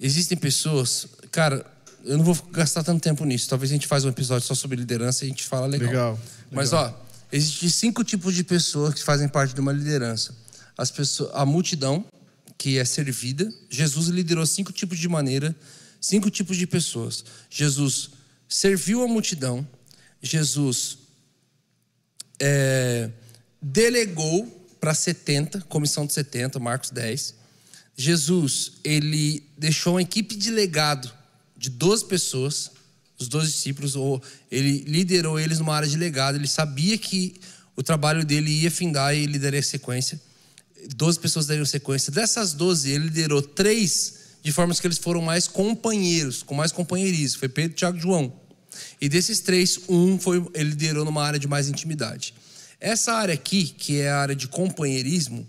Existem pessoas, cara, eu não vou gastar tanto tempo nisso. Talvez a gente faça um episódio só sobre liderança e a gente fala legal.
Legal,
Mas ó, existem cinco tipos de pessoas que fazem parte de uma liderança. As pessoas, a multidão que é servida. Jesus liderou cinco tipos de maneira, cinco tipos de pessoas. Jesus serviu a multidão. Jesus é, delegou para 70, comissão de 70, Marcos 10. Jesus, ele deixou uma equipe de legado de 12 pessoas, os 12 discípulos, ou ele liderou eles numa área de legado, ele sabia que o trabalho dele ia findar e ele daria sequência. 12 pessoas dariam sequência. Dessas 12, ele liderou três de formas que eles foram mais companheiros, com mais companheirismo. Foi Pedro, Tiago e João. E desses três, um foi, ele liderou numa área de mais intimidade. Essa área aqui, que é a área de companheirismo,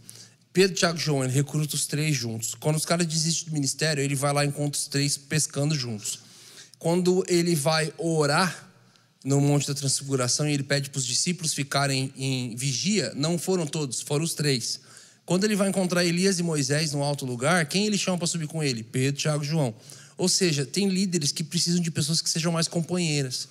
Pedro, Tiago e João, ele recruta os três juntos. Quando os caras desistem do ministério, ele vai lá e encontra os três pescando juntos. Quando ele vai orar no Monte da Transfiguração e ele pede para os discípulos ficarem em vigia, não foram todos, foram os três. Quando ele vai encontrar Elias e Moisés no alto lugar, quem ele chama para subir com ele? Pedro, Tiago e João. Ou seja, tem líderes que precisam de pessoas que sejam mais companheiras,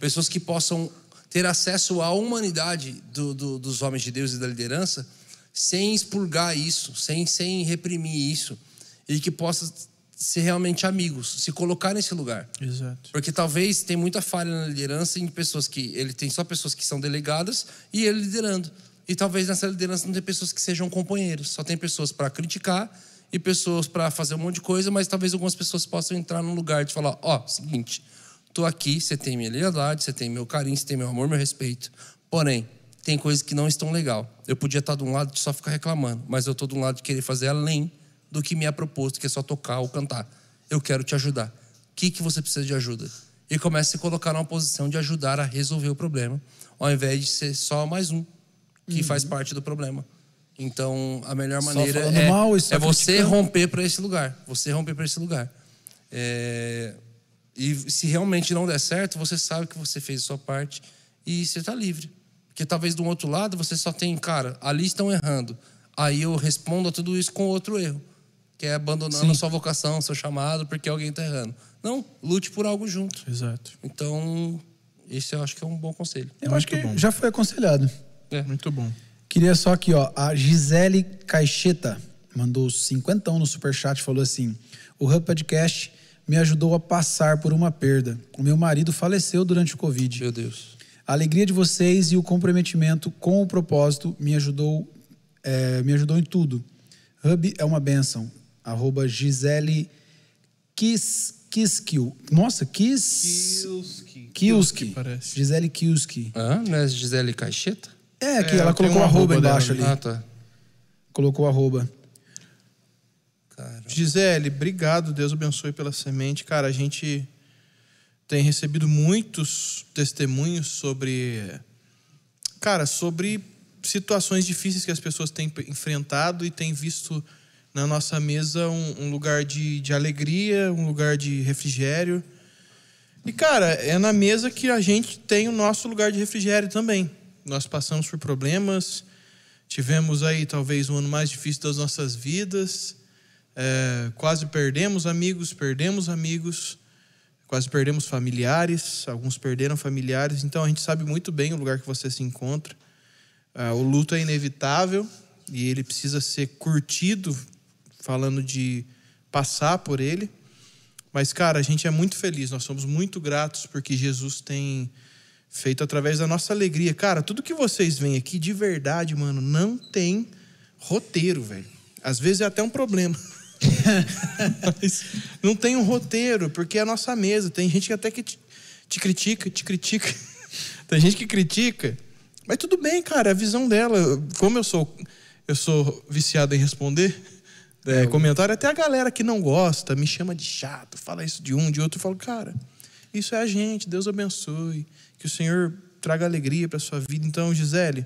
pessoas que possam ter acesso à humanidade do- do- dos homens de Deus e da liderança sem expurgar isso, sem, sem reprimir isso, e que possam ser realmente amigos, se colocar nesse lugar.
Exato.
Porque talvez tem muita falha na liderança em pessoas que ele tem só pessoas que são delegadas e ele liderando. E talvez nessa liderança não tem pessoas que sejam companheiros, só tem pessoas para criticar e pessoas para fazer um monte de coisa, mas talvez algumas pessoas possam entrar num lugar de falar, ó, seguinte, tô aqui, você tem minha lealdade, você tem meu carinho, você tem meu amor, meu respeito. Porém, tem coisas que não estão legal. Eu podia estar de um lado de só ficar reclamando, mas eu tô de um lado de querer fazer além do que me é proposto, que é só tocar ou cantar. Eu quero te ajudar o que, que você precisa de ajuda. E começa a se colocar numa posição de ajudar a resolver o problema, ao invés de ser só mais um
Uhum.
que faz parte do problema. Então, a melhor maneira
falando
é,
mal e só
é você
criticando.
romper para esse lugar. Você romper para esse lugar. É, E se realmente não der certo, você sabe que você fez a sua parte e você está livre. Porque talvez do outro lado você só tem, cara, ali estão errando. Aí eu respondo a tudo isso com outro erro, que é abandonando a sua vocação, seu chamado, porque alguém está errando. Não, lute por algo junto.
Exato.
Então, esse eu acho que é um bom conselho.
Eu acho que
bom.
já foi aconselhado.
Muito bom.
Queria só aqui, ó. A Gisele Caixeta mandou 50 no superchat e falou assim: O Hub Podcast me ajudou a passar por uma perda. O meu marido faleceu durante o Covid.
Meu Deus.
A alegria de vocês e o comprometimento com o propósito me ajudou, é, me ajudou em tudo. Hub é uma benção. Arroba Gisele Kis, Kiskil. Nossa, Kis...
Kilski.
Kilski.
parece.
Gisele Kilski.
Ah, não é Gisele Caixeta?
É, que
É,
ela
tem
colocou
um
arroba,
arroba
embaixo
dela
ali.
Ah, tá.
Colocou arroba.
Cara.
Gisele, obrigado. Deus abençoe pela semente. Cara, a gente tem recebido muitos testemunhos sobre. Cara, sobre situações difíceis que as pessoas têm enfrentado e têm visto na nossa mesa um, um lugar de, de alegria, um lugar de refrigério. E, cara, é na mesa que a gente tem o nosso lugar de refrigério também. Nós passamos por problemas, tivemos aí talvez o ano mais difícil das nossas vidas, é, quase perdemos amigos, perdemos amigos, quase perdemos familiares, alguns perderam familiares, então a gente sabe muito bem o lugar que você se encontra. Ah, o luto é inevitável e ele precisa ser curtido, falando de passar por ele. Mas, cara, a gente é muito feliz, nós somos muito gratos porque Jesus tem feito através da nossa alegria. Cara, tudo que vocês veem aqui, de verdade, mano, não tem roteiro, velho. Às vezes é até um problema. Mas não tem um roteiro, porque é a nossa mesa. Tem gente que até que te, te critica, te critica. tem gente que critica. Mas tudo bem, cara, é a visão dela. Como eu sou, eu sou viciado em responder é, comentário, até a galera que não gosta me chama de chato, fala isso de um, de outro. Eu falo, cara, isso é a gente, Deus abençoe. Que o Senhor traga alegria para sua vida. Então, Gisele,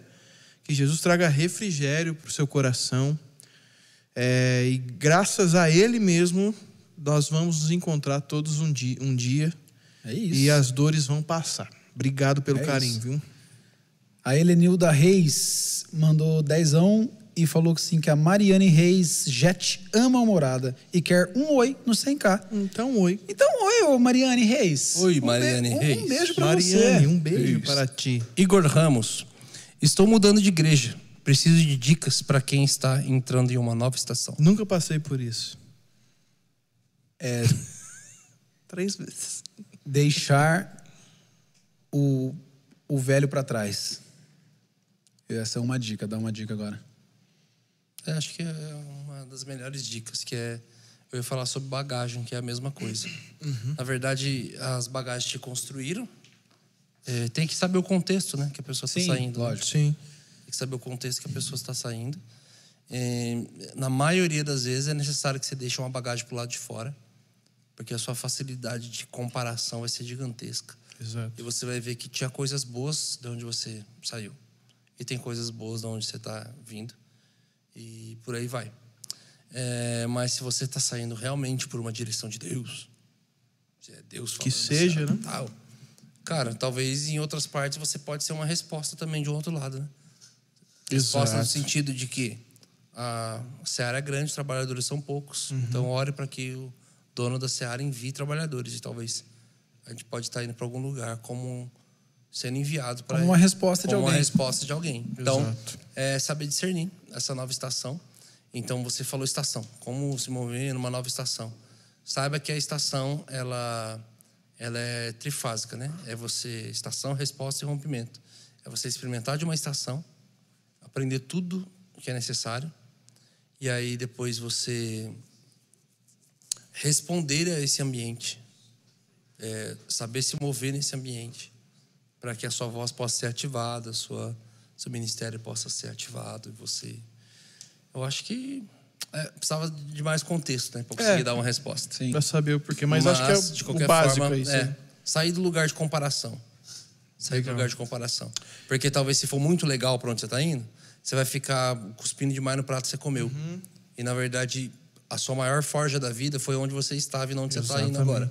que Jesus traga refrigério para o seu coração. É, e graças a Ele mesmo, nós vamos nos encontrar todos um dia, um dia
É isso.
e as dores vão passar. Obrigado pelo
É
carinho,
isso.
viu?
A Helenilda Reis mandou dezão e falou que sim, que a Mariane Reis Jet ama a morada e quer um oi no 100k.
Então, oi.
Então, oi, ô Mariane Reis.
Oi,
Um be-
Mariane
um-
Reis.
Um beijo pra
Mariane,
você.
um beijo
Isso.
para ti.
Igor Ramos. Estou mudando de igreja. Preciso de dicas para quem está entrando em uma nova estação.
Nunca passei por isso. É. Três vezes.
Deixar o, o velho pra trás. Essa é uma dica, dá uma dica agora.
Eu acho que é uma das melhores dicas, que é. Eu ia falar sobre bagagem, que é a mesma coisa. Na verdade, as bagagens te construíram. É, tem que saber o contexto, né? Que a pessoa
Sim,
está saindo. né?
Sim.
Tem que saber o contexto que a pessoa está saindo. É, na maioria das vezes é necessário que você deixe uma bagagem para o lado de fora, porque a sua facilidade de comparação vai ser gigantesca.
Exato.
E você vai ver que tinha coisas boas de onde você saiu. E tem coisas boas de onde você está vindo. E por aí vai. É, mas se você está saindo realmente por uma direção de Deus, se é Deus falando,
Que seja,
sabe,
né?
tal, cara, talvez em outras partes você pode ser uma resposta também de um outro lado, né? Resposta no sentido de que a Seara é grande, os trabalhadores são poucos. Então, ore para que o dono da Seara envie trabalhadores. E talvez a gente pode estar indo para algum lugar como sendo enviado para
Como uma resposta de
como uma
alguém.
resposta de alguém. Então,
Exato.
é saber discernir essa nova estação. Então, você falou estação. Como se mover numa nova estação. Saiba que a estação, ela, ela é trifásica, né? É você estação, resposta e rompimento. É você experimentar de uma estação, aprender tudo que é necessário e aí depois você responder a esse ambiente, É, saber se mover nesse ambiente, para que a sua voz possa ser ativada, a sua seu ministério possa ser ativado e você. Eu acho que é, precisava de mais contexto, né, para conseguir
É.
dar uma resposta.
Sim.
Pra saber o porquê. Mas, acho que é
de
o
qualquer
básico
forma,
aí, sim.
é, sair do lugar de comparação. Sair do lugar de comparação. Porque talvez se for muito legal pra onde você tá indo, você vai ficar cuspindo demais no prato que você comeu.
Uhum.
E na verdade, a sua maior forja da vida foi onde você estava e não onde você tá indo agora.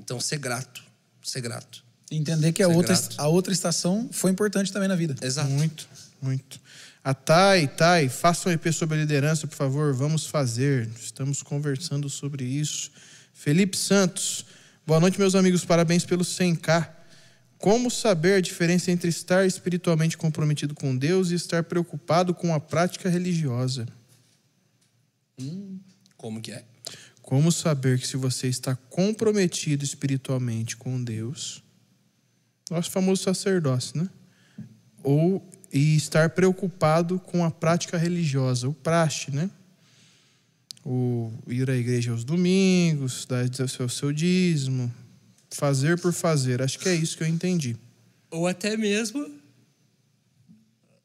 Então, ser grato. Ser grato.
Entender que a
Ser
outra,
grato.
a outra estação foi importante também na vida.
Exato.
Muito, muito. A Thay, Thay, faça um EP sobre a liderança, por favor. Vamos fazer. Estamos conversando sobre isso. Felipe Santos. Boa noite, meus amigos. Parabéns pelo 100K. Como saber a diferença entre estar espiritualmente comprometido com Deus e estar preocupado com a prática religiosa?
Como que é?
Como saber que se você está comprometido espiritualmente com Deus, nosso famoso sacerdócio, né? Ou e estar preocupado com a prática religiosa, o praxe, né? O ir à igreja aos domingos, dar o seu- seu dízimo, fazer por fazer. Acho que é isso que eu entendi.
ou até mesmo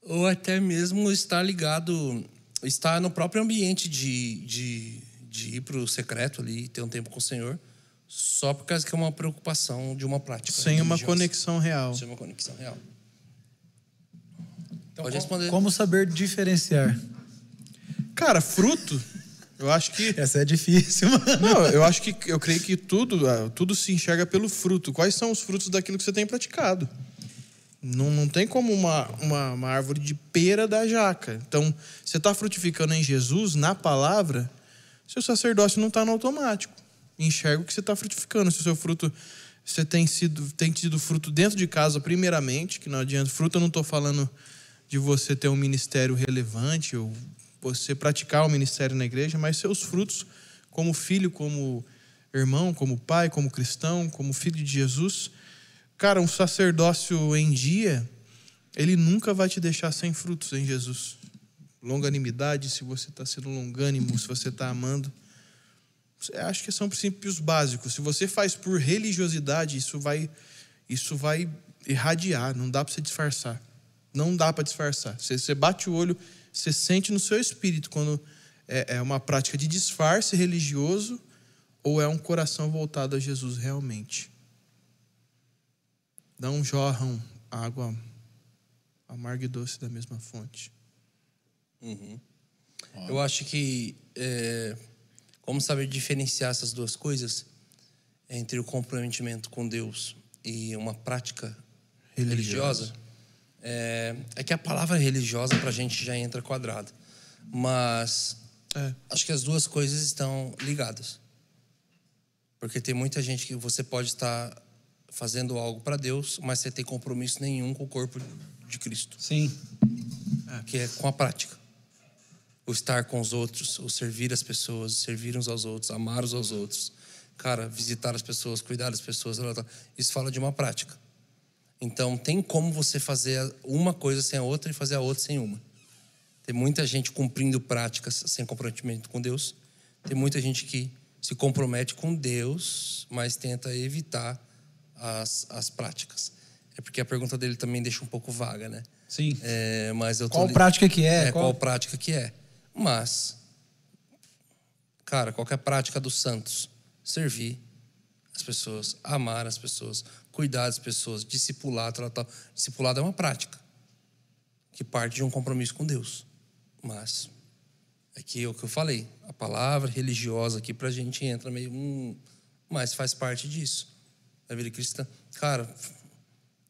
ou até mesmo estar ligado estar no próprio ambiente de, de, de ir para o secreto ali ter um tempo com o Senhor só por causa que é uma preocupação de uma prática
Sem uma
religiosa.
conexão real.
sem uma conexão real pode responder
Como saber diferenciar?
Cara, fruto, eu acho que
Essa é difícil, mano.
Não, eu acho que eu creio que tudo, ah, tudo se enxerga pelo fruto. Quais são os frutos daquilo que você tem praticado? Não, não tem como uma, uma, uma árvore de pera da jaca. Então, você está frutificando em Jesus, na palavra, seu sacerdócio não está no automático. Enxerga o que você está frutificando. Se o seu fruto, você tem, sido, tem tido fruto dentro de casa, primeiramente, que não adianta. Fruto, eu não estou falando de você ter um ministério relevante ou você praticar o ministério na igreja, mas seus frutos como filho, como irmão, como pai, como cristão, como filho de Jesus. Cara, um sacerdócio em dia, ele nunca vai te deixar sem frutos em Jesus. longanimidade, se você está sendo longânimo, se você está amando. Eu Acho que são princípios básicos. Se você faz por religiosidade, isso vai, isso vai irradiar. Não dá para você disfarçar. Não dá para disfarçar. Você, você bate o olho, você sente no seu espírito quando é, é uma prática de disfarce religioso ou é um coração voltado a Jesus realmente. Não jorram água amarga e doce da mesma fonte.
Eu acho que é, como saber diferenciar essas duas coisas entre o comprometimento com Deus e uma prática religiosa, é, é que a palavra religiosa para a gente já entra quadrada, mas
É.
acho que as duas coisas estão ligadas, porque tem muita gente que você pode estar fazendo algo para Deus, mas você tem compromisso nenhum com o corpo de Cristo
Sim.
que é com a prática. O estar com os outros, o servir as pessoas, servir uns aos outros, amar uns aos outros. Cara, visitar as pessoas, cuidar das pessoas, lá, lá, lá. isso fala de uma prática. Então, tem como você fazer uma coisa sem a outra e fazer a outra sem uma. Tem muita gente cumprindo práticas sem comprometimento com Deus. Tem muita gente que se compromete com Deus, mas tenta evitar as, as práticas. É porque a pergunta dele também deixa um pouco vaga, né?
Sim.
É, mas eu tô
Qual
li-
prática que é?
é, qual...
Qual-
prática que é. Mas, cara, qualquer prática dos santos, servir as pessoas, amar as pessoas, cuidar das pessoas, discipular, tal, tal. Discipulado é uma prática que parte de um compromisso com Deus. Mas é que é o que eu falei, a palavra religiosa aqui pra gente entra meio, hum, mas faz parte disso. Da vida cristã, cara,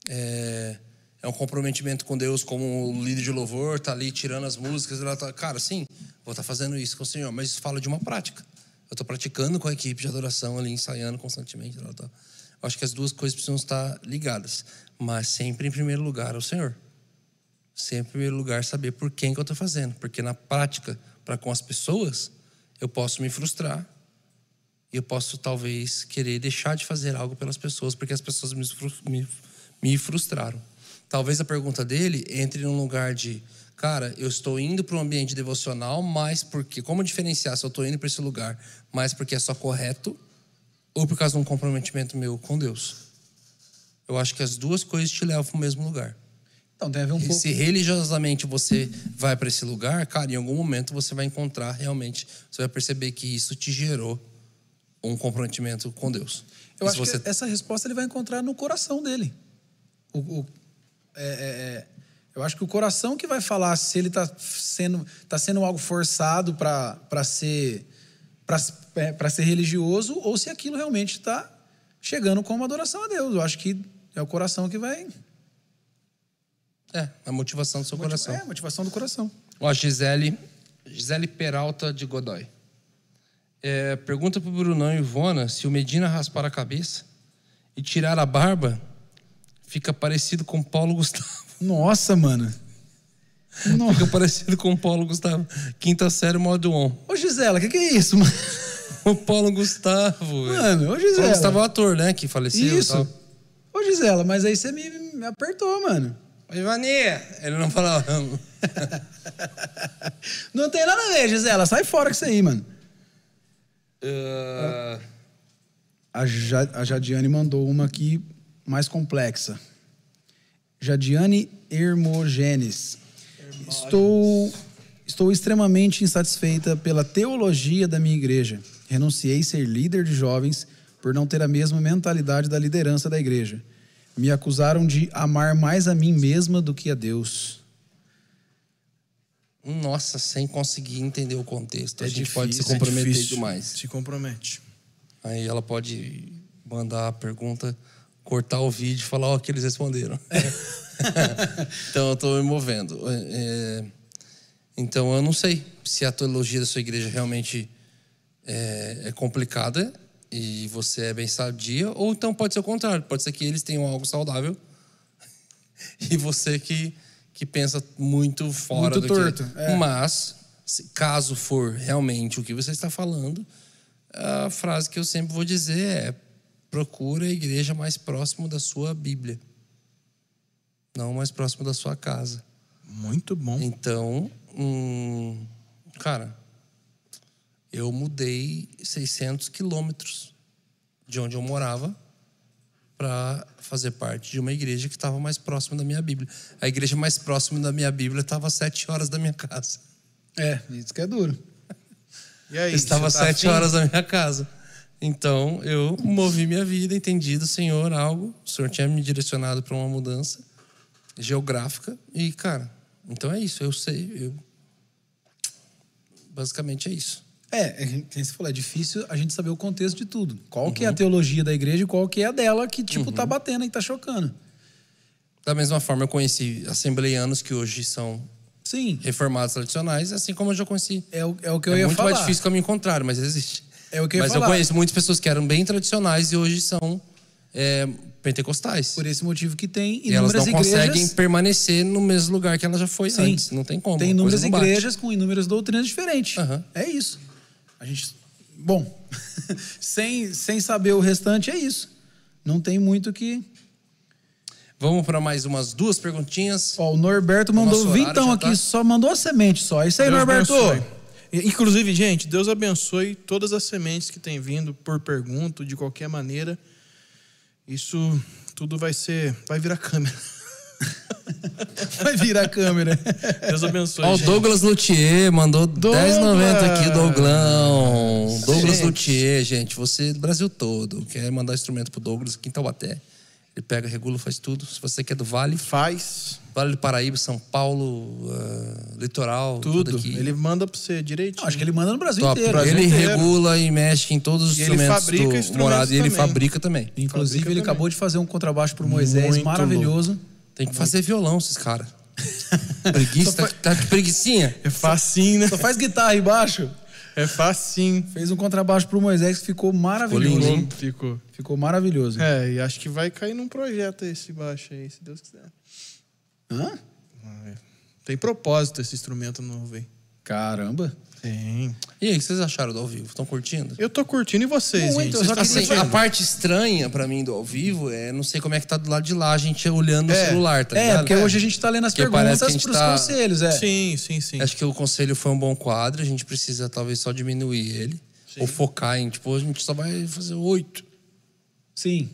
é, é um comprometimento com Deus como o líder de louvor, tá ali tirando as músicas, ela tá, cara, sim, vou estar fazendo isso com o Senhor, mas isso fala de uma prática. Eu tô praticando com a equipe de adoração ali, ensaiando constantemente, ela tá. Eu acho que as duas coisas precisam estar ligadas, mas sempre em primeiro lugar ao Senhor. Sempre em primeiro lugar é saber por quem que eu tô fazendo, porque na prática para com as pessoas eu posso me frustrar e eu posso talvez querer deixar de fazer algo pelas pessoas porque as pessoas me, fru- me, me frustraram. Talvez a pergunta dele entre num lugar de, cara, eu estou indo para um ambiente devocional, mas porque como diferenciar se eu estou indo para esse lugar, mas porque é só correto ou por causa de um comprometimento meu com Deus? Eu acho que as duas coisas te levam para o mesmo lugar.
Então tem a ver um
E
pouco.
se religiosamente você vai para esse lugar, cara, em algum momento você vai encontrar realmente, você vai perceber que isso te gerou um comprometimento com Deus.
Eu
E se
acho
você
que essa resposta ele vai encontrar no coração dele. O, o- é, é, é, eu acho que o coração que vai falar se ele está sendo, tá sendo algo forçado para ser, pra, é, pra ser religioso ou se aquilo realmente está chegando como adoração a Deus. Eu acho que é o coração que vai.
É, a motivação do seu coração.
É, a motivação do coração.
Ó, Gisele, Gisele Peralta de Godoy. É, pergunta pro Brunão e Ivona se o Medina raspar a cabeça e tirar a barba, fica parecido com Paulo Gustavo.
Nossa, mano. Nossa.
Fica parecido com Paulo Gustavo. Quinta série, modo on.
Ô, Gisela, o que, que é isso, mano?
O Paulo Gustavo. velho.
Mano, ô, Gisela.
Paulo Gustavo é o ator, né? Que faleceu e
Isso.
tal.
Ô, Gisela, mas aí você me, me apertou, mano.
Ô, Ivani! Ele não falava.
Não tem nada a ver, Gisela. Sai fora com isso aí, mano.
Ah,
A, Ja- a Jadiane mandou uma aqui mais complexa. Jadiane Hermogenes. Estou, estou extremamente insatisfeita pela teologia da minha igreja. Renunciei a ser líder de jovens por não ter a mesma mentalidade da liderança da igreja. Me acusaram de amar mais a mim mesma do que a Deus.
nossa, sem conseguir entender o contexto. a
É
gente
difícil,
pode se
é
comprometer
difícil.
demais.
Se compromete.
Aí ela pode mandar a pergunta, cortar o vídeo e falar ó, que eles responderam.
É.
então eu tô me movendo. É, então eu não sei se a teologia da sua igreja realmente é, é complicada e você é bem sadia, ou então pode ser o contrário, pode ser que eles tenham algo saudável e você que, que pensa muito fora
Muito
do
torto,
que...
é.
Mas, se- caso for realmente o que você está falando, a frase que eu sempre vou dizer é procura a igreja mais próximo da sua Bíblia. Não mais próximo da sua casa.
Muito bom.
Então, Hum, cara, eu mudei 600 quilômetros de onde eu morava para fazer parte de uma igreja que estava mais próxima da minha Bíblia. A igreja mais próxima da minha Bíblia estava a sete horas da minha casa.
É, isso que é duro.
E
É
aí,
estava às
você tá
sete
afim?
horas da minha casa. Então eu movi minha vida, entendi do Senhor algo. O Senhor tinha me direcionado para uma mudança geográfica. E, cara, então é isso. Eu sei. Eu... Basicamente é isso.
É, é, como você falou, é difícil a gente saber o contexto de tudo. Qual que é
Uhum.
a teologia da igreja e qual que é a dela que, tipo, tá batendo e tá chocando.
Da mesma forma, eu conheci assembleianos que hoje são
Sim,
reformados tradicionais, assim como eu já conheci.
é o, é o que eu
é
ia
muito
falar.
mais difícil caminho contrário, mas existe.
É o que eu ia
mas
falar.
eu conheço muitas pessoas que eram bem tradicionais e hoje são é, pentecostais.
Por esse motivo que tem
E elas
inúmeras
não conseguem
igrejas...
permanecer no mesmo lugar que ela já foi antes. Não tem como.
Tem
a
inúmeras
coisa não bate.
igrejas com inúmeras doutrinas diferentes.
Aham.
É isso. A gente. Bom, sem, sem saber o restante, é isso. Não tem muito que.
Vamos para mais umas duas perguntinhas.
Ó, o Norberto mandou
Nosso horário
vintão
já
aqui,
tá.
só mandou a semente só. Isso aí,
Deus
Norberto!
abençoe. E- Inclusive, gente, Deus abençoe todas as sementes que têm vindo por pergunta, de qualquer maneira. Isso tudo vai ser. Vai virar câmera.
Vai virar a câmera.
Deus abençoe.
Ó, o
gente.
Douglas Luthier mandou 10,90 aqui, Douglão. Douglas
Gente.
Luthier, gente, você do Brasil todo. Quer mandar instrumento pro Douglas aqui em Taubaté? Ele pega, regula, faz tudo. Se você quer do Vale,
Faz
Vale do Paraíba, São Paulo, ah, Litoral, tudo,
tudo.
aqui.
Ele manda pra você direitinho.
Não, acho que ele manda no Brasil
Top.
inteiro.
Ele
inteiro.
regula e mexe em todos os
E ele
instrumentos
fabrica
do
instrumentos
morado. E ele
também.
fabrica também.
Inclusive,
Fabrica
ele
também.
acabou de fazer um contrabaixo pro Moisés
Muito
maravilhoso.
Tem que fazer violão, esses caras. Preguiça, tá, tá de preguicinha?
É facinho, né?
Só faz guitarra e baixo.
É facinho.
Fez um contrabaixo pro Moisés que ficou maravilhoso.
lindo,
hein?
Ficou.
Ficou maravilhoso.
É, e acho que vai cair num projeto esse baixo aí, se Deus quiser.
Hã?
Ah, é. Tem propósito esse instrumento novo aí.
Caramba.
Tem.
E aí, o que vocês acharam do ao vivo? Estão curtindo?
Eu tô curtindo e vocês,
Muito,
gente?
eu
Vocês
só
tão
queria-
Assim,
curtindo?
a parte estranha pra mim do ao vivo é não sei como é que tá do lado de lá, a gente olhando no celular, tá
é,
ligado?
porque hoje a gente tá lendo as
Porque
perguntas
parece que a gente
pros
tá-
conselhos, é.
Sim, sim, sim.
Acho que o conselho foi um bom quadro, a gente precisa talvez só diminuir ele. Ou focar em, tipo, a gente só vai fazer oito.
Sim.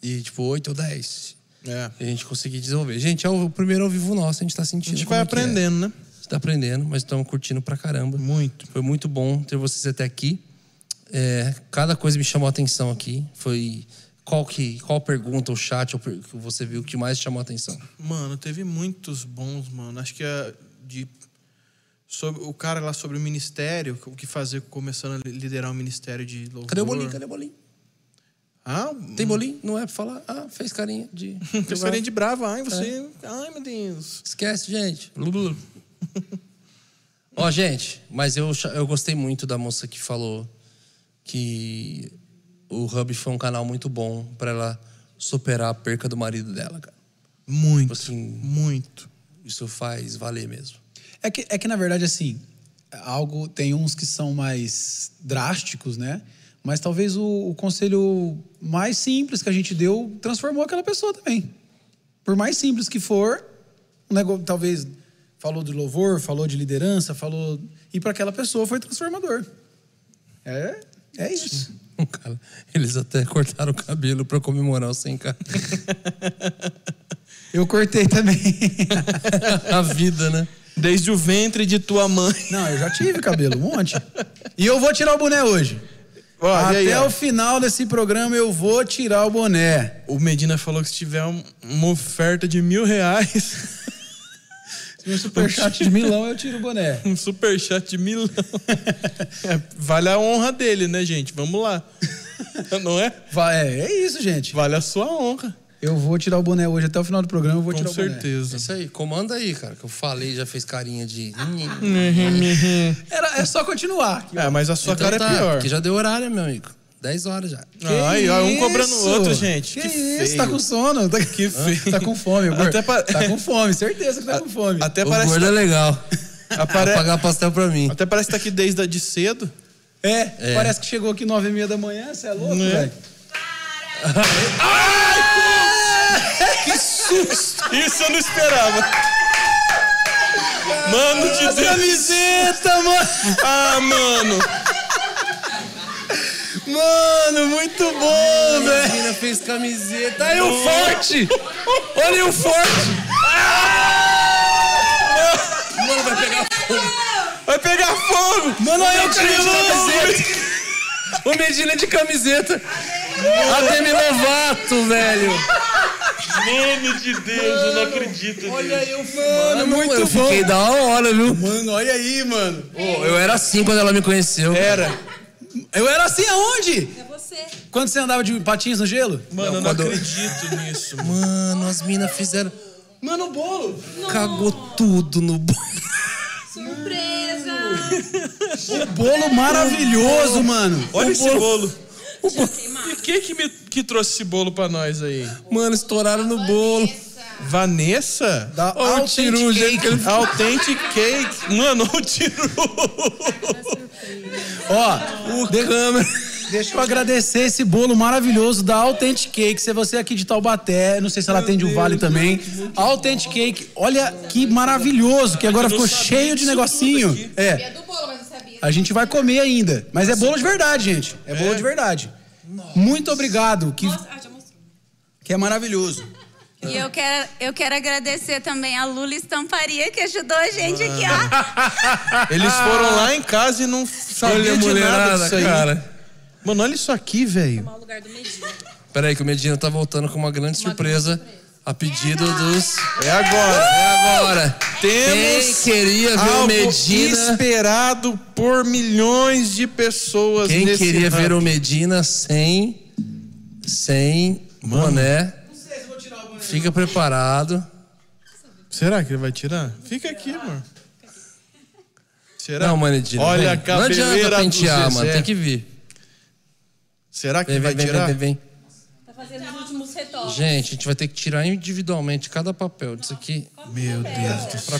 E, tipo, oito ou dez.
É.
E a gente conseguir desenvolver. Gente, é o primeiro ao vivo nosso, a gente tá sentindo.
A gente vai
como é que é.
aprendendo, né?
A gente tá aprendendo, mas estamos curtindo pra caramba.
Muito.
Foi muito bom ter vocês até aqui. É, cada coisa me chamou a atenção aqui. Foi qual que qual pergunta ou chat ou per- que você viu que mais chamou a atenção?
Mano, teve muitos bons, mano. Acho que a, de sobre o cara lá sobre o ministério, o que fazer começando a liderar o ministério de louvor.
Cadê o bolinho? Cadê o bolinho?
Ah,
Tem bolinho? Não é pra falar? Ah, fez carinha de.
Pessoaria de brava. Ai, você. Ai, meu Deus.
Esquece, gente. Blu, blu, blu. Ó, gente, mas eu, cha- eu gostei muito da moça que falou que o Hub foi um canal muito bom pra ela superar a perca do marido dela, cara.
Muito.
Assim-
Muito.
Isso faz valer mesmo.
É que, é que, na verdade, assim, algo tem uns que são mais drásticos, né? Mas talvez o, o conselho mais simples que a gente deu transformou aquela pessoa também. Por mais simples que for, o negócio, talvez falou de louvor, falou de liderança, falou. E para aquela pessoa foi transformador. É, é isso.
Cara, eles até cortaram o cabelo pra comemorar o 100k.
Eu cortei também.
a vida, né?
Desde o ventre de tua mãe.
Não, eu já tive cabelo, um monte. E eu vou tirar o boné hoje.
Ó, e
Até
aí, ó?
o final desse programa eu vou tirar o boné.
O Medina falou que se tiver um- uma oferta de mil reais,
No superchat de Milão eu tiro o boné.
um superchat de milão. É, vale a honra dele, né, gente? Vamos lá. Não é?
Vai, é, é isso, gente.
Vale a sua honra.
Eu vou tirar o boné hoje até o final do programa, eu vou tirar
Com
o boné.
É
certeza.
Isso aí, comanda aí, cara. Que eu falei, já fez carinha de.
Era, é só continuar.
É, mas a sua cara
tá,
é pior.
Porque já deu horário, meu amigo. 10 horas já.
Ai, ó, um cobrando o
isso?
outro, gente.
Que,
Que
isso,
feio.
tá com sono. Tá,
Que feio.
Tá com fome, amor.
Até pa-
Tá com fome, certeza que tá com fome.
Até
o
parece,
gordo é legal.
apare-
Vai pagar pastel pra mim.
até parece que tá aqui desde a- de cedo.
É, parece que chegou aqui nove e meia da manhã, você é louco,
Né?
velho?
Isso eu não esperava. Mano de Deus.
Camiseta, mano!
Ah, mano.
Mano, muito bom,
A
velho!
menina fez camiseta.
Aí
Aí
o
eu
forte! Olha o forte!
Mano, vai pegar fogo.
Vai pegar fogo.
Mano, olha eu
Medina de camiseta. O Medina de camiseta. A Demi Lovato, velho.
Mano de Deus, eu não acredito nisso.
aí o mano,
muito
eu
bom.
fiquei da hora, viu?
Mano, olha aí, mano!
Pô, eu era assim quando ela me conheceu.
Era! Eu era assim aonde?
É você.
Quando você andava de patins no gelo?
Mano, eu não
quando-
acredito nisso.
Mano, as minas fizeram.
Mano, o bolo!
Cagou tudo no banho.
Surpresa!
O bolo maravilhoso, mano!
Olha esse bolo. E quem que, me, que trouxe esse bolo pra nós aí?
Mano, estouraram no bolo.
Vanessa?
Da
Ó, o Tiru, o
Authentic
jeito que ele... Authentic Cake. Mano, o Tiru.
Ó, de- deixa eu agradecer esse bolo maravilhoso da Authentic Cake. Se você é aqui de Taubaté, não sei se ela atende o Vale também. Authentic Cake, olha que maravilhoso, que agora ficou cheio de negocinho. É.
do bolo, mas não sabia.
A gente vai comer ainda. Mas é bolo de verdade, gente. É bolo de verdade. Muito obrigado, que,
Ah, já mostrou.
que é maravilhoso.
E eu quero, eu quero agradecer também a Lula Estamparia, que ajudou a gente aqui,
Ah.
ó.
Eles
Ah.
foram lá em casa e não sabiam de nada disso aí.
cara.
Mano, olha isso aqui, velho.
O lugar do Medina.
Pera aí, que o Medina tá voltando com uma grande surpresa. A pedido dos.
É agora.
É agora. É
Temos
Quem queria ver o
Algo
Medina?
esperado por milhões de pessoas
Quem
nesse
queria
ramo.
ver o Medina sem. sem boné? Fica preparado.
Será que ele vai tirar? Fica aqui, mano. Será?
Não, mano, Medina.
Olha a
vem. Não adianta
cabeleira
pentear,
do
mano.
Zezé.
Tem que vir.
Será que
Vem,
vai
vem, vem,
tirar?
vem, vem, vem.
Tá fazendo os últimos retoques.
Gente, a gente vai ter que tirar individualmente cada papel disso aqui.
Meu Deus do céu.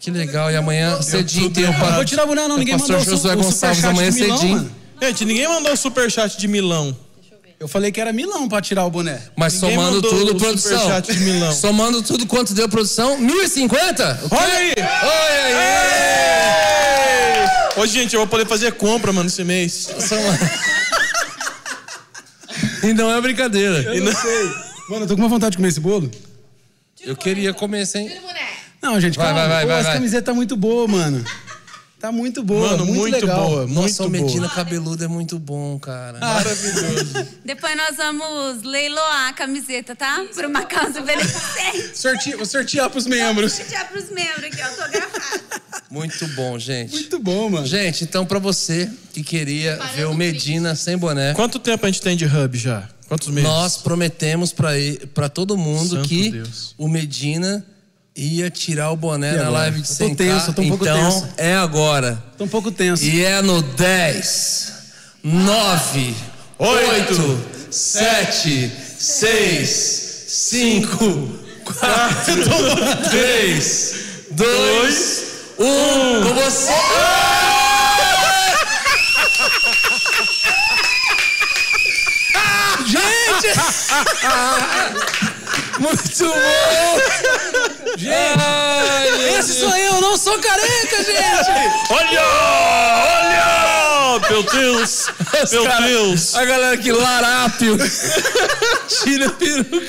Que legal. E amanhã cedinho tem o
Não vou
pa-
tirar o não,
tem
ninguém
o
mandou
pastor
o su-
Josué
o
Gonçalves
superchat
amanhã
do Milão,
cedinho.
mano.
Gente, ninguém mandou o superchat de Milão.
Eu falei que era Milão pra tirar o boné.
Mas
Ninguém
somando
mandou
tudo,
o
produção.
superchat de Milão.
Somando tudo, quanto deu produção? 1.050? O quê?
Olha aí!
Olha aí!
Ô, gente, eu vou poder fazer compra, mano, esse mês.
E não é brincadeira.
Eu não sei. Mano, eu tô com uma vontade de comer esse bolo.
Eu queria comer sem.
Tira o boneco.
Não, gente,
Vai,
calma.
vai, vai,
Pô,
vai,
essa
vai.
camiseta tá muito boa, mano. Tá muito boa,
mano,
muito,
muito,
legal.
boa, muito
Nossa, o
boa.
Medina cabeludo é muito bom, cara.
Depois nós vamos leiloar a camiseta, tá? Por uma causa beneficente.
Sorti... Vou sortear pros membros.
Já pros membros aqui, ó, autografado.
Muito bom, gente.
Muito bom, mano.
Gente, então pra você que queria ver o Medina sem boné,
é
Quanto tempo a gente tem de hub já? Quantos meses?
nós prometemos pra e- pra todo mundo
Santo
que
Deus.
o Medina ia tirar o boné na
agora?
live de
Eu tô
100
tenso, eu tô um pouco
então
tenso.
é agora.
Tô um pouco tenso.
E é no 10, 9, 8, 7, 6, 5, 4, 3, 2, 1. Com você!
um.
Gente! Muito bom! Gente!
Esse sou eu, não sou careca, gente!
Olha! Olha! Meu Deus! Meu
Cara,
Deus!
A galera que larápio. Tira a peruca.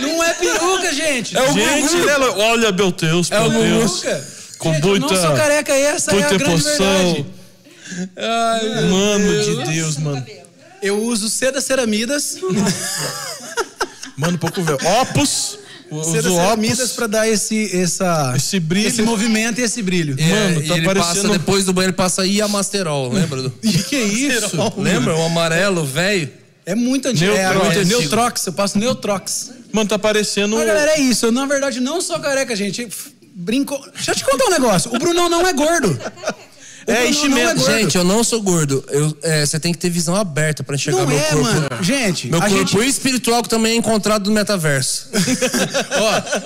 não é peruca, gente!
É o
Gente,
Gugu.
ela- olha, meu Deus,
é o
né? meu
Gugu. tá
Deus.
peruca!
Com
Gente, eu
muita,
não sou careca, essa é a
muita
grande verdade.
emoção. Mano de Deus, mano.
Eu uso seda ceramidas,
Mano, pouco velho. Opus. Eu
seda
Uso
ceramidas
Opus.
pra dar esse, essa,
Esse brilho.
esse movimento e esse brilho.
É,
Mano,
e
tá
ele
parecendo-
passa, depois do banho ele passa Iamasterol, lembra? Do...
E que é isso?
lembra? O amarelo, velho.
É muito antigo.
Neutrox.
É, agora,
Antigo.
Neutrox, eu passo Neutrox.
Mano, tá parecendo.
Mas, galera, é isso. Eu, na verdade, não sou careca, gente. F- Brincou. Deixa eu te contar um negócio. O Brunão não é gordo. O
É,
Brunão
enchimento.
não é gordo.
Gente, eu não sou gordo. Eu- é, Você tem que ter visão aberta pra enxergar
não
meu
é,
corpo.
mano. Gente,
Meu
a
corpo
gente,
espiritual que também é encontrado no metaverso.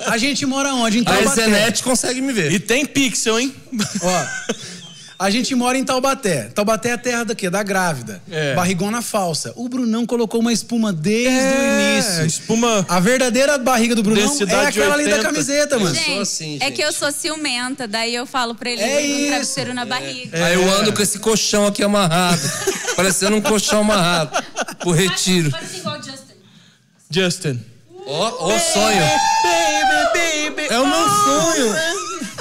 ó, a gente mora onde? Em
A
Taubaté.
Zenet consegue me ver.
E tem pixel, hein?
Ó, A gente mora em Taubaté. Taubaté é a terra da quê? Da grávida.
É.
Barrigona falsa. O Brunão colocou uma espuma desde
É,
o início.
espuma-
A verdadeira barriga do Brunão é
Densidade
aquela ali da
80.
camiseta, mano.
Gente, é que eu sou ciumenta, daí eu falo pra ele
assim, É
vir
isso.
um travesseiro na barriga.
Aí eu ando com esse colchão aqui amarrado. Parecendo um colchão amarrado. Pro retiro.
Faz assim igual o Justin.
Justin.
Ó, ó o sonho.
Baby, baby.
É o meu sonho.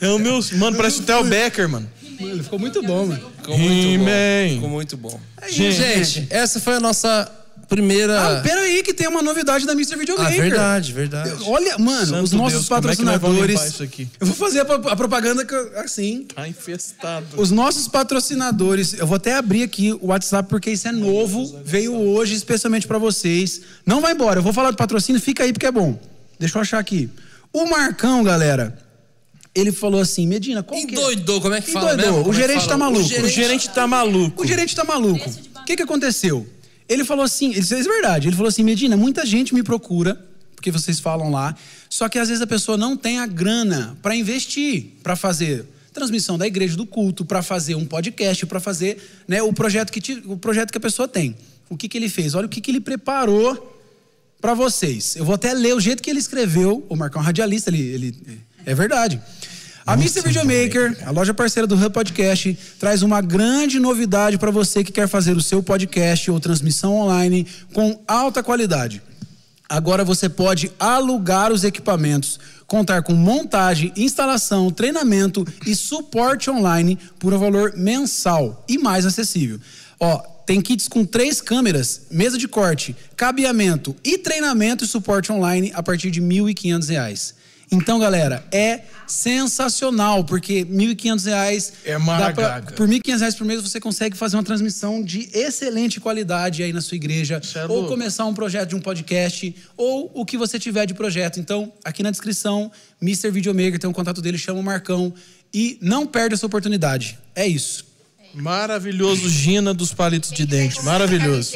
É o meu. Mano, parece o Theo Becker, mano.
Ele ficou muito bom, mano.
Ficou muito bom.
He-Man.
Ficou muito bom.
isso,
Gente, essa foi a nossa
Ah,
primeira.
peraí, que tem uma novidade da Mr.
Ah,
Videomaker.
verdade, verdade.
Olha, mano,
Santo
os nossos
Deus, como é que nós vamos
patrocinadores.
limpar isso aqui?
Eu vou fazer a, pro- a propaganda que eu- assim.
Tá infestado.
Os nossos patrocinadores, eu vou até abrir aqui o WhatsApp porque isso é novo, veio hoje especialmente pra vocês. Não vai embora, eu vou falar do patrocínio, fica aí porque é bom. Deixa eu achar aqui. O Marcão, galera, ele falou assim: Medina, qual que é?
Endoidou, como é que fala
Endoidou,
mesmo?
o
Como é que
gerente
fala?
tá maluco.
O gerente-
O gerente tá maluco.
O gerente tá maluco. O que, que aconteceu? Ele falou assim, ele disse, é verdade, ele falou assim, Medina, muita gente me procura, porque vocês falam lá, só que às vezes a pessoa não tem a grana pra investir, pra fazer transmissão da igreja do culto, pra fazer um podcast, pra fazer né, o, projeto que ti- o projeto que a pessoa tem. O que, que ele fez? Olha o que, que ele preparou pra vocês. Eu vou até ler o jeito que ele escreveu, o Marcão é um Radialista, ele, ele- é verdade. A Mr. Videomaker, a loja parceira do Hub Podcast, traz uma grande novidade pra você que quer fazer o seu podcast ou transmissão online com alta qualidade. Agora você pode alugar os equipamentos, contar com montagem, instalação, treinamento e suporte online por um valor mensal e mais acessível. Ó, tem kits com três câmeras, mesa de corte, cabeamento e treinamento e suporte online a partir de R$ 1.500. Então, galera, é sensacional, porque R$ 1.500
É
dá pra-
maragaga.
por R$ 1.500 por mês você consegue fazer uma transmissão de excelente qualidade aí na sua igreja,
Isso é
ou
louco.
começar um projeto de um podcast, ou o que você tiver de projeto. Então, aqui na descrição, Mr. Videomaker tem o contato dele, chama o Marcão e não perde essa oportunidade. É isso.
Maravilhoso Gina dos palitos de dente. Maravilhoso.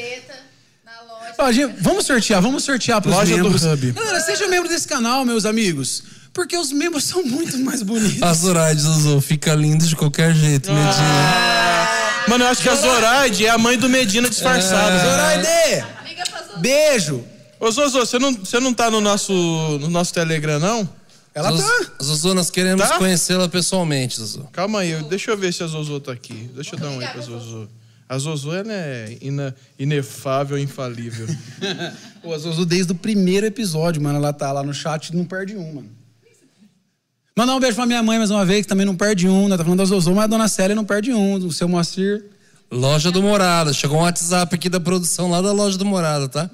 Ó, gente, vamos sortear, vamos sortear pros
Loja do
membros.
Hub.
Galera, seja membro desse canal, meus amigos, porque os membros são muito mais bonitos.
A Zoraide usou, fica lindo de qualquer jeito, Medina.
Mano, eu acho que a Zoraide é a mãe do Medina disfarçada.
Zoraide!
Ah.
Beijo!
Ô, Zozô, você não, você não tá no nosso, no nosso Telegram, não?
Ela tá.
Zuzu, Zuzu, nós queremos
Tá?
conhecê-la pessoalmente, Zuzu.
Calma aí, eu- deixa eu ver se a Zozô tá aqui. Deixa eu dar um oi pra Zozô. A Zozô, ela é ina- inefável, infalível.
Pô, a Zuzu desde o primeiro episódio, mano. Ela tá lá no chat e não perde um, mano. Mandar um beijo pra minha mãe mais uma vez, que também não perde um. Nós tá falando da Zuzu, mas a dona Célia não perde um. O seu Moacir.
Loja do Morada. Chegou um WhatsApp aqui da produção lá da loja do Morada, tá?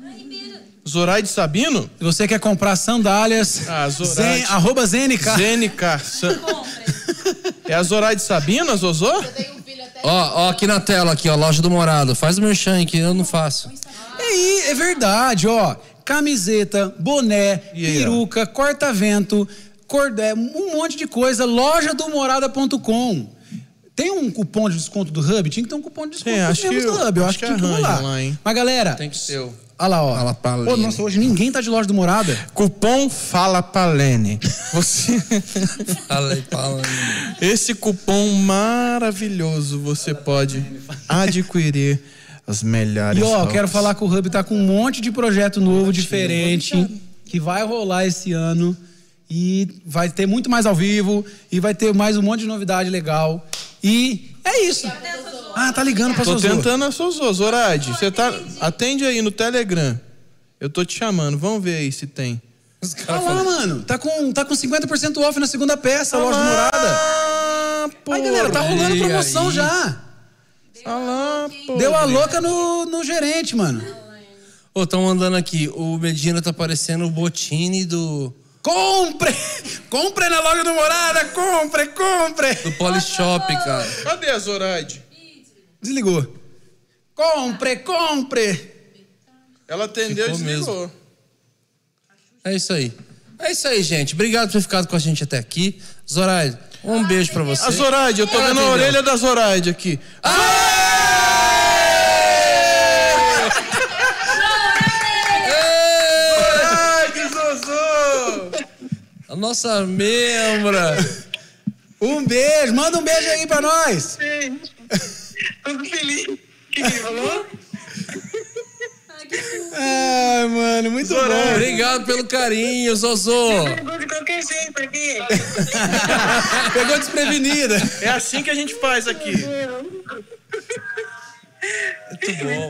Zoraide Sabino?
Se você quer comprar sandálias,
Ah, Zorati.
Zen- arroba ZNK.
Zênica.
Tá
Sa- É a Zoraide Sabino, a Zozô?
Ó, ó, aqui na tela, aqui, ó, loja do Morada. Faz o merchan que eu não faço.
Aí, é verdade, ó. Camiseta, boné,
Yeah.
peruca, corta-vento, cordé, um monte de coisa. Loja do morada.com. Tem um cupom de desconto do Hub? Tinha que ter um cupom de desconto
Tem, acho
dos membros
que-
do Hub. Eu
acho
acho que,
que
tinha que rolar.
arranja lá, hein?
Mas, galera,
Tem que ser o...
olha lá, ó.
Fala pra
Ô,
Lene.
nossa, hoje ninguém tá de loja do Morada.
Cupom Fala Palene. Você...
Fala aí, fala aí.
Esse cupom maravilhoso você pode adquirir as melhores.
E ó,
roupas.
quero falar que o Hub tá com um monte de projeto novo, diferente, que vai rolar esse ano. E vai ter muito mais ao vivo. E vai ter mais um monte de novidade legal. E é isso. Ah, tá ligando pra
Tô
Sozô.
tentando a Sozô, Zoraide. Você tá. Atende aí no Telegram. Eu tô te chamando, vamos ver aí se tem.
Os caras
Olha lá, mano. Tá com, tá com 50% off na segunda peça, loja de morada.
Ah, pô.
Aí, galera, tá rolando
Olha
promoção
aí.
já.
Ah lá, pô.
Deu a louca no, no gerente, mano.
Ô, estão mandando aqui. O Medina tá parecendo o Botini do,
Compre! Compre na loja do Morada! Compre, compre!
do Polishop, cara.
Cadê a Zoraide?
Desligou. Compre, compre!
Ela atendeu
Ficou
e desligou.
É isso aí. É isso aí, gente. Obrigado por ter ficado com a gente até aqui. Zoraide, um beijo pra você.
A Zoraide, eu tô
Ela
vendo a
atendeu.
orelha da Zoraide aqui. Zoraide, Zozô!
A nossa membra.
Um beijo, manda um beijo aí pra nós.
Tudo feliz. O que que ele falou?
Ai, mano, muito bom.
Obrigado pelo carinho, Zozô.
Pegou de qualquer jeito aqui.
Pegou desprevenida.
É assim que a gente faz aqui.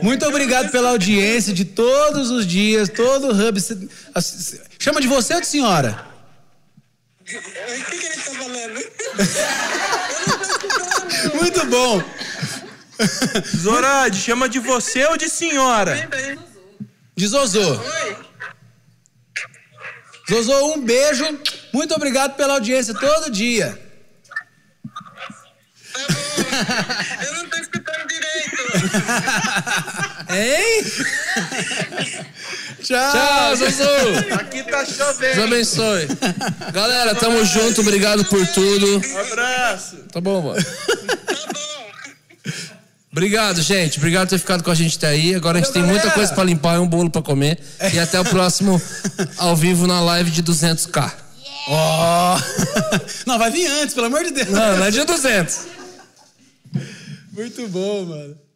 Muito obrigado pela audiência de todos os dias, todo o Hub. Cê- a- c- Chama de você ou de senhora?
O que que ele tá falando?
Muito bom.
Zorade, chama de você ou de senhora?
De Zozô. Zozô, um beijo. Muito obrigado pela audiência todo dia.
Eu não tô escutando direito.
Hein? Tchau.
Tchau, Zozô.
Ah, Aqui tá
Deus
chovendo.
abençoe. Galera, tamo junto. Obrigado por tudo.
Um Abraço.
Tá bom, mano. Obrigado, gente. Obrigado por ter ficado com a gente até aí. Agora a gente tem muita
galera.
coisa pra limpar e um bolo pra comer. E até o próximo ao vivo na live de 200k.
Ó. Não,
é
vai vir antes, pelo amor de Deus.
Não, não é de 200.
Muito bom, mano.